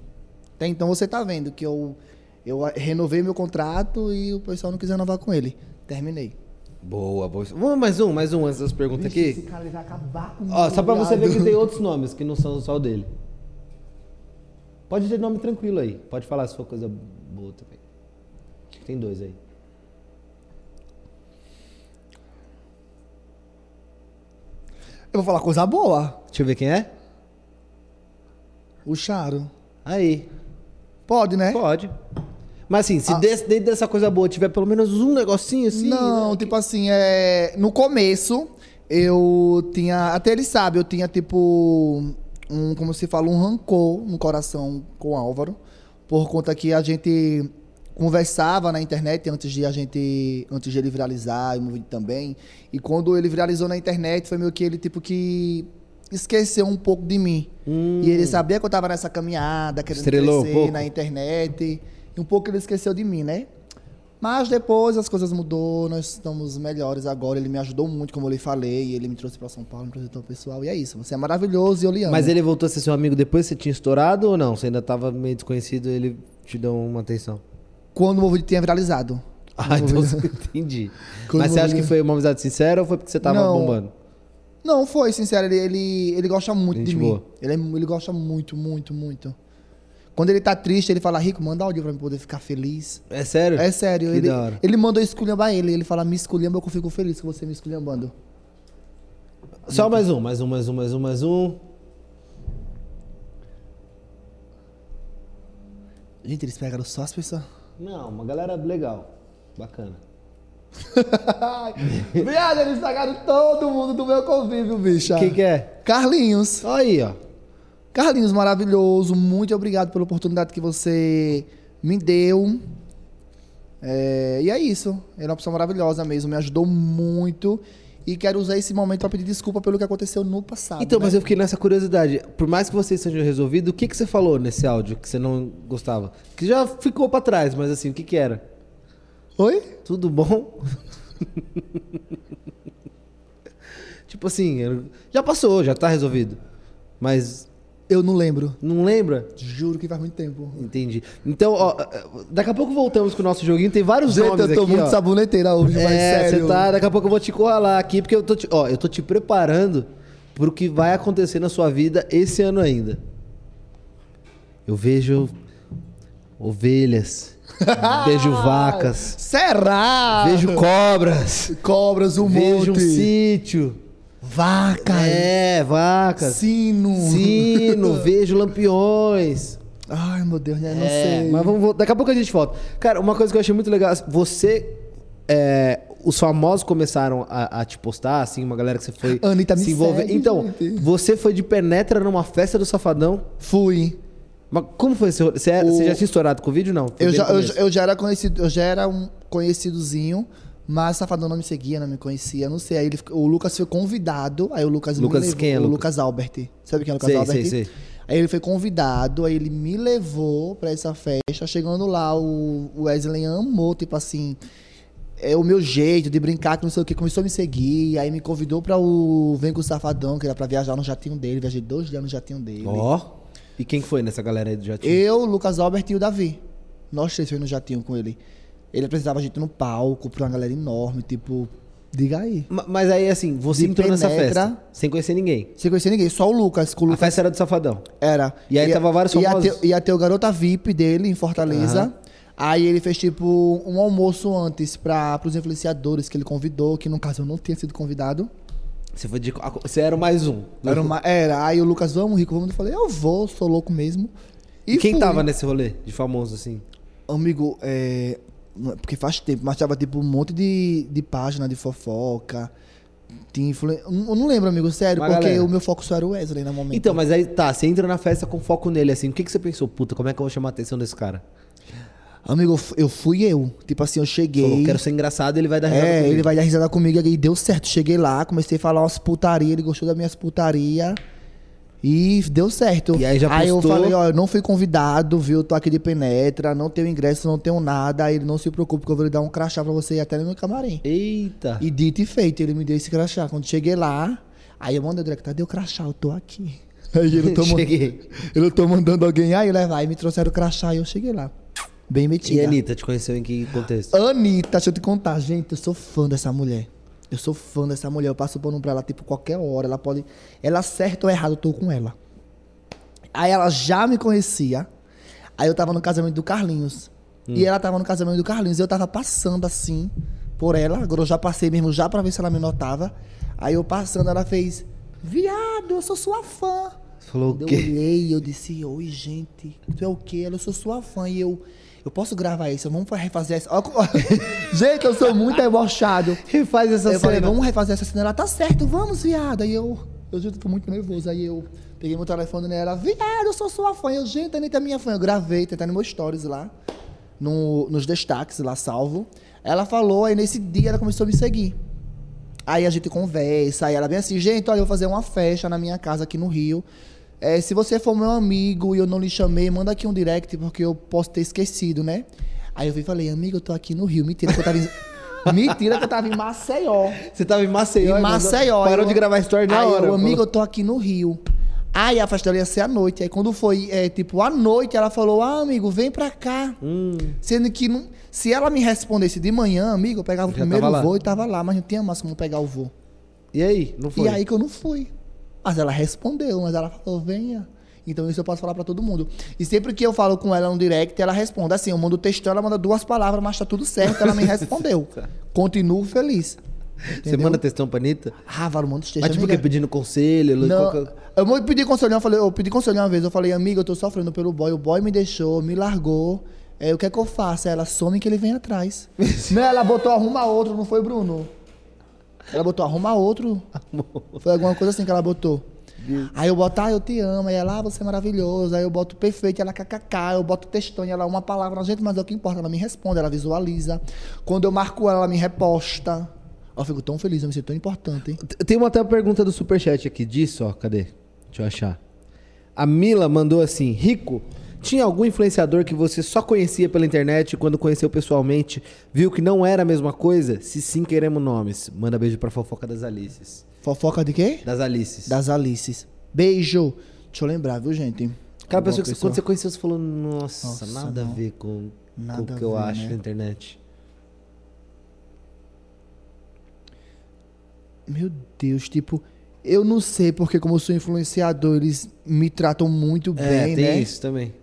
Speaker 2: Até então você tá vendo que eu, eu renovei meu contrato e o pessoal não quis renovar com ele. Terminei.
Speaker 3: Boa, boa. Vamos mais um, mais um antes das perguntas
Speaker 2: Esse
Speaker 3: aqui.
Speaker 2: cara ele vai acabar comigo.
Speaker 3: Ó, só pra você ver que
Speaker 2: viado.
Speaker 3: tem outros nomes que não são só o dele. Pode ter nome tranquilo aí. Pode falar se for coisa boa também. Acho que Tem dois aí.
Speaker 2: Eu vou falar coisa boa.
Speaker 3: Deixa eu ver quem é.
Speaker 2: O Charo.
Speaker 3: Aí.
Speaker 2: Pode, né?
Speaker 3: Pode. Mas assim,
Speaker 2: Ah.
Speaker 3: se desse- dentro dessa coisa boa tiver pelo menos um negocinho assim.
Speaker 2: Não, tipo assim, é. No começo, eu tinha. Até ele sabe, eu tinha, tipo. Um, como se fala, um rancor no coração com o Álvaro. Por conta que a gente conversava na internet antes de a gente. Antes de ele viralizar e o meu vídeo também. E quando ele viralizou na internet, foi meio que ele, tipo, que. Esqueceu um pouco de mim. E ele sabia que eu tava nessa caminhada, querendo
Speaker 3: Hum. Estrelou um
Speaker 2: crescer
Speaker 3: pouco.
Speaker 2: na internet. E um pouco ele esqueceu de mim, né? Mas depois as coisas mudou, nós estamos melhores agora. Ele me ajudou muito, como eu lhe falei. Ele me trouxe pra São Paulo, me trouxe para o pessoal. E é isso, você é maravilhoso e eu lhe amo.
Speaker 3: Mas ele voltou a ser seu amigo depois que você tinha estourado ou não? Você ainda tava meio desconhecido ele te deu uma atenção?
Speaker 2: Quando o meu vídeo tinha viralizado.
Speaker 3: Ah, então você entendi.
Speaker 2: Quando
Speaker 3: Mas você acha
Speaker 2: eu-
Speaker 3: que foi uma amizade sincera ou foi porque você tava
Speaker 2: Não.
Speaker 3: bombando?
Speaker 2: Não, foi, sincero, ele, ele, ele gosta muito
Speaker 3: Gente
Speaker 2: de mim.
Speaker 3: boa.
Speaker 2: Ele, é mu- ele gosta muito, muito, muito. Quando ele tá triste, ele fala, Rico, manda áudio pra eu poder ficar feliz.
Speaker 3: É sério?
Speaker 2: É sério,
Speaker 3: Que
Speaker 2: ele,
Speaker 3: da hora.
Speaker 2: ele mandou eu esculhambar ele. Ele fala, me esculhamba, eu fico feliz que você me esculhambando.
Speaker 3: Só mais um, mais um, mais um, mais um, mais um.
Speaker 2: Gente, eles pegaram só as pessoas.
Speaker 3: Não, uma galera legal. Bacana.
Speaker 2: Viado, eles pegaram todo mundo do meu convívio, bicha.
Speaker 3: Quem que é?
Speaker 2: Carlinhos.
Speaker 3: Olha aí, ó.
Speaker 2: Carlinhos, maravilhoso. Muito obrigado pela oportunidade que você me deu. É, e é isso. Ele é uma pessoa maravilhosa mesmo. Me ajudou muito. E quero usar esse momento pra pedir desculpa pelo que aconteceu no passado.
Speaker 3: Então,
Speaker 2: né?
Speaker 3: mas eu fiquei nessa curiosidade. Por mais que vocês sejam resolvidos, o que, que você falou nesse áudio que você não gostava? Que já ficou pra trás, mas assim, o que que era?
Speaker 2: Oi?
Speaker 3: Tudo bom? tipo assim, eu- já passou, já tá resolvido. Mas
Speaker 2: Eu não lembro.
Speaker 3: não lembra?
Speaker 2: Juro que faz muito tempo.
Speaker 3: Entendi. Então, ó, daqui a pouco voltamos com o nosso joguinho. Tem vários
Speaker 2: Gente,
Speaker 3: nomes
Speaker 2: eu tô
Speaker 3: aqui,
Speaker 2: muito
Speaker 3: ó.
Speaker 2: saboneteira hoje, mas
Speaker 3: É,
Speaker 2: sério.
Speaker 3: você tá. Daqui a pouco eu vou te colar aqui, porque eu tô te, ó, eu tô te preparando pro que vai acontecer na sua vida esse ano ainda. Eu vejo ovelhas, vejo vacas,
Speaker 2: Será?
Speaker 3: vejo cobras,
Speaker 2: cobras, Ah. um
Speaker 3: vejo um
Speaker 2: monte.
Speaker 3: sítio.
Speaker 2: Vaca.
Speaker 3: É, vacas,
Speaker 2: Sino.
Speaker 3: sino, vejo lampiões.
Speaker 2: Ai, meu Deus, né? Não
Speaker 3: É,
Speaker 2: sei.
Speaker 3: mas vamos, vol- daqui a pouco a gente volta. Cara, uma coisa que eu achei muito legal, assim, você. é, os famosos começaram a, a te postar, assim, uma galera que você foi
Speaker 2: Anitta me
Speaker 3: se envolver.
Speaker 2: segue,
Speaker 3: então,
Speaker 2: gente.
Speaker 3: você foi de penetra numa festa do Safadão.
Speaker 2: Fui.
Speaker 3: Mas como foi esse rolê? Você, é-
Speaker 2: O-
Speaker 3: você já tinha estourado com o vídeo, não? Foi
Speaker 2: Eu
Speaker 3: bem
Speaker 2: já,
Speaker 3: no
Speaker 2: eu,
Speaker 3: começo.
Speaker 2: já- eu já era conhecido, eu já era um conhecidozinho, mas Safadão não me seguia, não me conhecia, não sei. Aí ele ficou- o Lucas foi convidado, aí o Lucas, não
Speaker 3: Lucas,
Speaker 2: me levou,
Speaker 3: quem é
Speaker 2: o
Speaker 3: Lucas?
Speaker 2: Lucas Albert. Sabe quem é o Lucas
Speaker 3: Sei,
Speaker 2: Albert?
Speaker 3: sei, sei.
Speaker 2: Aí ele foi convidado, aí ele me levou pra essa festa. Chegando lá, o o Wesley amou, tipo assim, é o meu jeito de brincar, que não sei o que, começou a me seguir, aí me convidou pra o Vem com o Safadão, que era pra viajar no jatinho dele, viajei dois dias no jatinho dele.
Speaker 3: Ó. E quem que foi nessa galera aí do Jatinho?
Speaker 2: Eu, Lucas Albert e o Davi. Nós três fomos no jatinho com ele. Ele apresentava a gente no palco pra uma galera enorme, tipo, diga aí.
Speaker 3: Ma- Mas aí, assim, você
Speaker 2: De
Speaker 3: entrou nessa
Speaker 2: penetra.
Speaker 3: festa sem conhecer ninguém.
Speaker 2: Sem conhecer ninguém, só o Lucas. Com o
Speaker 3: A
Speaker 2: Lucas
Speaker 3: festa era do Safadão.
Speaker 2: era.
Speaker 3: E aí
Speaker 2: Ia-
Speaker 3: tava vários
Speaker 2: ia
Speaker 3: famosos.
Speaker 2: ter- Ia ter o Garota VIP dele em Fortaleza.
Speaker 3: Aham.
Speaker 2: Aí ele fez, tipo, um almoço antes pra, pros influenciadores que ele convidou, que no caso eu não tinha sido convidado.
Speaker 3: Você foi de. Você era o mais um.
Speaker 2: Era, uma- era. aí o Lucas, vamos, Rico, vamos. Eu falei, eu vou, sou louco mesmo.
Speaker 3: E quem
Speaker 2: fui.
Speaker 3: tava nesse rolê de famoso, assim?
Speaker 2: Amigo, é. não é Porque faz tempo, mas tava tipo um monte de, de página de fofoca. Tinha influen... Eu não lembro, amigo, sério,
Speaker 3: Uma
Speaker 2: porque
Speaker 3: galera.
Speaker 2: o meu foco só era o Wesley no momento.
Speaker 3: Então, mas aí tá, você entra na festa com foco nele, assim. O que, que você pensou? Puta, como é que eu vou chamar a atenção desse cara?
Speaker 2: Amigo, eu fu- eu fui eu. Tipo assim, eu cheguei.
Speaker 3: Falou, quero ser engraçado, ele vai dar risada
Speaker 2: É,
Speaker 3: comigo.
Speaker 2: ele vai dar risada comigo e aí deu certo. Cheguei lá, comecei a falar umas putaria, ele gostou das minhas putaria. E deu certo.
Speaker 3: E aí já
Speaker 2: eu
Speaker 3: postou?
Speaker 2: falei, ó, eu não fui convidado, viu? Eu tô aqui de penetra, não tenho ingresso, não tenho nada. Aí ele não se preocupe que eu vou lhe dar um crachá pra você ir até no meu camarim.
Speaker 3: Eita.
Speaker 2: E dito e feito, ele me deu esse crachá. Quando cheguei lá, aí eu mandei o direto, cadê o crachá? Eu tô aqui. Aí ele tô, man-
Speaker 3: Cheguei.
Speaker 2: eu tô mandando alguém aí levar. Aí me trouxeram o crachá e eu cheguei lá. Bem
Speaker 3: E
Speaker 2: metido.
Speaker 3: a Anitta, te conheceu em que contexto?
Speaker 2: Anitta, deixa eu te contar, gente, eu sou fã dessa mulher. Eu sou fã dessa mulher, eu passo o pano pra ela, tipo, qualquer hora, ela pode... Ela certa ou errada, eu tô com ela. Aí ela já me conhecia, aí eu tava no casamento do Carlinhos. E ela tava no casamento do Carlinhos, e eu tava passando assim, por ela, agora eu já passei mesmo, já pra ver se ela me notava. Aí eu passando, ela fez, viado, eu sou sua fã.
Speaker 3: Falou
Speaker 2: Quando
Speaker 3: o
Speaker 2: eu
Speaker 3: quê?
Speaker 2: olhei, eu disse, oi, gente, tu é o quê? Ela, eu sou sua fã e eu. Eu posso gravar isso? Vamos refazer essa. Ó, co- gente, eu sou muito debochado.
Speaker 3: Refaz essa
Speaker 2: Eu falei,
Speaker 3: cena.
Speaker 2: vamos refazer essa cena. Ela tá certo, vamos, viado. Aí eu. Eu juro, tô muito nervoso. Aí eu peguei meu telefone nela, viado, eu sou sua fã. Eu, gente, a Anitta é minha fã. Eu gravei, tá tá no meu stories lá. no- nos destaques lá, salvo. Ela falou, aí nesse dia ela começou a me seguir. Aí a gente conversa, aí ela vem assim, gente, olha, eu vou fazer uma festa na minha casa aqui no Rio. É, se você for meu amigo e eu não lhe chamei, manda aqui um direct, porque eu posso ter esquecido, né? Aí eu vi e falei, amigo, eu tô aqui no Rio. Mentira que eu tava em... Mentira que eu tava em Maceió.
Speaker 3: Você tava em Maceió.
Speaker 2: Em
Speaker 3: e mandou-
Speaker 2: Maceió.
Speaker 3: Parou
Speaker 2: eu-
Speaker 3: de gravar story na
Speaker 2: Aí eu,
Speaker 3: hora. falou.
Speaker 2: amigo, eu tô aqui no Rio. Aí a festa dela ia ser à noite. Aí quando foi, é, tipo, à noite, ela falou, ah, amigo, vem pra cá. Sendo que não- se ela me respondesse de manhã, amigo, eu pegava o
Speaker 3: Já
Speaker 2: primeiro
Speaker 3: tava lá.
Speaker 2: voo e tava lá. Mas não tinha mais como pegar o voo.
Speaker 3: E aí? Não foi?
Speaker 2: E aí que eu não fui. Mas ela respondeu, mas ela falou, venha. Então isso eu posso falar pra todo mundo. E sempre que eu falo com ela no direct, ela responde assim, eu mando texto, ela manda duas palavras, mas tá tudo certo, ela me respondeu. Continuo feliz.
Speaker 3: Você manda textão pra Anitta?
Speaker 2: Ah, Valo, manda os textos.
Speaker 3: Mas tipo o
Speaker 2: amiga.
Speaker 3: quê? Pedindo conselho? elogio, qual
Speaker 2: Não,
Speaker 3: que é?
Speaker 2: eu mo- pedi conselho, eu, falei, eu pedi conselho uma vez, eu falei, amiga, eu tô sofrendo pelo boy, o boy me deixou, me largou. É, o que é que eu faço? Ela some que ele vem atrás. não, ela botou arruma outro, não foi Bruno. Ela botou arruma outro.
Speaker 3: é
Speaker 2: Foi alguma coisa assim que ela botou. Aí eu boto, ah, eu te amo, aí ela, ah, você é maravilhoso, aí eu boto perfeito, ela kkk, eu boto textão, e ela uma palavra, gente, mas é o que importa, ela me responde, ela visualiza. Quando eu marco ela, ela me reposta. Eu fico tão feliz, eu me sinto tão importante, hein?
Speaker 3: T- Tem uma até uma pergunta do Superchat aqui disso, ó. Cadê? Deixa eu achar. A Mila mandou assim: Rico, tinha algum influenciador que você só conhecia pela internet e quando conheceu pessoalmente viu que não era a mesma coisa? Se sim, queremos nomes. Manda beijo pra fofoca das Alices.
Speaker 2: Fofoca de quê?
Speaker 3: Das Alices.
Speaker 2: das Alices. Beijo. Deixa eu lembrar, viu, gente?
Speaker 3: Aquela
Speaker 2: Alguma
Speaker 3: pessoa que você- quando você conheceu, você falou: Nossa,
Speaker 2: Nossa,
Speaker 3: nada
Speaker 2: não.
Speaker 3: a ver com, com
Speaker 2: Nada
Speaker 3: o que
Speaker 2: a
Speaker 3: eu
Speaker 2: ver,
Speaker 3: acho
Speaker 2: né?
Speaker 3: na internet.
Speaker 2: Meu Deus, tipo... Eu não sei porque, como eu sou influenciador, eles me tratam muito
Speaker 3: é,
Speaker 2: bem,
Speaker 3: tem
Speaker 2: né?
Speaker 3: isso também.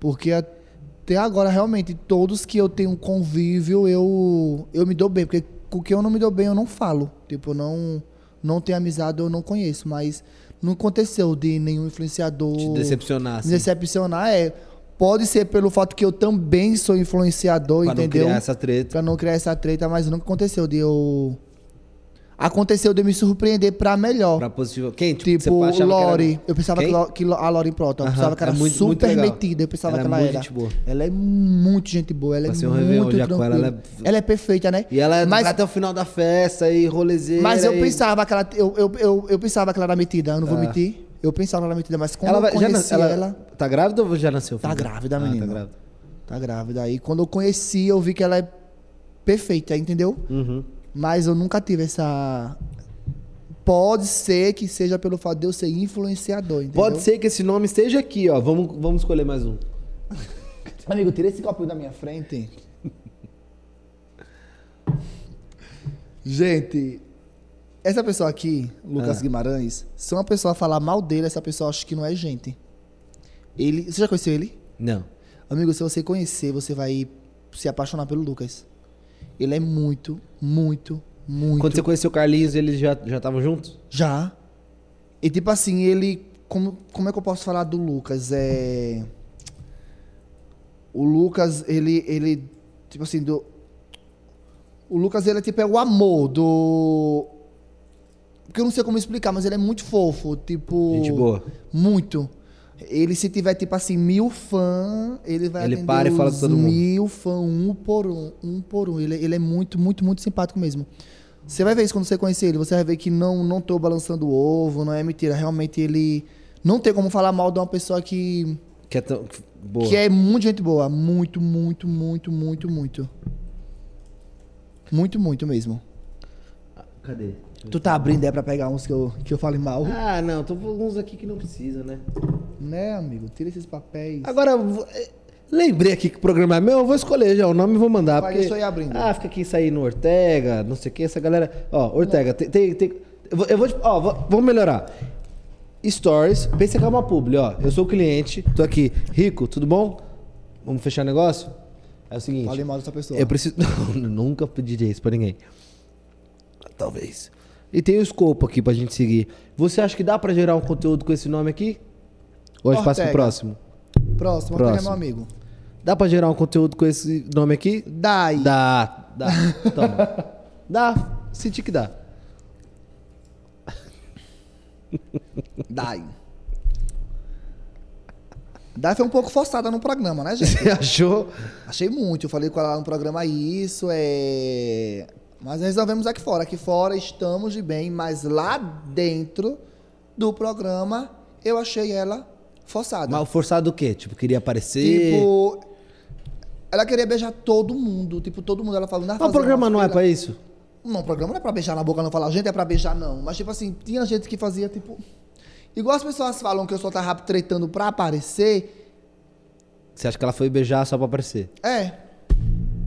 Speaker 2: Porque até agora, realmente, todos que eu tenho convívio, eu, eu me dou bem. Porque com quem eu não me dou bem, eu não falo. Tipo, eu não, não tenho amizade, eu não conheço. Mas não aconteceu de nenhum influenciador...
Speaker 3: Te decepcionar, assim.
Speaker 2: Me decepcionar, é... Pode ser pelo fato que eu também sou influenciador,
Speaker 3: Pra não
Speaker 2: entendeu?
Speaker 3: criar essa treta.
Speaker 2: Pra não criar essa treta, mas nunca aconteceu de eu. Aconteceu de eu me surpreender pra melhor.
Speaker 3: Pra positivo. Quem?
Speaker 2: tipo,
Speaker 3: você achava que era-
Speaker 2: Lori. Eu pensava que,
Speaker 3: Quem?
Speaker 2: Lo- que Lo- a Lori Prota. Eu
Speaker 3: Aham,
Speaker 2: pensava que
Speaker 3: é
Speaker 2: era
Speaker 3: muito- muito
Speaker 2: super
Speaker 3: legal.
Speaker 2: metida. Eu pensava
Speaker 3: Ela é
Speaker 2: que ela
Speaker 3: muito
Speaker 2: era.
Speaker 3: gente boa.
Speaker 2: Ela é muito gente boa. Ela é
Speaker 3: Passei um Réveillon
Speaker 2: muito
Speaker 3: já com ela,
Speaker 2: tranquila. Ela
Speaker 3: ela
Speaker 2: é... perfeita, né?
Speaker 3: E ela é
Speaker 2: mas,
Speaker 3: até o final da festa e rolezeira.
Speaker 2: mas eu
Speaker 3: e-
Speaker 2: pensava que ela. Eu, eu, eu, eu pensava que ela era metida. Eu não vou
Speaker 3: Ah.
Speaker 2: mentir. Eu pensava que ela era metida, mas quando
Speaker 3: Ela,
Speaker 2: eu
Speaker 3: vai- já
Speaker 2: conheci
Speaker 3: nasceu, ela,
Speaker 2: ela...
Speaker 3: Tá grávida ou já nasceu?
Speaker 2: Tá
Speaker 3: filho?
Speaker 2: grávida,
Speaker 3: Ah,
Speaker 2: menina.
Speaker 3: Tá grávida.
Speaker 2: Tá grávida. Aí quando eu conheci, eu vi que ela é perfeita, entendeu?
Speaker 3: Uhum.
Speaker 2: Mas eu nunca tive essa. Pode ser que seja pelo fato de eu ser influenciador, entendeu?
Speaker 3: Pode ser que esse nome esteja aqui, ó. Vamos, vamos escolher mais um.
Speaker 2: Amigo, tira esse copo da minha frente. Gente, essa pessoa aqui, Lucas
Speaker 3: Ah.
Speaker 2: Guimarães, se uma pessoa falar mal dele, essa pessoa acha que não é gente. Ele. Você já conheceu ele?
Speaker 3: Não.
Speaker 2: Amigo, se você conhecer, você vai se apaixonar pelo Lucas. Ele é muito, muito, muito.
Speaker 3: Quando você conheceu o Carlinhos, eles já já estavam juntos?
Speaker 2: Já. E tipo assim, ele. Como, como é que eu posso falar do Lucas? É. O Lucas, ele. ele tipo assim, do. O Lucas, ele é tipo é o amor do. Porque eu não sei como explicar, mas ele é muito fofo. Tipo.
Speaker 3: Gente boa.
Speaker 2: Muito. Ele, se tiver, tipo assim, mil fã, ele vai
Speaker 3: Ele
Speaker 2: atender
Speaker 3: para e fala
Speaker 2: os
Speaker 3: com todo mundo.
Speaker 2: mil fã, um por um, um por um. Ele, ele é muito, muito, muito simpático mesmo. Você vai ver isso quando você conhecer ele. Você vai ver que não, não tô balançando o ovo, não é mentira. Realmente, ele... Não tem como falar mal de uma pessoa que...
Speaker 3: Que é tão. que- Boa.
Speaker 2: Que é muito gente boa. Muito, muito, muito, muito, muito. Muito, muito mesmo. é-
Speaker 3: Cadê?
Speaker 2: Tu tá abrindo é pra pegar uns que eu, que eu fale mal.
Speaker 3: Ah, não, tô com alguns aqui que não precisa, né?
Speaker 2: Né, amigo? Tira esses papéis.
Speaker 3: Agora, v- eh, lembrei aqui que o programa é meu, eu vou escolher já o nome e vou mandar.
Speaker 2: Vai,
Speaker 3: Porque...
Speaker 2: deixa eu ir abrindo.
Speaker 3: Ah, fica aqui sair no Ortega, não sei o que, essa galera. Ó, Ortega, tem. tem, tem- Eu vou- eu vou. te- Ó, vou- vamos melhorar. Stories, pensa que é uma publi, ó. Eu sou o cliente, tô aqui. Rico, tudo bom? Vamos fechar o negócio? É o seguinte.
Speaker 2: Fale mal dessa pessoa.
Speaker 3: Eu preciso. Não, nunca pediria isso pra ninguém. Talvez. E tem o escopo aqui pra gente seguir. Você acha que dá pra gerar um conteúdo com esse nome aqui? Ou a gente passa pro
Speaker 2: Ortega.
Speaker 3: próximo?
Speaker 2: Próximo, Ortega é
Speaker 3: Próximo.
Speaker 2: meu amigo.
Speaker 3: Dá pra gerar um conteúdo com esse nome aqui?
Speaker 2: Dai.
Speaker 3: Dá, dá. Então, dá. Senti que dá.
Speaker 2: Dai. Dai foi um pouco forçada no programa, né, gente?
Speaker 3: Você achou?
Speaker 2: Achei muito. Eu falei com ela lá no programa isso, é. Mas resolvemos aqui fora. Aqui fora estamos de bem, mas lá dentro do programa eu achei ela forçada.
Speaker 3: Mas forçado o quê? Tipo, queria aparecer.
Speaker 2: Tipo. Ela queria beijar todo mundo. Tipo, todo mundo. Ela falou, "Nós
Speaker 3: Mas o
Speaker 2: fazemos
Speaker 3: programa
Speaker 2: uma
Speaker 3: não é
Speaker 2: fila."
Speaker 3: pra isso?
Speaker 2: Não, o programa não é pra beijar na boca, não falar, gente, é pra beijar, não. Mas, tipo assim, tinha gente que fazia, tipo. Igual as pessoas falam que eu só tava tretando pra aparecer.
Speaker 3: Você acha que ela foi beijar só pra aparecer?
Speaker 2: É.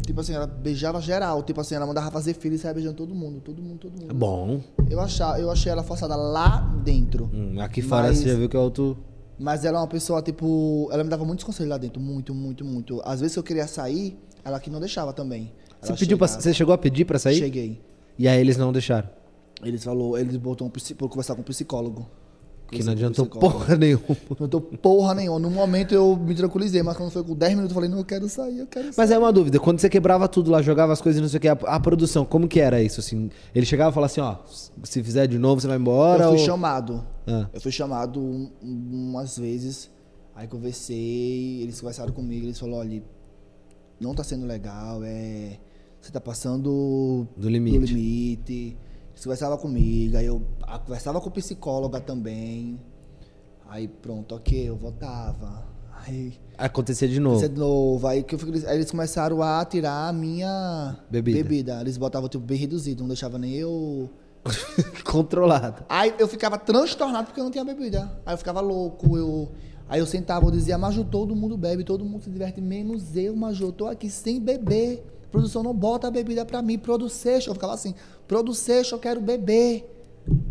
Speaker 2: Tipo assim, ela beijava geral. Tipo assim, ela mandava fazer filho e saia beijando todo mundo, todo mundo, todo
Speaker 3: É
Speaker 2: mundo.
Speaker 3: bom.
Speaker 2: Eu, achava, eu achei ela forçada lá dentro.
Speaker 3: Hum, aqui fora
Speaker 2: Mas-
Speaker 3: você já viu que é outro.
Speaker 2: Mas ela é uma pessoa, tipo. Ela me dava muitos conselhos lá dentro, muito, muito, muito. Às vezes que eu queria sair, ela que não deixava também.
Speaker 3: Você,
Speaker 2: Ela
Speaker 3: pediu pra,
Speaker 2: chegava-
Speaker 3: você chegou a pedir pra sair?
Speaker 2: Cheguei.
Speaker 3: E aí eles não deixaram.
Speaker 2: Eles falou, eles botou um psi- pra eu conversar com um psicólogo.
Speaker 3: Que não
Speaker 2: Conversei com um
Speaker 3: adiantou
Speaker 2: psicólogo.
Speaker 3: porra nenhuma.
Speaker 2: Não tô porra nenhuma. No momento eu me tranquilizei, mas quando foi com 10 minutos eu falei, não, eu quero sair, eu quero sair.
Speaker 3: Mas é uma dúvida, quando você quebrava tudo lá, jogava as coisas e não sei o que, a, a produção, como que era isso? Assim, ele chegava e falava assim, ó, se fizer de novo, você vai embora.
Speaker 2: eu fui
Speaker 3: ou-
Speaker 2: chamado.
Speaker 3: Ah.
Speaker 2: Eu fui chamado um- umas vezes. Aí conversei, eles conversaram comigo, eles falaram, olha, não tá sendo legal, é. Você tá passando
Speaker 3: Do limite.
Speaker 2: do limite. Eles conversavam comigo, aí eu ah, conversava com psicóloga também. Aí pronto, ok, eu voltava. Aí
Speaker 3: Acontecer de
Speaker 2: Isso é
Speaker 3: novo.
Speaker 2: de novo. Aí, que eu fico- aí eles começaram a tirar a minha
Speaker 3: Bebida.
Speaker 2: Eles botavam tipo bem reduzido, não deixava nem eu.
Speaker 3: é Controlado.
Speaker 2: Aí eu ficava transtornado porque eu não tinha bebida. Aí eu ficava louco, eu. Aí eu sentava, eu dizia, Maju, todo mundo bebe, todo mundo se diverte, menos eu, Maju, eu tô aqui sem beber. Produção não bota a bebida pra mim, Produceixo. Eu ficava assim, Produceixo, eu quero beber.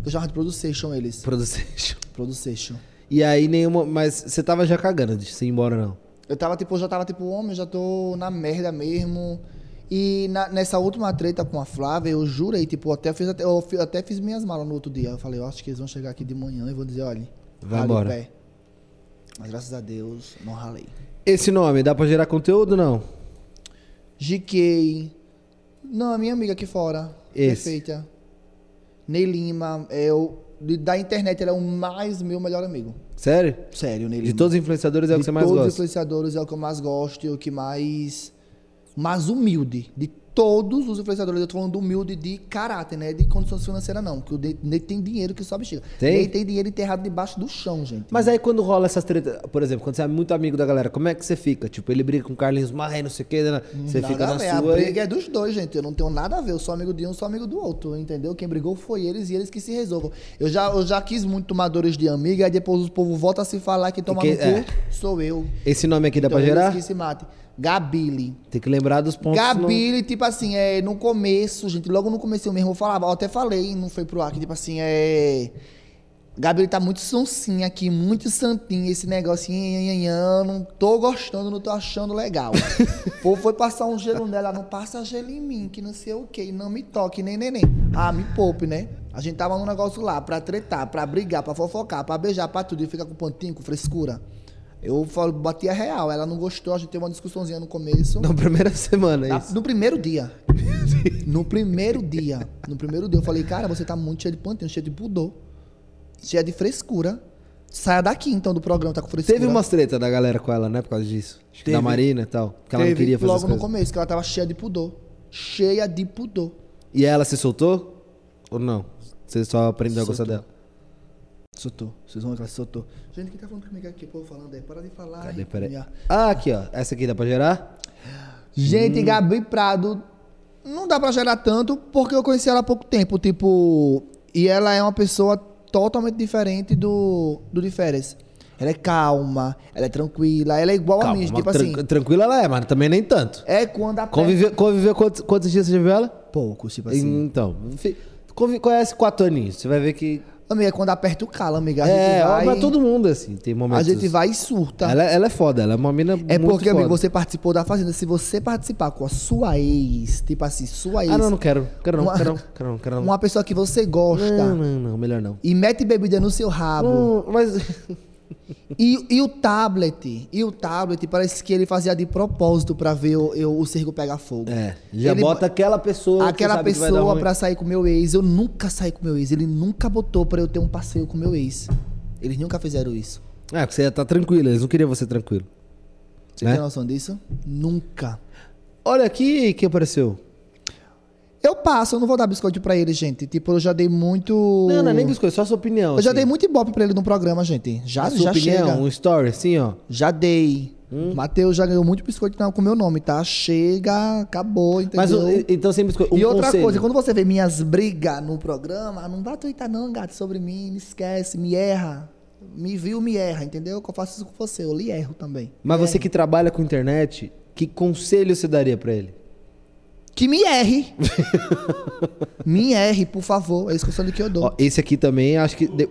Speaker 2: Eu chamava de Produceixo eles.
Speaker 3: Production.
Speaker 2: Produceixo.
Speaker 3: E aí nenhuma. Mas você tava já cagando de você ir embora, não.
Speaker 2: Eu tava, tipo, eu já tava, tipo, homem, eu já tô na merda mesmo. E na- nessa última treta com a Flávia, eu jurei, tipo, até fiz, até, eu fi- até fiz minhas malas no outro dia. Eu falei, eu acho que eles vão chegar aqui de manhã e vou dizer, olha,
Speaker 3: Vai
Speaker 2: rale
Speaker 3: embora.
Speaker 2: o pé. Mas graças a Deus, não ralei.
Speaker 3: Esse nome, dá pra gerar conteúdo não?
Speaker 2: GK. Não, a minha amiga aqui fora.
Speaker 3: Esse.
Speaker 2: Perfeita. Ney Lima, é o. de- Da internet, ela é o mais meu melhor amigo.
Speaker 3: Sério?
Speaker 2: Sério, Ney
Speaker 3: De
Speaker 2: Lima.
Speaker 3: todos os influenciadores é o que
Speaker 2: De
Speaker 3: você mais
Speaker 2: todos os
Speaker 3: gosta.
Speaker 2: influenciadores é o que eu mais gosto e o que mais. Mais humilde. De todos os influenciadores, eu tô falando do humilde de caráter, né? De condições financeiras, não. Porque o Ney Ney tem dinheiro que só bexiga.
Speaker 3: Tem?
Speaker 2: Ney tem dinheiro enterrado debaixo do chão, gente.
Speaker 3: Mas aí quando rola essas tretas, por exemplo, quando você é muito amigo da galera, como é que você fica? Tipo, ele briga com o Carlinhos Maia, não sei o que, você
Speaker 2: Nada
Speaker 3: fica
Speaker 2: a
Speaker 3: na
Speaker 2: ver,
Speaker 3: sua.
Speaker 2: A
Speaker 3: e-
Speaker 2: briga é dos dois, gente. Eu não tenho nada a ver. Eu sou amigo de um, sou amigo do outro, entendeu? Quem brigou foi eles e eles que se resolvam. Eu já, eu já quis muito tomadores de amiga, aí depois o povo volta a se falar que toma
Speaker 3: Porque-
Speaker 2: no cu
Speaker 3: é. Então,
Speaker 2: sou eu. Então,
Speaker 3: Esse nome aqui dá pra
Speaker 2: eles
Speaker 3: gerar?
Speaker 2: que se matem. Gabile.
Speaker 3: Tem que lembrar dos pontos. senão-
Speaker 2: Gabile, tipo assim, é, no começo, gente, logo no começo eu mesmo falava, eu até falei, não foi pro ar, que tipo assim, é. Gabile tá muito sonsinha aqui, muito santinha, esse negócio, nhan, nhan, nhan, não tô gostando, não tô achando legal. o povo foi passar um gelo nela, não passa gelo em mim, que não sei o que, não me toque, nem, nem, nem. Ah, me poupe, né? A gente tava num negócio lá, pra tretar, pra brigar, pra fofocar, pra beijar, pra tudo, e fica com pantinho, com frescura. Eu falo, bati a real, ela não gostou, a gente teve uma discussãozinha no começo.
Speaker 3: Na primeira semana, é
Speaker 2: Na-
Speaker 3: isso.
Speaker 2: Ah, no primeiro dia. no primeiro dia. No primeiro dia. Eu falei, cara, você tá muito cheio de pantinho, cheio de pudor. Cheia de frescura. Saia daqui, então, do programa, tá com frescura.
Speaker 3: Teve umas treta da galera com ela, né? Por causa disso.
Speaker 5: Teve.
Speaker 3: Da Marina e tal. Que ela não
Speaker 2: Teve
Speaker 3: queria fazer
Speaker 2: logo
Speaker 3: as
Speaker 2: no
Speaker 3: coisas.
Speaker 2: começo, que ela tava cheia de pudor. Cheia de pudor.
Speaker 3: E ela se soltou? Ou não? Você só aprendeu a gostar dela?
Speaker 2: Soltou. Vocês vão ver que ela soltou. Gente, quem tá falando comigo aqui, povo falando aí? Para de falar.
Speaker 3: Cadê?
Speaker 2: hein?
Speaker 3: Peraí.
Speaker 2: Minha-
Speaker 3: Ah, aqui, ó. Essa aqui dá pra gerar?
Speaker 2: Gente, Gabi Prado não dá pra gerar tanto porque eu conheci ela há pouco tempo, tipo, e ela é uma pessoa totalmente diferente do do de férias. Ela é calma, ela é tranquila, ela é igual a mim,
Speaker 3: mas
Speaker 2: tipo
Speaker 3: tran-
Speaker 2: assim.
Speaker 3: Tranquila ela é, mas também nem tanto.
Speaker 2: É quando a
Speaker 3: Conviveu, conviveu quantos, quantos dias você já viu ela?
Speaker 2: pouco, tipo assim.
Speaker 3: Então, fi- convi- conhece quatro aninhos. Você vai ver que.
Speaker 2: Amiga, é quando aperta o calo, amiga. A
Speaker 3: é,
Speaker 2: gente vai,
Speaker 3: mas todo mundo, assim, tem momentos.
Speaker 2: a gente vai e surta.
Speaker 3: Ela, ela é foda, ela é uma mina.
Speaker 2: É
Speaker 3: muito
Speaker 2: porque,
Speaker 3: foda.
Speaker 2: amigo, você participou da Fazenda. Se você participar com a sua ex, tipo assim, sua ex,
Speaker 3: Ah, não, não quero. Quero não,
Speaker 2: Uma-
Speaker 3: quero não, quero não, quero não.
Speaker 2: uma pessoa que você gosta
Speaker 3: Não, não, não, melhor não.
Speaker 2: e mete bebida no seu rabo.
Speaker 3: Não, mas.
Speaker 2: E, e o tablet, e o tablet, parece que ele fazia de propósito pra ver o, eu- o circo pegar fogo.
Speaker 3: É, já
Speaker 2: Ele-
Speaker 3: bota aquela pessoa. que
Speaker 2: Aquela
Speaker 3: sabe que vai dar
Speaker 2: pessoa
Speaker 3: ruim.
Speaker 2: pra sair com meu ex, eu nunca saí com meu ex, ele nunca botou pra eu ter um passeio com meu ex. Eles nunca fizeram isso.
Speaker 3: É, porque você ia tá tranquilo, eles não queriam você tranquilo.
Speaker 2: Você
Speaker 3: Né?
Speaker 2: tem noção disso? Nunca.
Speaker 3: Olha aqui quem apareceu.
Speaker 2: Eu passo, eu não vou dar biscoito pra ele, gente. Tipo, eu já dei muito.
Speaker 3: Não, não é nem biscoito, só sua opinião.
Speaker 2: Eu já
Speaker 3: assim.
Speaker 2: dei muito ibope pra ele no programa, gente. Já,
Speaker 3: A sua
Speaker 2: já
Speaker 3: opinião, Hum?
Speaker 2: chega.
Speaker 3: um story, assim, ó.
Speaker 2: Já dei. Matheus já ganhou muito biscoito não, com meu nome, tá? Chega, acabou, entendeu?
Speaker 3: Mas o- então sem biscoito. Um
Speaker 2: e outra
Speaker 3: conselho.
Speaker 2: coisa, quando você vê minhas brigas no programa, não vá twittar não, gato, sobre mim, me esquece, me erra. Me viu, me erra, entendeu? Que eu faço isso com você, eu lhe erro também.
Speaker 3: Mas você que trabalha com internet, que conselho você daria pra ele?
Speaker 2: Que me erre! me erre, por favor, é isso que eu sou que eu
Speaker 3: Ó,
Speaker 2: dou.
Speaker 3: esse aqui também, acho que. de-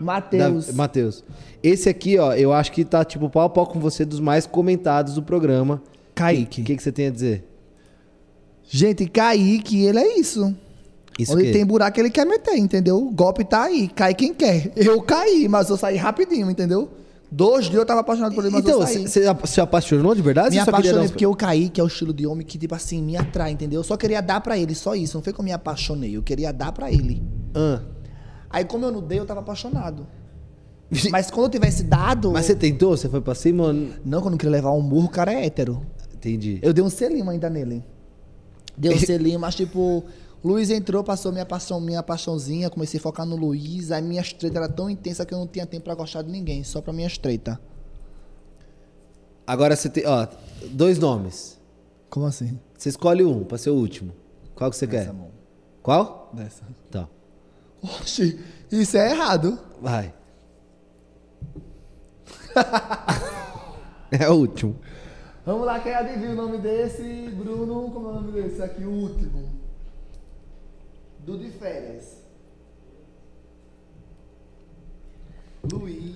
Speaker 2: Matheus.
Speaker 3: da- Matheus. Esse aqui, ó, eu acho que tá tipo pau a pau com você dos mais comentados do programa.
Speaker 2: Kaique.
Speaker 3: O que, que você tem a dizer?
Speaker 2: Gente, Kaique, ele é isso.
Speaker 3: Isso
Speaker 2: Onde
Speaker 3: que-
Speaker 2: tem buraco, ele quer meter, entendeu? O golpe tá aí, cai quem quer. Eu caí, mas eu saí rapidinho, entendeu? Dois dias eu tava apaixonado por ele, mas
Speaker 3: Então,
Speaker 2: eu saí.
Speaker 3: você você apa- se apaixonou de verdade? Você
Speaker 2: me
Speaker 3: só queria dar
Speaker 2: apaixonei
Speaker 3: uns-
Speaker 2: porque eu caí, que é o estilo de homem que, tipo assim, me atrai, entendeu? Eu só queria dar pra ele, só isso. Não foi que eu me apaixonei, eu queria dar pra ele.
Speaker 3: Ah.
Speaker 2: Aí, como eu não dei, eu tava apaixonado. Mas quando eu tivesse dado.
Speaker 3: Mas você tentou? Você foi pra cima? ou-
Speaker 2: Não, quando eu queria levar um murro, o cara é hétero.
Speaker 3: Entendi.
Speaker 2: Eu dei um selinho ainda nele. Dei um selinho, mas tipo, Luiz entrou, passou minha paixão, minha paixãozinha, comecei a focar no Luiz, a minha estreita era tão intensa que eu não tinha tempo pra gostar de ninguém, só pra minha estreita.
Speaker 3: Agora você tem, ó, dois nomes.
Speaker 2: Como assim?
Speaker 3: Você escolhe um pra ser o último. Qual que você quer?
Speaker 2: mão.
Speaker 3: Qual?
Speaker 2: Dessa.
Speaker 3: Tá.
Speaker 2: Oxi, isso é errado.
Speaker 3: Vai. é o último.
Speaker 2: Vamos lá, quem adivinha o nome desse? Bruno, como é o nome desse aqui? O último. Do de férias. Luiz.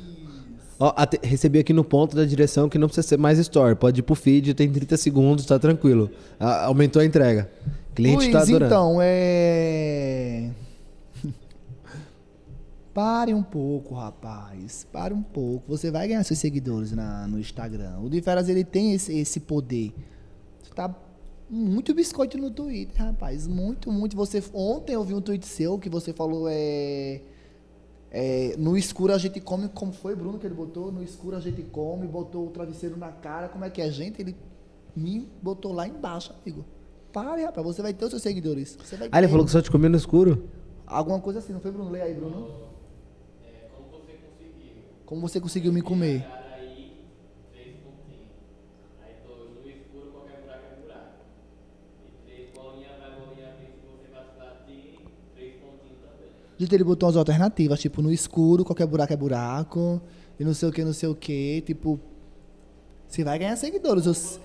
Speaker 3: Ó, ate- recebi aqui no ponto da direção que não precisa ser mais story. Pode ir pro feed, tem 30 segundos, tá tranquilo. A- aumentou a entrega. Cliente
Speaker 2: Luiz,
Speaker 3: tá adorando.
Speaker 2: então, é. Pare um pouco, rapaz. Pare um pouco. Você vai ganhar seus seguidores na- no Instagram. O de Feras, ele tem esse, esse poder. Você tá muito biscoito no Twitter, rapaz. Muito, muito. Você Ontem eu vi um tweet seu que você falou é. é, no escuro a gente come, como foi Bruno que ele botou? No escuro a gente come, botou o travesseiro na cara. Como é que é? Gente, ele me botou lá embaixo, amigo. Pare, rapaz, você vai ter os seus seguidores. Você vai
Speaker 3: Ah, ele
Speaker 2: ter.
Speaker 3: falou que só te comia no escuro?
Speaker 2: Alguma coisa assim, não foi, Bruno? Leia aí, Bruno. como você conseguiu. me comer? Gente, ele botou umas alternativas, tipo, no escuro, qualquer buraco é buraco, e não sei o que, não sei o que, tipo... Você vai ganhar seguidores. Eu, s-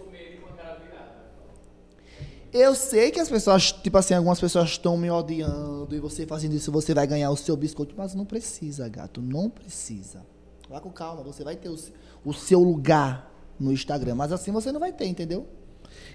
Speaker 2: eu sei que as pessoas, tipo assim, algumas pessoas estão me odiando, e você fazendo isso, você vai ganhar o seu biscoito, mas não precisa, gato, não precisa. Vá com calma, você vai ter o, se- o seu lugar no Instagram, mas assim você não vai ter, entendeu?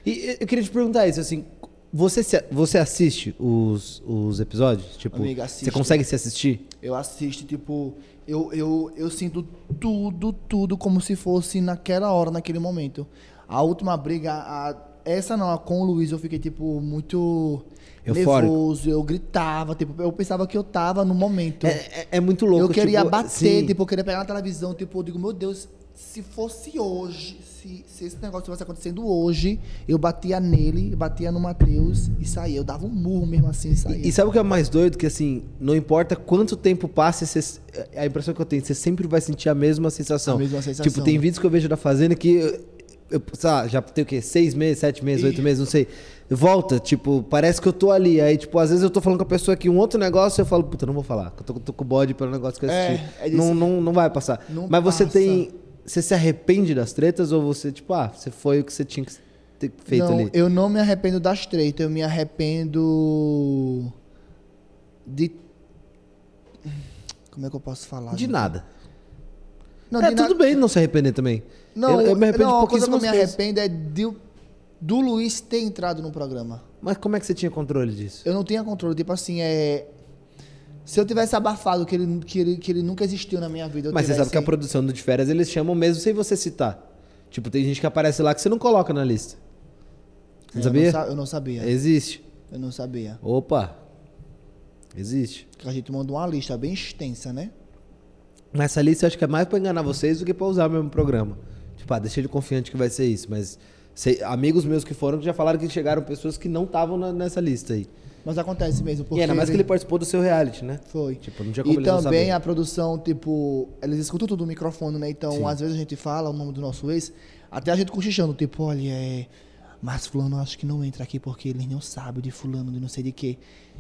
Speaker 3: E eu- eu queria te perguntar isso, assim, você, se- você assiste os, os episódios? Tipo,
Speaker 2: Amiga,
Speaker 3: você
Speaker 2: assisto.
Speaker 3: consegue se assistir?
Speaker 2: Eu assisto, tipo, eu, eu, eu sinto tudo, tudo como se fosse naquela hora, naquele momento. A última briga, a Essa não, a com o Luiz eu fiquei, tipo, muito
Speaker 3: Eufórico.
Speaker 2: nervoso. Eu gritava, tipo, eu pensava que eu tava no momento.
Speaker 3: É, é- é muito louco.
Speaker 2: eu queria
Speaker 3: tipo,
Speaker 2: bater,
Speaker 3: sim.
Speaker 2: tipo, eu queria pegar na televisão, tipo, eu digo, meu Deus, se fosse hoje, se, se esse negócio estivesse acontecendo hoje, eu batia nele, batia no Matheus e saía. Eu dava um murro mesmo assim e saía.
Speaker 3: E, e sabe o que é mais doido? Que assim, não importa quanto tempo passe, você- a impressão que eu tenho, você sempre vai sentir a mesma sensação.
Speaker 2: A mesma sensação.
Speaker 3: Tipo, tem vídeos que eu vejo da Fazenda que. Eu, eu, sei lá, já tem o quê? Seis meses, sete meses, oito meses, não sei. Volta, tipo, parece que eu tô ali. Aí, tipo, às vezes eu tô falando com a pessoa aqui um outro negócio eu falo, puta, não vou falar. que Eu tô, tô com bode pelo negócio que eu
Speaker 2: É,
Speaker 3: assisti.
Speaker 2: é disso.
Speaker 3: não, não, não vai passar.
Speaker 2: Não
Speaker 3: Mas você
Speaker 2: passa.
Speaker 3: tem. Você se arrepende das tretas ou você, tipo, ah, você foi o que você tinha que ter feito
Speaker 2: não,
Speaker 3: ali?
Speaker 2: eu não me arrependo das tretas, eu me arrependo de. Como é que eu posso falar?
Speaker 3: De
Speaker 2: gente?
Speaker 3: nada.
Speaker 2: Não,
Speaker 3: é,
Speaker 2: de
Speaker 3: tudo
Speaker 2: nada.
Speaker 3: bem não se arrepender também.
Speaker 2: Não,
Speaker 3: eu, eu me arrependo
Speaker 2: não,
Speaker 3: de
Speaker 2: a coisa que eu
Speaker 3: pouquíssimas
Speaker 2: me
Speaker 3: coisas.
Speaker 2: arrependo é de- do Luiz ter entrado no programa.
Speaker 3: Mas como é que você tinha controle disso?
Speaker 2: Eu não tinha controle. Tipo assim, é. Se eu tivesse abafado que ele, que ele, que ele nunca existiu na minha vida. eu
Speaker 3: Mas você sabe
Speaker 2: tivesse-
Speaker 3: que a produção do de férias eles chamam mesmo sem você citar. Tipo, tem gente que aparece lá que você não coloca na lista. Não
Speaker 2: É, Eu
Speaker 3: sabia?
Speaker 2: sa- Eu não sabia.
Speaker 3: Existe.
Speaker 2: Eu não sabia.
Speaker 3: Opa. Existe.
Speaker 2: Porque a gente mandou uma lista bem extensa, né?
Speaker 3: Mas essa lista eu acho que é mais pra enganar vocês do que pra usar mesmo o programa. Tipo, ah, deixa ele confiante que vai ser isso. Mas sei- amigos meus que foram que já falaram que chegaram pessoas que não estavam na- nessa lista aí.
Speaker 2: Mas acontece mesmo. Porque
Speaker 3: e ainda mais que ele participou do seu reality, né?
Speaker 2: Foi.
Speaker 3: Tipo, não tinha como
Speaker 2: e
Speaker 3: eles não
Speaker 2: também
Speaker 3: saberem.
Speaker 2: a produção, tipo, eles escutam tudo no microfone, né? Então, às vezes a gente fala o nome do nosso ex, até a gente cochichando, tipo, olha, é. Mas fulano acho que não entra aqui porque eles não sabem de fulano, de não sei de quê.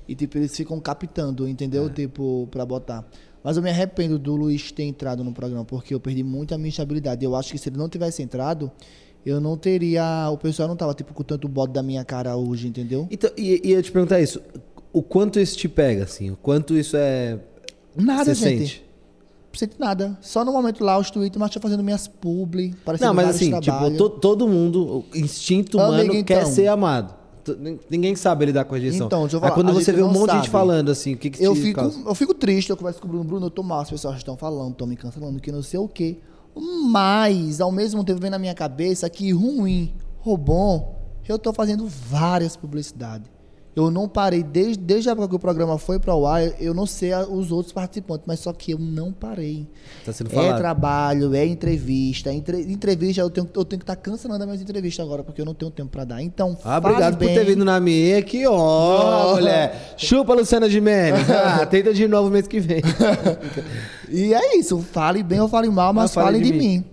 Speaker 2: E tipo, eles ficam captando,
Speaker 3: É.
Speaker 2: entendeu? Tipo, pra botar. Mas eu me arrependo do Luiz ter entrado no programa, porque eu perdi muito a minha estabilidade. Eu acho que se ele não tivesse entrado, eu não teria. O pessoal não tava, tipo, com tanto bode da minha cara hoje, entendeu?
Speaker 3: Então, e, e eu te perguntar isso. O quanto isso te pega, assim? O quanto isso é. você
Speaker 2: Nada, gente.
Speaker 3: sente?
Speaker 2: Não sente nada. Só no momento lá, os tweets, mas tô fazendo minhas publi, parecendo
Speaker 3: Não, mas
Speaker 2: vários
Speaker 3: assim,
Speaker 2: trabalhos.
Speaker 3: tipo, to- todo mundo, o instinto
Speaker 2: Amigo,
Speaker 3: humano quer
Speaker 2: então.
Speaker 3: ser amado. T- nin- Ninguém sabe lidar com a rejeição.
Speaker 2: Então, deixa eu
Speaker 3: Mas
Speaker 2: falar,
Speaker 3: quando
Speaker 2: a
Speaker 3: você
Speaker 2: gente
Speaker 3: vê um
Speaker 2: não
Speaker 3: monte de gente
Speaker 2: sabe.
Speaker 3: falando, assim, o que, que te
Speaker 2: eu fico,
Speaker 3: causa?
Speaker 2: eu fico triste, eu converso com o Bruno, Bruno, eu tô mal, as pessoas estão falando, estão me cancelando, que não sei o quê. Mas, ao mesmo tempo, vem na minha cabeça que ruim ou bom, eu tô fazendo várias publicidades. Eu não parei, desde, desde a época que o programa foi para o ar, eu- eu não sei a- os outros participantes, mas só que eu não parei.
Speaker 3: Tá sendo
Speaker 2: É
Speaker 3: falado.
Speaker 2: trabalho, é entrevista. Entre- entrevista, eu tenho, eu tenho que estar cancelando as minhas entrevistas agora, porque eu não tenho tempo pra dar. Então,
Speaker 3: Ah,
Speaker 2: fale
Speaker 3: obrigado por
Speaker 2: bem.
Speaker 3: ter vindo na minha aqui, ó,
Speaker 2: Não.
Speaker 3: mulher. Chupa, Luciana Gimenez. Ah, tenta de novo mês que vem.
Speaker 2: E é isso, fale bem ou fale mal, mas, fale, de, mim.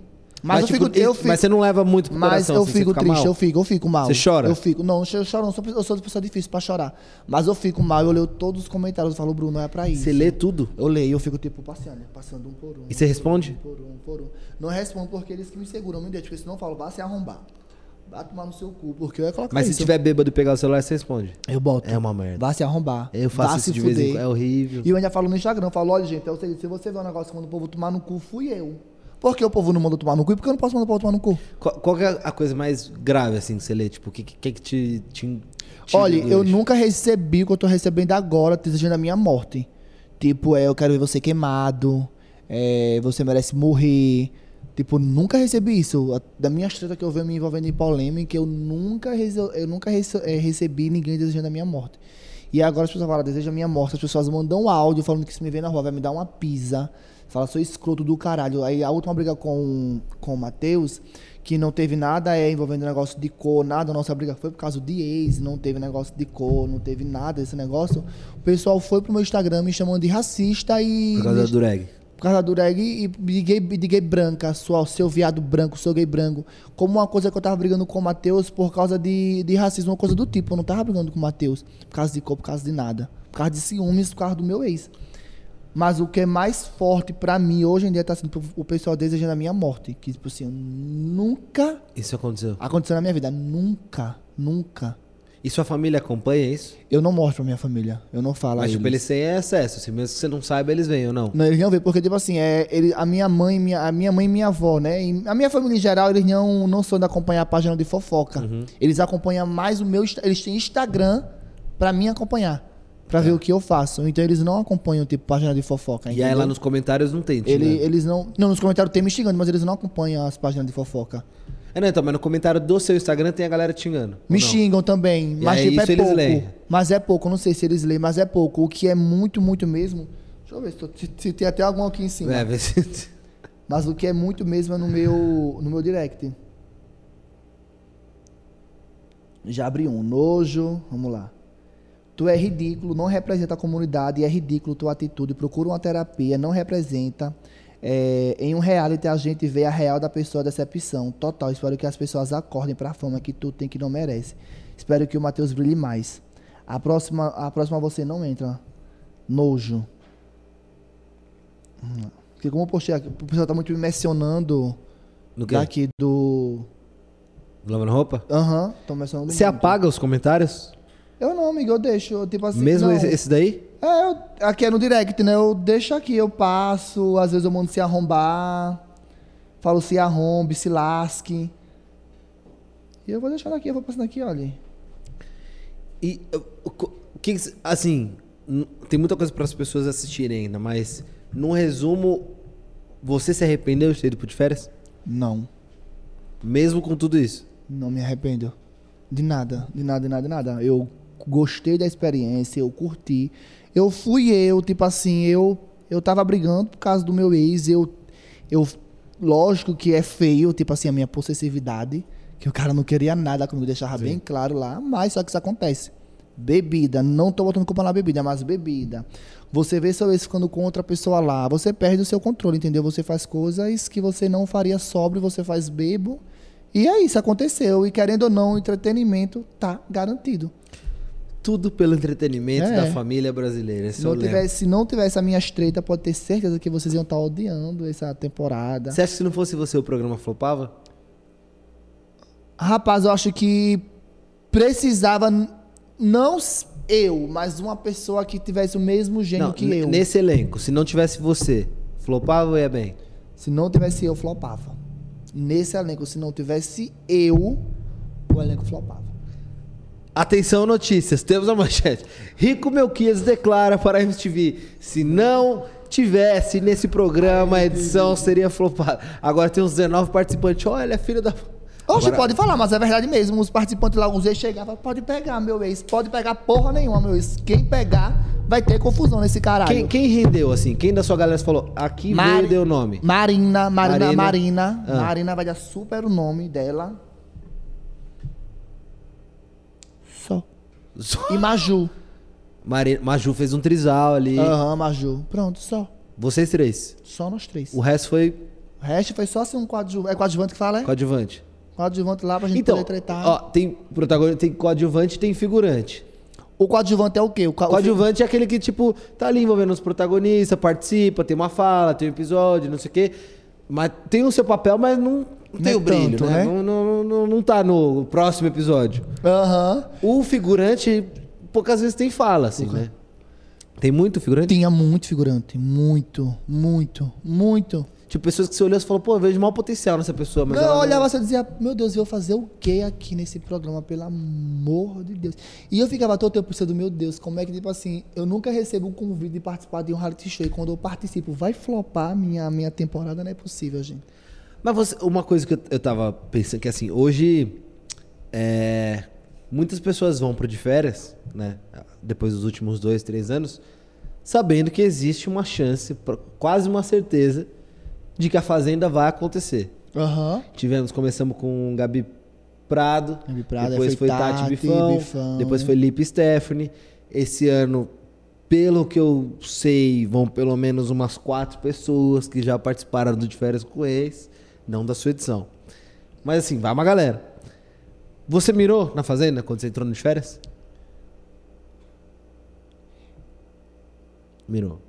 Speaker 2: Mas, eu,
Speaker 3: tipo,
Speaker 2: fico, eu
Speaker 3: isso-
Speaker 2: fico.
Speaker 3: mas você não leva muito pro
Speaker 2: mas
Speaker 3: coração,
Speaker 2: eu
Speaker 3: assim, você
Speaker 2: fico
Speaker 3: fica
Speaker 2: triste,
Speaker 3: mal?
Speaker 2: eu fico, eu fico mal.
Speaker 3: Você chora?
Speaker 2: Eu fico. Não, eu choro, não, sou- eu sou de pessoa difícil pra chorar. Mas eu fico mal, eu leio todos os comentários, eu falo, Bruno, é pra isso.
Speaker 3: Você lê tudo?
Speaker 2: Eu leio, eu fico tipo passeando, passando um por um.
Speaker 3: E você responde?
Speaker 2: Um por um, um por um. Não respondo porque eles que me seguram, me deixam, porque senão eu falo, vá se arrombar. Vá tomar no seu cu, porque eu ia colocar
Speaker 3: Mas
Speaker 2: isso.
Speaker 3: se tiver bêbado e pegar o celular, você responde.
Speaker 2: Eu boto.
Speaker 3: É uma merda.
Speaker 2: Vá se arrombar.
Speaker 3: Eu faço
Speaker 2: vá
Speaker 3: isso
Speaker 2: se
Speaker 3: de
Speaker 2: fuder.
Speaker 3: vez em quando. É horrível.
Speaker 2: E eu ainda falo no Instagram, eu falo, olha, gente, é o seguinte, se você vê um negócio quando o povo tomar no cu, fui eu. Por que o povo não mandou tomar no cu? E por que eu não posso mandar o povo tomar no cu?
Speaker 3: Qual, qual que é a coisa mais grave, assim, que você lê? Tipo, o que, que que te... te, te
Speaker 2: Olha, eu
Speaker 3: doente?
Speaker 2: nunca recebi o que eu tô recebendo agora, te desejando a minha morte. Tipo, é, eu quero ver você queimado, é, você merece morrer. Tipo, nunca recebi isso. A- Da minha treta que eu venho me envolvendo em polêmica, eu nunca, resol- eu nunca reso- é, recebi ninguém desejando a minha morte. E agora as pessoas falam, deseja a minha morte. As pessoas mandam um áudio falando que se me vê na rua vai me dar uma pisa. Fala, sou escroto do caralho. Aí a última briga com, com o Matheus, que não teve nada é, envolvendo negócio de cor, nada. A nossa briga foi por causa de ex, não teve negócio de cor, não teve nada desse negócio. O pessoal foi pro meu Instagram me chamando de racista e.
Speaker 3: Por causa
Speaker 2: me-
Speaker 3: do drag.
Speaker 2: por causa do drag e de gay, de gay branca, sua, seu viado branco, seu gay branco. Como uma coisa que eu tava brigando com o Matheus por causa de, de racismo, uma coisa do tipo. Eu não tava brigando com o Matheus por causa de cor, por causa de nada. Por causa de ciúmes, por causa do meu ex. Mas o que é mais forte pra mim hoje em dia tá sendo o pessoal desejando a minha morte. Que, tipo assim, eu nunca
Speaker 3: Isso aconteceu.
Speaker 2: aconteceu na minha vida. Nunca, nunca.
Speaker 3: E sua família acompanha isso?
Speaker 2: Eu não mostro pra minha família. Eu não falo a
Speaker 3: Mas, tipo,
Speaker 2: eles.
Speaker 3: eles têm acesso. Assim, mesmo que você não saiba, eles vêm ou não.
Speaker 2: Não, eles não vê, porque, tipo assim, é, ele, a, minha mãe, minha, a minha mãe e minha avó, né? E a minha família em geral, eles não, não são de acompanhar a página de fofoca.
Speaker 3: Uhum.
Speaker 2: Eles acompanham mais o meu. Insta- Eles têm Instagram pra me acompanhar. Pra ver o que eu faço. Então eles não acompanham, tipo, página de fofoca.
Speaker 3: É. E aí,
Speaker 2: entendeu?
Speaker 3: lá nos comentários, não tem,
Speaker 2: Ele-
Speaker 3: né?
Speaker 2: Eles não. Não, nos comentários tem me xingando, mas eles não acompanham as páginas de fofoca.
Speaker 3: É, não, então, mas no comentário do seu Instagram tem a galera te xingando.
Speaker 2: Me
Speaker 3: Ou não?
Speaker 2: xingam também, mas
Speaker 3: aí,
Speaker 2: tipo, é
Speaker 3: isso eles
Speaker 2: pouco.
Speaker 3: leem.
Speaker 2: Mas é pouco, eu não sei se eles leem, mas é pouco. O que é muito, muito mesmo. Deixa eu ver se, tô- se- se tem até algum aqui em cima.
Speaker 3: É, vê se-
Speaker 2: Mas o que é muito mesmo é no meu, no meu direct. Já abri um. Nojo. Vamos lá. Tu é ridículo, não representa a comunidade, é ridículo tua atitude, procura uma terapia, não representa. É, em um reality a gente vê a real da pessoa, a decepção total. Espero que as pessoas acordem pra fama que tu tem que não merece. Espero que o Matheus brilhe mais. A próxima, a próxima você não entra. Nojo. Hum. Porque como eu postei aqui, o pessoal tá muito me mencionando
Speaker 3: No quê?
Speaker 2: daqui do...
Speaker 3: Lavando roupa?
Speaker 2: Aham, tão mencionando
Speaker 3: Você é
Speaker 2: muito.
Speaker 3: apaga os comentários?
Speaker 2: Eu não, amigo, eu deixo. eu, Tipo assim,
Speaker 3: Mesmo
Speaker 2: não.
Speaker 3: esse, esse daí?
Speaker 2: É, eu- aqui é no direct, né? Eu deixo aqui, eu passo, às vezes eu mando se arrombar, falo se arrombe, se lasque. E eu vou deixando aqui, eu vou passando aqui, olha.
Speaker 3: E eu, o co- o que, que cê- assim, n- tem muita coisa para as pessoas assistirem ainda, mas num resumo, você se arrependeu de ter ido pro de férias?
Speaker 2: Não,
Speaker 3: Mesmo com tudo isso?
Speaker 2: não me arrependo. De nada, de nada, de nada, de nada. Eu gostei da experiência, eu curti. Eu fui eu, tipo assim, eu eu tava brigando por causa do meu ex, eu eu lógico que é feio, tipo assim, a minha possessividade, que o cara não queria nada comigo, deixava bem claro lá, mas só que isso acontece. Bebida, não tô botando culpa na bebida, mas bebida. Você vê seu ex ficando com outra pessoa lá, você perde o seu controle, entendeu? Você faz coisas que você não faria sobre, você faz bebo. E é isso, aconteceu. E querendo ou não, o entretenimento tá garantido.
Speaker 3: Tudo pelo entretenimento
Speaker 2: É.
Speaker 3: da família brasileira. Esse é
Speaker 2: Se
Speaker 3: eu
Speaker 2: não,
Speaker 3: lembro.
Speaker 2: tivesse, se não tivesse a minha estreita, pode ter certeza que vocês iam estar odiando essa temporada.
Speaker 3: Você acha que se não fosse você o programa flopava?
Speaker 2: Rapaz, eu acho que precisava, n- não s- eu, mas uma pessoa que tivesse o mesmo gênio
Speaker 3: não,
Speaker 2: que
Speaker 3: n-
Speaker 2: eu.
Speaker 3: nesse elenco, se não tivesse você, flopava ou ia bem?
Speaker 2: Se não tivesse eu, flopava. Nesse elenco, se não tivesse eu, o elenco flopava.
Speaker 3: Atenção notícias, temos a manchete. Rico Melquias declara para a MTV, se não tivesse nesse programa, a edição seria flopada. Agora tem uns 19 participantes. Olha, filho da...
Speaker 2: Oxe,
Speaker 3: Agora-
Speaker 2: pode falar, mas é verdade mesmo. Os participantes lá, os ex chegavam, pode pegar, meu ex, pode pegar porra nenhuma, meu ex. Quem pegar, vai ter confusão nesse caralho.
Speaker 3: Quem, quem rendeu, assim? Quem da sua galera falou, aqui
Speaker 2: Mari-
Speaker 3: veio deu nome?
Speaker 2: Marina, Marina,
Speaker 3: Marina.
Speaker 2: Marina.
Speaker 3: Ah.
Speaker 2: Marina vai dar super o nome dela. Só. E Maju.
Speaker 3: Mari... Maju fez um trisal ali.
Speaker 2: Aham, Maju. Pronto, só.
Speaker 3: Vocês três.
Speaker 2: Só nós três.
Speaker 3: O
Speaker 2: O
Speaker 3: resto foi
Speaker 2: resto foi só assim um coadjuvante. É coadjuvante que fala, é?
Speaker 3: coadjuvante.
Speaker 2: Coadjuvante lá pra gente
Speaker 3: Então,
Speaker 2: poder tretar.
Speaker 3: ó, tem protagonista, tem coadjuvante, tem figurante.
Speaker 2: O coadjuvante é o quê? O co-
Speaker 3: Coadjuvante é aquele que, tipo, tá ali envolvendo os protagonistas, participa, tem uma fala, tem um episódio, não sei o quê. Mas tem o seu papel, mas não, não tem
Speaker 2: é
Speaker 3: o brilho,
Speaker 2: tanto,
Speaker 3: né?
Speaker 2: né?
Speaker 3: Não, não, não, não tá no próximo episódio.
Speaker 2: Aham.
Speaker 3: O figurante, poucas vezes tem fala, assim, né? Tem muito figurante?
Speaker 2: Tinha muito figurante. Muito, muito, muito.
Speaker 3: Tipo, pessoas que você olhou e falou, pô, eu vejo maior potencial nessa pessoa, mas.
Speaker 2: Não, eu
Speaker 3: ela
Speaker 2: olhava assim e dizia, meu Deus, eu vou fazer o que aqui nesse programa, pelo amor de Deus. E eu ficava todo tempo pensando, meu Deus, como é que, tipo assim, eu nunca recebo um convite de participar de um reality show. E quando eu participo, vai flopar a minha, a minha temporada, não é possível, gente.
Speaker 3: Mas você- uma coisa que eu, eu tava pensando, que assim, hoje é, muitas pessoas vão pro de férias, né? Depois dos últimos dois, três anos, sabendo que existe uma chance, pro- quase uma certeza, de que a Fazenda vai acontecer.
Speaker 2: Aham.
Speaker 3: Tivemos, começamos com Gabi Prado,
Speaker 2: Gabi Prado,
Speaker 3: depois
Speaker 2: aí
Speaker 3: foi
Speaker 2: foi
Speaker 3: Tati,
Speaker 2: Tati,
Speaker 3: Bifão,
Speaker 2: Bifão.
Speaker 3: depois foi Lipe Stephanie. Esse ano, pelo que eu sei, vão pelo menos umas quatro pessoas que já participaram do De Férias com Ex, não da sua edição. Mas assim, vai uma galera. Você mirou na Fazenda quando você entrou no De Férias? Mirou.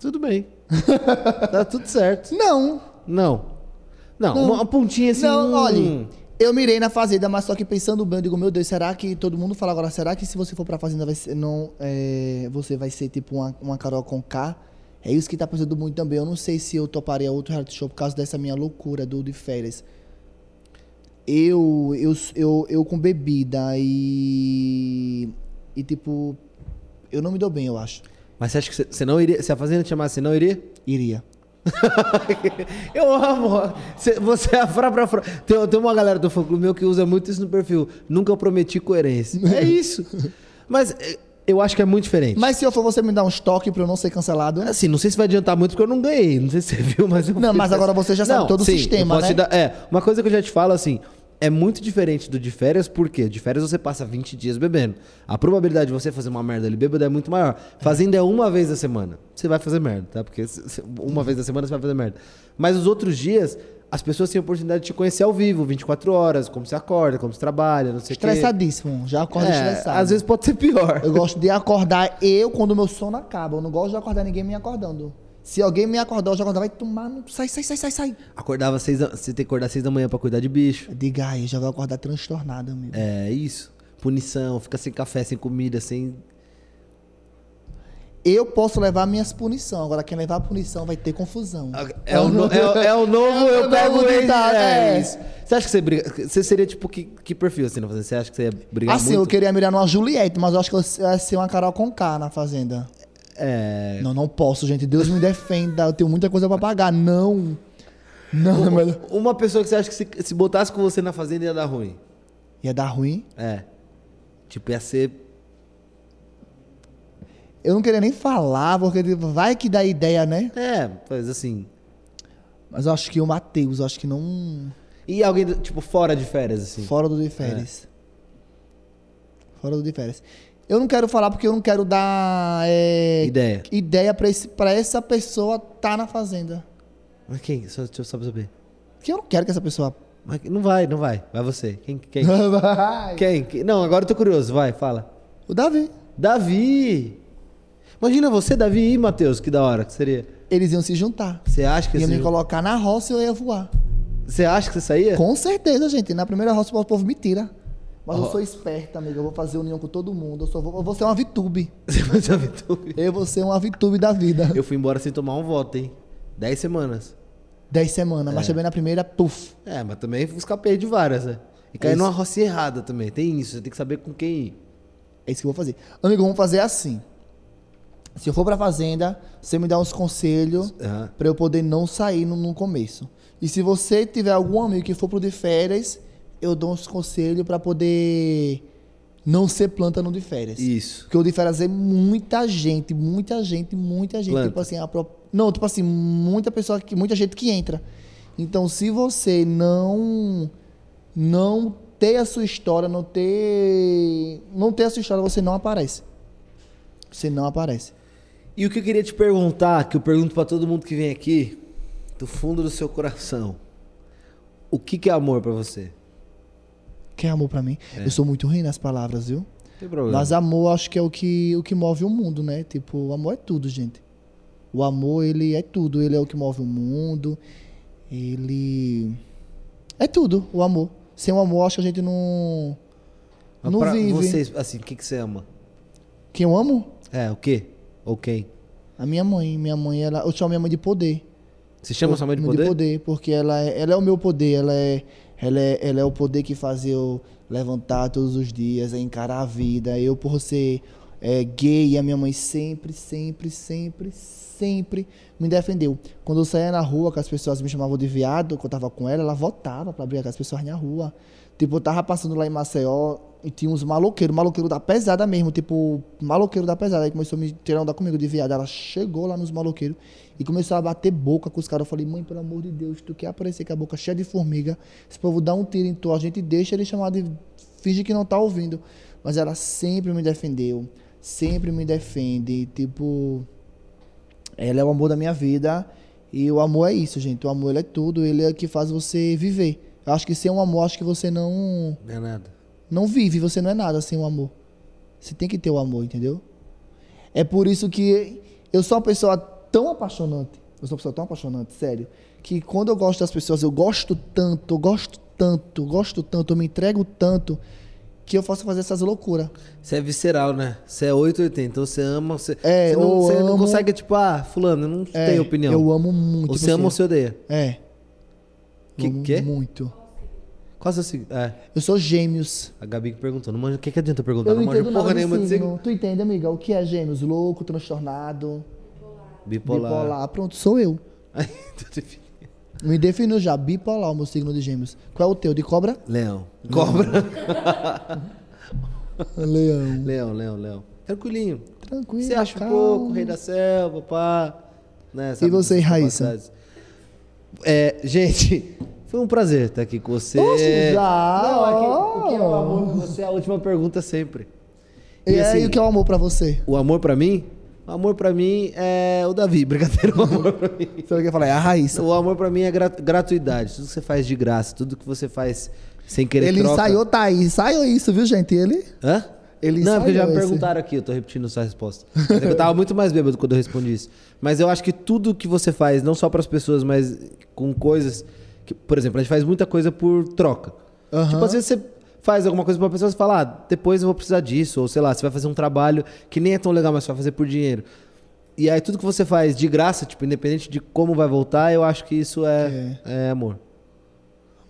Speaker 3: Tudo bem. tá tudo certo.
Speaker 2: Não,
Speaker 3: Não. Não, uma pontinha assim.
Speaker 2: não,
Speaker 3: hum,
Speaker 2: olha, eu mirei na Fazenda, mas só que pensando bem, eu digo, meu Deus, será que todo mundo fala agora, será que se você for pra Fazenda, vai ser- não, é, você vai ser tipo uma, uma Carol com K? É isso que tá pensando muito também. Eu não sei se eu toparia outro reality show por causa dessa minha loucura do de férias. Eu, eu, eu, eu com bebida e. E tipo. Eu não me dou bem, eu acho.
Speaker 3: Mas você acha que você- você não iria. Se a fazenda te chamasse, você não iria?
Speaker 2: Iria.
Speaker 3: eu amo. Cê- Você é a fra, fra, fra. Tem, tem uma galera do fã clube meu que usa muito isso no perfil. Nunca prometi coerência. É isso. Mas eh, eu acho que é muito diferente.
Speaker 2: Mas se eu for você me dar um toques pra eu não ser cancelado,
Speaker 3: Assim, não sei se vai adiantar muito porque eu não ganhei. Não sei se você viu, mas eu
Speaker 2: Não, mas agora você já sabe todo o sistema,
Speaker 3: eu posso
Speaker 2: né?
Speaker 3: te dar- É, uma coisa que eu já te falo assim. É muito diferente do de férias, porque de férias você passa 20 dias bebendo. A probabilidade de você fazer uma merda ali bêbado é muito maior. Fazendo é uma vez da semana. Você vai fazer merda, tá? Porque se- se- uma vez da semana você vai fazer merda. Mas os outros dias, as pessoas têm a oportunidade de te conhecer ao vivo, 24 horas, como você acorda, como você trabalha, não sei o quê.
Speaker 2: estressadíssimo. Já acordo
Speaker 3: É,
Speaker 2: estressado.
Speaker 3: às vezes pode ser pior.
Speaker 2: Eu gosto de acordar eu quando meu sono acaba. Eu não gosto de acordar ninguém me acordando. Se alguém me acordar, eu já acordar, vai tomar. no- Sai, sai, sai, sai, sai.
Speaker 3: Acordava seis da... Você tem que acordar seis da manhã pra cuidar de bicho.
Speaker 2: Diga aí, eu já vou acordar transtornado, amigo.
Speaker 3: É isso. Punição, fica sem café, sem comida, sem.
Speaker 2: Eu posso levar minhas punições. Agora, quem levar a punição vai ter confusão.
Speaker 3: É o, no- é o- é o novo,
Speaker 2: É o
Speaker 3: eu pego
Speaker 2: novo
Speaker 3: o ex.
Speaker 2: ditado,
Speaker 3: É,
Speaker 2: é.
Speaker 3: isso. Você acha que você briga. Você seria tipo que, que perfil assim na fazenda? Você acha que você ia brigar
Speaker 2: Assim, eu
Speaker 3: muito?
Speaker 2: queria mirar numa Juliette, mas eu acho que eu ia ser uma Carol Conká na Fazenda.
Speaker 3: É.
Speaker 2: Não, não posso, gente. Deus me defenda. Eu tenho muita coisa pra pagar. Não. Não, é melhor.
Speaker 3: Uma pessoa que você acha que se, se botasse com você na fazenda ia dar ruim.
Speaker 2: Ia dar ruim.
Speaker 3: É. Tipo, ia ser.
Speaker 2: Eu não queria nem falar, porque tipo, vai que dá ideia, né?
Speaker 3: É, mas assim.
Speaker 2: Mas eu acho que o Matheus, eu acho que não.
Speaker 3: E alguém, do- tipo, fora de férias, assim.
Speaker 2: Fora do de férias.
Speaker 3: É.
Speaker 2: Fora do de férias. Eu não quero falar porque eu não quero dar é,
Speaker 3: Ideia.
Speaker 2: ideia pra, esse, pra essa pessoa tá na fazenda.
Speaker 3: Mas quem? Só, deixa eu só saber.
Speaker 2: Porque eu não quero que essa pessoa.
Speaker 3: Mas não vai, não vai. Vai você. Quem? Quem?
Speaker 2: Vai.
Speaker 3: quem? quem? Não, agora eu tô curioso. Vai, fala.
Speaker 2: O Davi.
Speaker 3: Davi! Imagina você, Davi e Matheus, que da hora que seria.
Speaker 2: Eles iam se juntar.
Speaker 3: Você acha que
Speaker 2: Iam
Speaker 3: esse-
Speaker 2: me colocar na roça e eu ia voar.
Speaker 3: Você acha que você saía?
Speaker 2: Com certeza, gente. Na primeira roça o povo me tira. Mas eu sou esperta, amiga. Eu vou fazer união com todo mundo. Eu, só vou, eu vou ser uma VTube.
Speaker 3: Você faz a VTube.
Speaker 2: Eu vou ser uma VTube da vida.
Speaker 3: Eu fui embora sem tomar um voto, hein? Dez semanas.
Speaker 2: Dez semanas, mas também na primeira, puf.
Speaker 3: É, mas também escapei de várias, né? E caí
Speaker 2: Isso.
Speaker 3: numa roça errada também. Tem isso, você tem que saber com quem ir.
Speaker 2: É isso que eu vou fazer. Amigo, vamos fazer assim. Se eu for pra fazenda, você me dá uns conselhos
Speaker 3: Aham.
Speaker 2: pra eu poder não sair no, no começo. E se você tiver algum amigo que for pro de férias, eu dou uns conselhos pra poder não ser planta no de férias.
Speaker 3: Isso.
Speaker 2: Porque o de férias é muita gente, muita gente, muita gente.
Speaker 3: Planta.
Speaker 2: Tipo assim, a pro- não, tipo assim, muita pessoa que muita gente que entra. Então, se você não não ter a sua história, não ter não ter a sua história, você não aparece. Você não aparece.
Speaker 3: E o que eu queria te perguntar, que eu pergunto pra todo mundo que vem aqui, do fundo do seu coração. O que, que é amor pra você?
Speaker 2: Que é amor pra mim. Eu sou muito ruim nas palavras, viu?
Speaker 3: Não tem problema.
Speaker 2: Mas amor acho que é o que o que move o mundo, né? Tipo, o amor é tudo, gente. O amor, ele é tudo. Ele é o que move o mundo. Ele. É tudo, o amor. Sem o amor, acho que a gente não.
Speaker 3: Mas
Speaker 2: não
Speaker 3: pra
Speaker 2: vive.
Speaker 3: Vocês, assim, o que, que você ama?
Speaker 2: Quem eu amo?
Speaker 3: É, o quê? Ou quem?
Speaker 2: A minha mãe. Minha mãe, ela. Eu chamo minha mãe de poder.
Speaker 3: Você chama sua mãe de
Speaker 2: Mãe
Speaker 3: poder?
Speaker 2: porque ela é, ela é o meu poder. Ela é, ela, é, ela é o poder que faz eu levantar todos os dias, é encarar a vida. Eu, por ser é, gay, a minha mãe sempre, sempre, sempre, sempre me defendeu. Quando eu saía na rua, que as pessoas me chamavam de viado, que eu tava com ela, ela votava pra brigar com as pessoas na rua. Tipo, eu tava passando lá em Maceió e tinha uns maloqueiros, maloqueiro da pesada mesmo, tipo, maloqueiro da pesada. Aí começou a me tirar onda comigo de viado. Ela chegou lá nos maloqueiros e começou a bater boca com os caras. Eu falei, mãe, pelo amor de Deus, tu quer aparecer com a boca cheia de formiga? Esse povo dá um tiro em tu, a gente deixa ele chamar de. finge que não tá ouvindo. Mas ela sempre me defendeu, sempre me defende, tipo. Ela é o amor da minha vida. E o amor é isso, gente. O amor ele é tudo. Ele é o que faz você viver. Eu acho que sem um amor, acho que você não
Speaker 3: Não é nada.
Speaker 2: não vive. Você não é nada sem o amor. Você tem que ter o amor, entendeu? É por isso que eu sou uma pessoa tão apaixonante. Eu sou uma pessoa tão apaixonante, sério. Que quando eu gosto das pessoas, eu gosto tanto, eu gosto tanto, eu gosto tanto, eu me entrego tanto que eu posso fazer essas loucuras.
Speaker 3: Você é visceral, né? Você é 880, então você ama, você,
Speaker 2: É,
Speaker 3: você, não,
Speaker 2: eu
Speaker 3: você não
Speaker 2: amo-
Speaker 3: consegue, tipo, ah, fulano, eu não
Speaker 2: É,
Speaker 3: tenho opinião.
Speaker 2: Eu amo muito.
Speaker 3: Ou você ama ou você odeia.
Speaker 2: É.
Speaker 3: Que-
Speaker 2: eu amo
Speaker 3: quê?
Speaker 2: muito.
Speaker 3: Qual é o seu signo? É,
Speaker 2: Eu sou gêmeos.
Speaker 3: a Gabi que perguntou. Não manja, o que, que adianta
Speaker 2: Eu,
Speaker 3: perguntar?
Speaker 2: não
Speaker 3: não manja
Speaker 2: entendo
Speaker 3: porra
Speaker 2: nada assim, de
Speaker 3: nenhuma de signo.
Speaker 2: signo. Tu entende, amiga? O que é gêmeos? Louco, transtornado,
Speaker 3: Bipolar. Então, tipo,
Speaker 2: bipolar. Pronto, sou eu. Me definiu já, bipolar, o meu signo de gêmeos. Qual é o teu? De cobra?
Speaker 3: Leão. Cobra.
Speaker 2: Leão.
Speaker 3: Leão, leão, leão. Tranquilinho.
Speaker 2: Tranquilo.
Speaker 3: Você acha um
Speaker 2: calma.
Speaker 3: pouco, rei da selva, pá. Né,
Speaker 2: E você,
Speaker 3: essas
Speaker 2: Raíssa?
Speaker 3: capacidades. É, gente, foi um prazer estar aqui com você.
Speaker 2: Poxa, já?
Speaker 3: Não, é que, o que é o amor pra você é a última pergunta sempre.
Speaker 2: E,
Speaker 3: E
Speaker 2: aí,
Speaker 3: assim-
Speaker 2: o que é o amor pra você?
Speaker 3: O amor pra mim? O amor pra mim é o Davi, brincadeira. O amor pra mim.
Speaker 2: Você quer falar? É a raiz.
Speaker 3: O amor pra mim é gra- gratuidade. Tudo que você faz de graça, tudo que você faz sem querer
Speaker 2: Ele
Speaker 3: troca.
Speaker 2: ensaiou, tá aí. Ensaiou isso, viu, gente? Ele.
Speaker 3: Hã?
Speaker 2: Ele
Speaker 3: não, é porque já me
Speaker 2: ensaiou esse.
Speaker 3: perguntaram aqui, eu tô repetindo sua resposta. Mas é que eu tava muito mais bêbado quando eu respondi isso. Mas eu acho que tudo que você faz, não só pras pessoas, mas com coisas. Que, por exemplo, a gente faz muita coisa por troca.
Speaker 2: Aham.
Speaker 3: Tipo, às vezes você faz alguma coisa pra uma pessoa e fala, ah, depois eu vou precisar disso. Ou sei lá, você vai fazer um trabalho que nem é tão legal, mas você vai fazer por dinheiro. E aí tudo que você faz de graça, tipo, independente de como vai voltar, eu acho que isso é, é amor.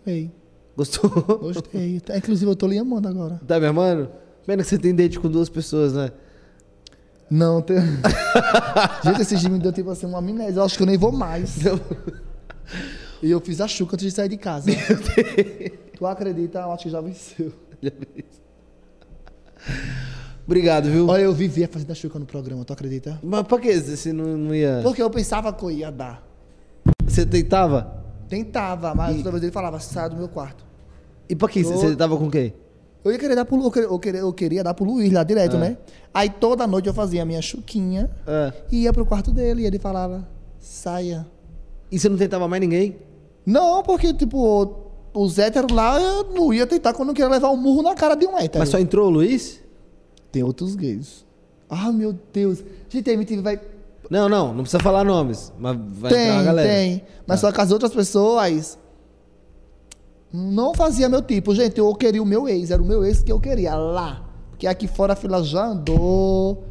Speaker 2: Amei.
Speaker 3: Gostou?
Speaker 2: Gostei. Tá, Inclusive, eu tô lhe amando agora.
Speaker 3: Tá me amando? Pena que você tem date com duas pessoas, né?
Speaker 2: Não, tem. gente, esse dia me deu tipo assim uma amnésia. Eu acho que eu nem vou mais. E eu fiz a chuca antes de sair de casa. tu acredita? Eu acho que já venceu.
Speaker 3: Obrigado, viu?
Speaker 2: Olha, eu vivia fazendo a chuca no programa, tu acredita?
Speaker 3: Mas pra que você não, não ia.
Speaker 2: Porque eu pensava que eu ia dar.
Speaker 3: Você tentava?
Speaker 2: Tentava, mas outra vez ele falava, sai do meu quarto.
Speaker 3: E pra que? Você
Speaker 2: Eu-
Speaker 3: você tentava com quem?
Speaker 2: Eu ia querer dar pro Lu- eu queria, eu queria, eu queria dar pro Luiz lá direto, né? Aí toda noite eu fazia a minha chuquinha
Speaker 3: Ah.
Speaker 2: e ia pro quarto dele e ele falava, saia.
Speaker 3: E você não tentava mais ninguém?
Speaker 2: Não, porque, tipo, os héteros lá eu não ia tentar quando eu queria levar um murro na cara de um hétero.
Speaker 3: Mas só entrou o Luiz?
Speaker 2: Tem outros gays. Ah, meu Deus. Gente, a MTV vai.
Speaker 3: Não, não, não precisa falar nomes. Mas vai entrar a
Speaker 2: tem,
Speaker 3: galera. Ah.
Speaker 2: tem. Mas só que as outras pessoas. Não fazia meu tipo. Gente, eu queria o meu ex. Era o meu ex que eu queria lá. Porque aqui fora a fila já andou.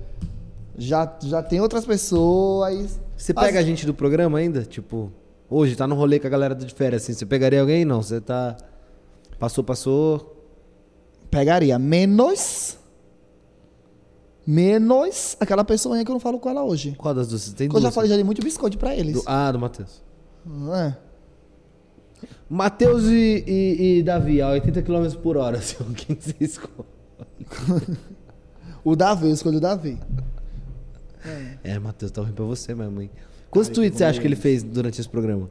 Speaker 2: Já, já tem outras pessoas.
Speaker 3: Você pega a
Speaker 2: As-
Speaker 3: gente do programa ainda? Tipo, hoje tá no rolê com a galera do de férias, assim. Você pegaria alguém? Não, você tá. Passou, passou.
Speaker 2: Pegaria menos. Menos aquela pessoa que eu não falo com ela hoje.
Speaker 3: Qual das duas? Você tem
Speaker 2: Porque eu
Speaker 3: duas.
Speaker 2: já falei,
Speaker 3: né?
Speaker 2: já dei muito biscoito pra eles.
Speaker 3: Do- Ah, do Matheus.
Speaker 2: Ah,
Speaker 3: Matheus e, e- e Davi, a 80 km por hora, assim, quem você escolhe?
Speaker 2: O Davi, eu escolhi o Davi.
Speaker 3: É, Matheus, tá ruim pra você mesmo, hein? Quantos tweets você acha que ele
Speaker 2: um.
Speaker 3: fez durante esse programa?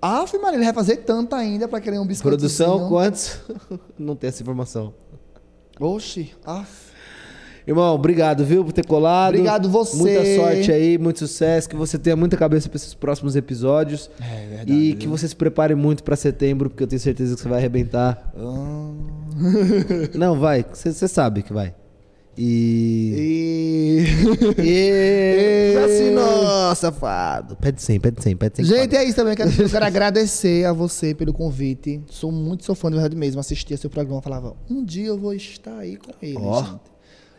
Speaker 2: Aff, Maria, ele vai fazer tanto ainda pra querer um biscoito.
Speaker 3: Produção, quantos? Não tem essa informação.
Speaker 2: Oxi, aff.
Speaker 3: Irmão, obrigado, viu, por ter colado.
Speaker 2: Obrigado você.
Speaker 3: Muita sorte aí, muito sucesso, que você tenha muita cabeça pra esses próximos episódios.
Speaker 2: É verdade,
Speaker 3: E
Speaker 2: viu?
Speaker 3: que você se prepare muito pra setembro, porque eu tenho certeza que você vai arrebentar.
Speaker 2: Ah.
Speaker 3: Não, vai, você sabe que vai. E.
Speaker 2: E...
Speaker 3: E. assim, Assinou, safado. Pede 100, pede 100, pede 100.
Speaker 2: Gente, é isso também. Eu quero, eu quero agradecer a você pelo convite. Sou muito seu fã, de verdade mesmo. Assistia seu programa, falava, um dia eu vou estar aí com ele,
Speaker 3: Ó.
Speaker 2: gente.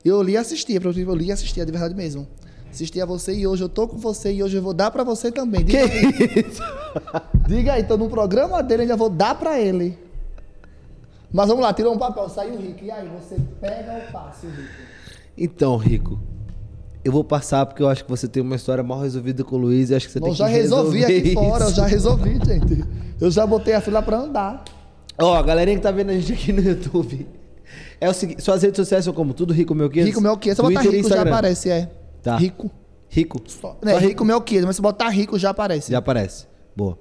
Speaker 2: Eu li e assistia, pra- eu li e assistia, de verdade mesmo. Assistia a você e hoje eu tô com você e hoje eu vou dar pra você também. Diga,
Speaker 3: Que isso?
Speaker 2: diga aí, tô no programa dele, eu já vou dar pra ele. Mas vamos lá, tirou um papel, saiu o Rick. E aí, você pega o passe, Rick.
Speaker 3: Então, Rico, eu vou passar porque eu acho que você tem uma história mal resolvida com o Luiz e acho que você tem
Speaker 2: Eu
Speaker 3: que
Speaker 2: já resolvi
Speaker 3: resolver
Speaker 2: aqui
Speaker 3: isso.
Speaker 2: fora, eu já resolvi, gente. Eu já botei a fila pra andar.
Speaker 3: Ó, a galerinha que tá vendo a gente aqui no YouTube. É o seguinte, suas redes sociais são como? Tudo Rico Melquias?
Speaker 2: Rico Melquias, se eu botar
Speaker 3: Twitter e
Speaker 2: rico já
Speaker 3: Instagram.
Speaker 2: aparece, é.
Speaker 3: Tá.
Speaker 2: Rico.
Speaker 3: Rico.
Speaker 2: Só, né, rico Melquias, mas se botar rico já aparece.
Speaker 3: Já aparece. Boa.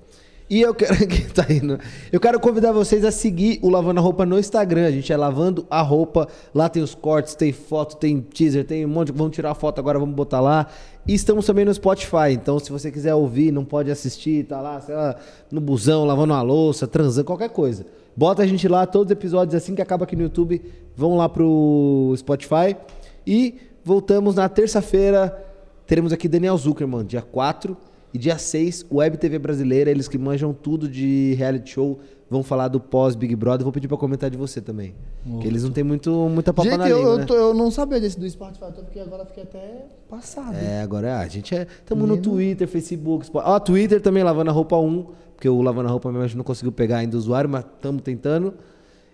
Speaker 3: E eu quero. Quem tá indo? Eu quero convidar vocês a seguir o Lavando a Roupa no Instagram. A gente é Lavando a Roupa. Lá tem os cortes, tem foto, tem teaser, tem um monte. Vamos tirar a foto agora, vamos botar lá. E estamos também no Spotify. Então, se você quiser ouvir, não pode assistir, tá lá, sei lá, no busão, lavando uma louça, transando, qualquer coisa. Bota a gente lá, todos os episódios, assim que acaba aqui no YouTube, vão lá pro Spotify. E voltamos na terça-feira. Teremos aqui Daniel Zuckerman, dia 4 e dia 6, Web TV Brasileira, eles que manjam tudo de reality show, vão falar do pós Big Brother. Vou pedir pra comentar de você também. Que eles não têm muito muita papa na
Speaker 2: Gente, eu,
Speaker 3: língua, né?
Speaker 2: eu, tô- eu não sabia desse do Spotify, eu tô- porque agora eu fiquei até passado.
Speaker 3: É, agora ah, a gente é, tamo no Twitter, Facebook, Spo- ó, Twitter também Lavando a Roupa 1, porque o Lavando a Roupa mesmo a gente não conseguiu pegar ainda o usuário, mas tamo tentando.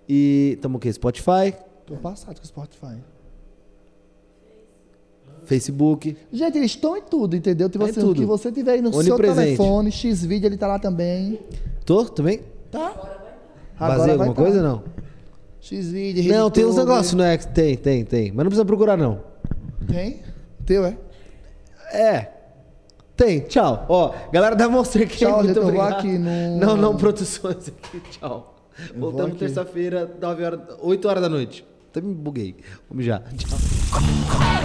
Speaker 3: E tamo o quê? Spotify,
Speaker 2: Tô passado com o Spotify.
Speaker 3: Facebook.
Speaker 2: Gente, eles estão em tudo, entendeu? Tipo
Speaker 3: Tá em
Speaker 2: assim, o
Speaker 3: tudo.
Speaker 2: que você tiver aí no seu
Speaker 3: Onipresente.
Speaker 2: telefone, X-Video, ele tá lá também.
Speaker 3: Tô também?
Speaker 2: Tá?
Speaker 3: Vazei alguma
Speaker 2: tá.
Speaker 3: coisa não?
Speaker 2: X-Video, Rede
Speaker 3: Não, tem uns
Speaker 2: Globo.
Speaker 3: negócios, né? Tem, tem, tem. Mas não precisa procurar, não.
Speaker 2: Tem? Teu, é?
Speaker 3: É. Tem, tchau. Ó, galera da Monster aqui,
Speaker 2: Tchau,
Speaker 3: muito
Speaker 2: gente, eu vou
Speaker 3: obrigado.
Speaker 2: aqui no-
Speaker 3: Não, não, produções aqui, tchau.
Speaker 2: vou
Speaker 3: Voltamos
Speaker 2: aqui.
Speaker 3: terça-feira, 9 horas, 8 horas da noite. Até me buguei. Vamos já. Tchau.
Speaker 6: Começa agora.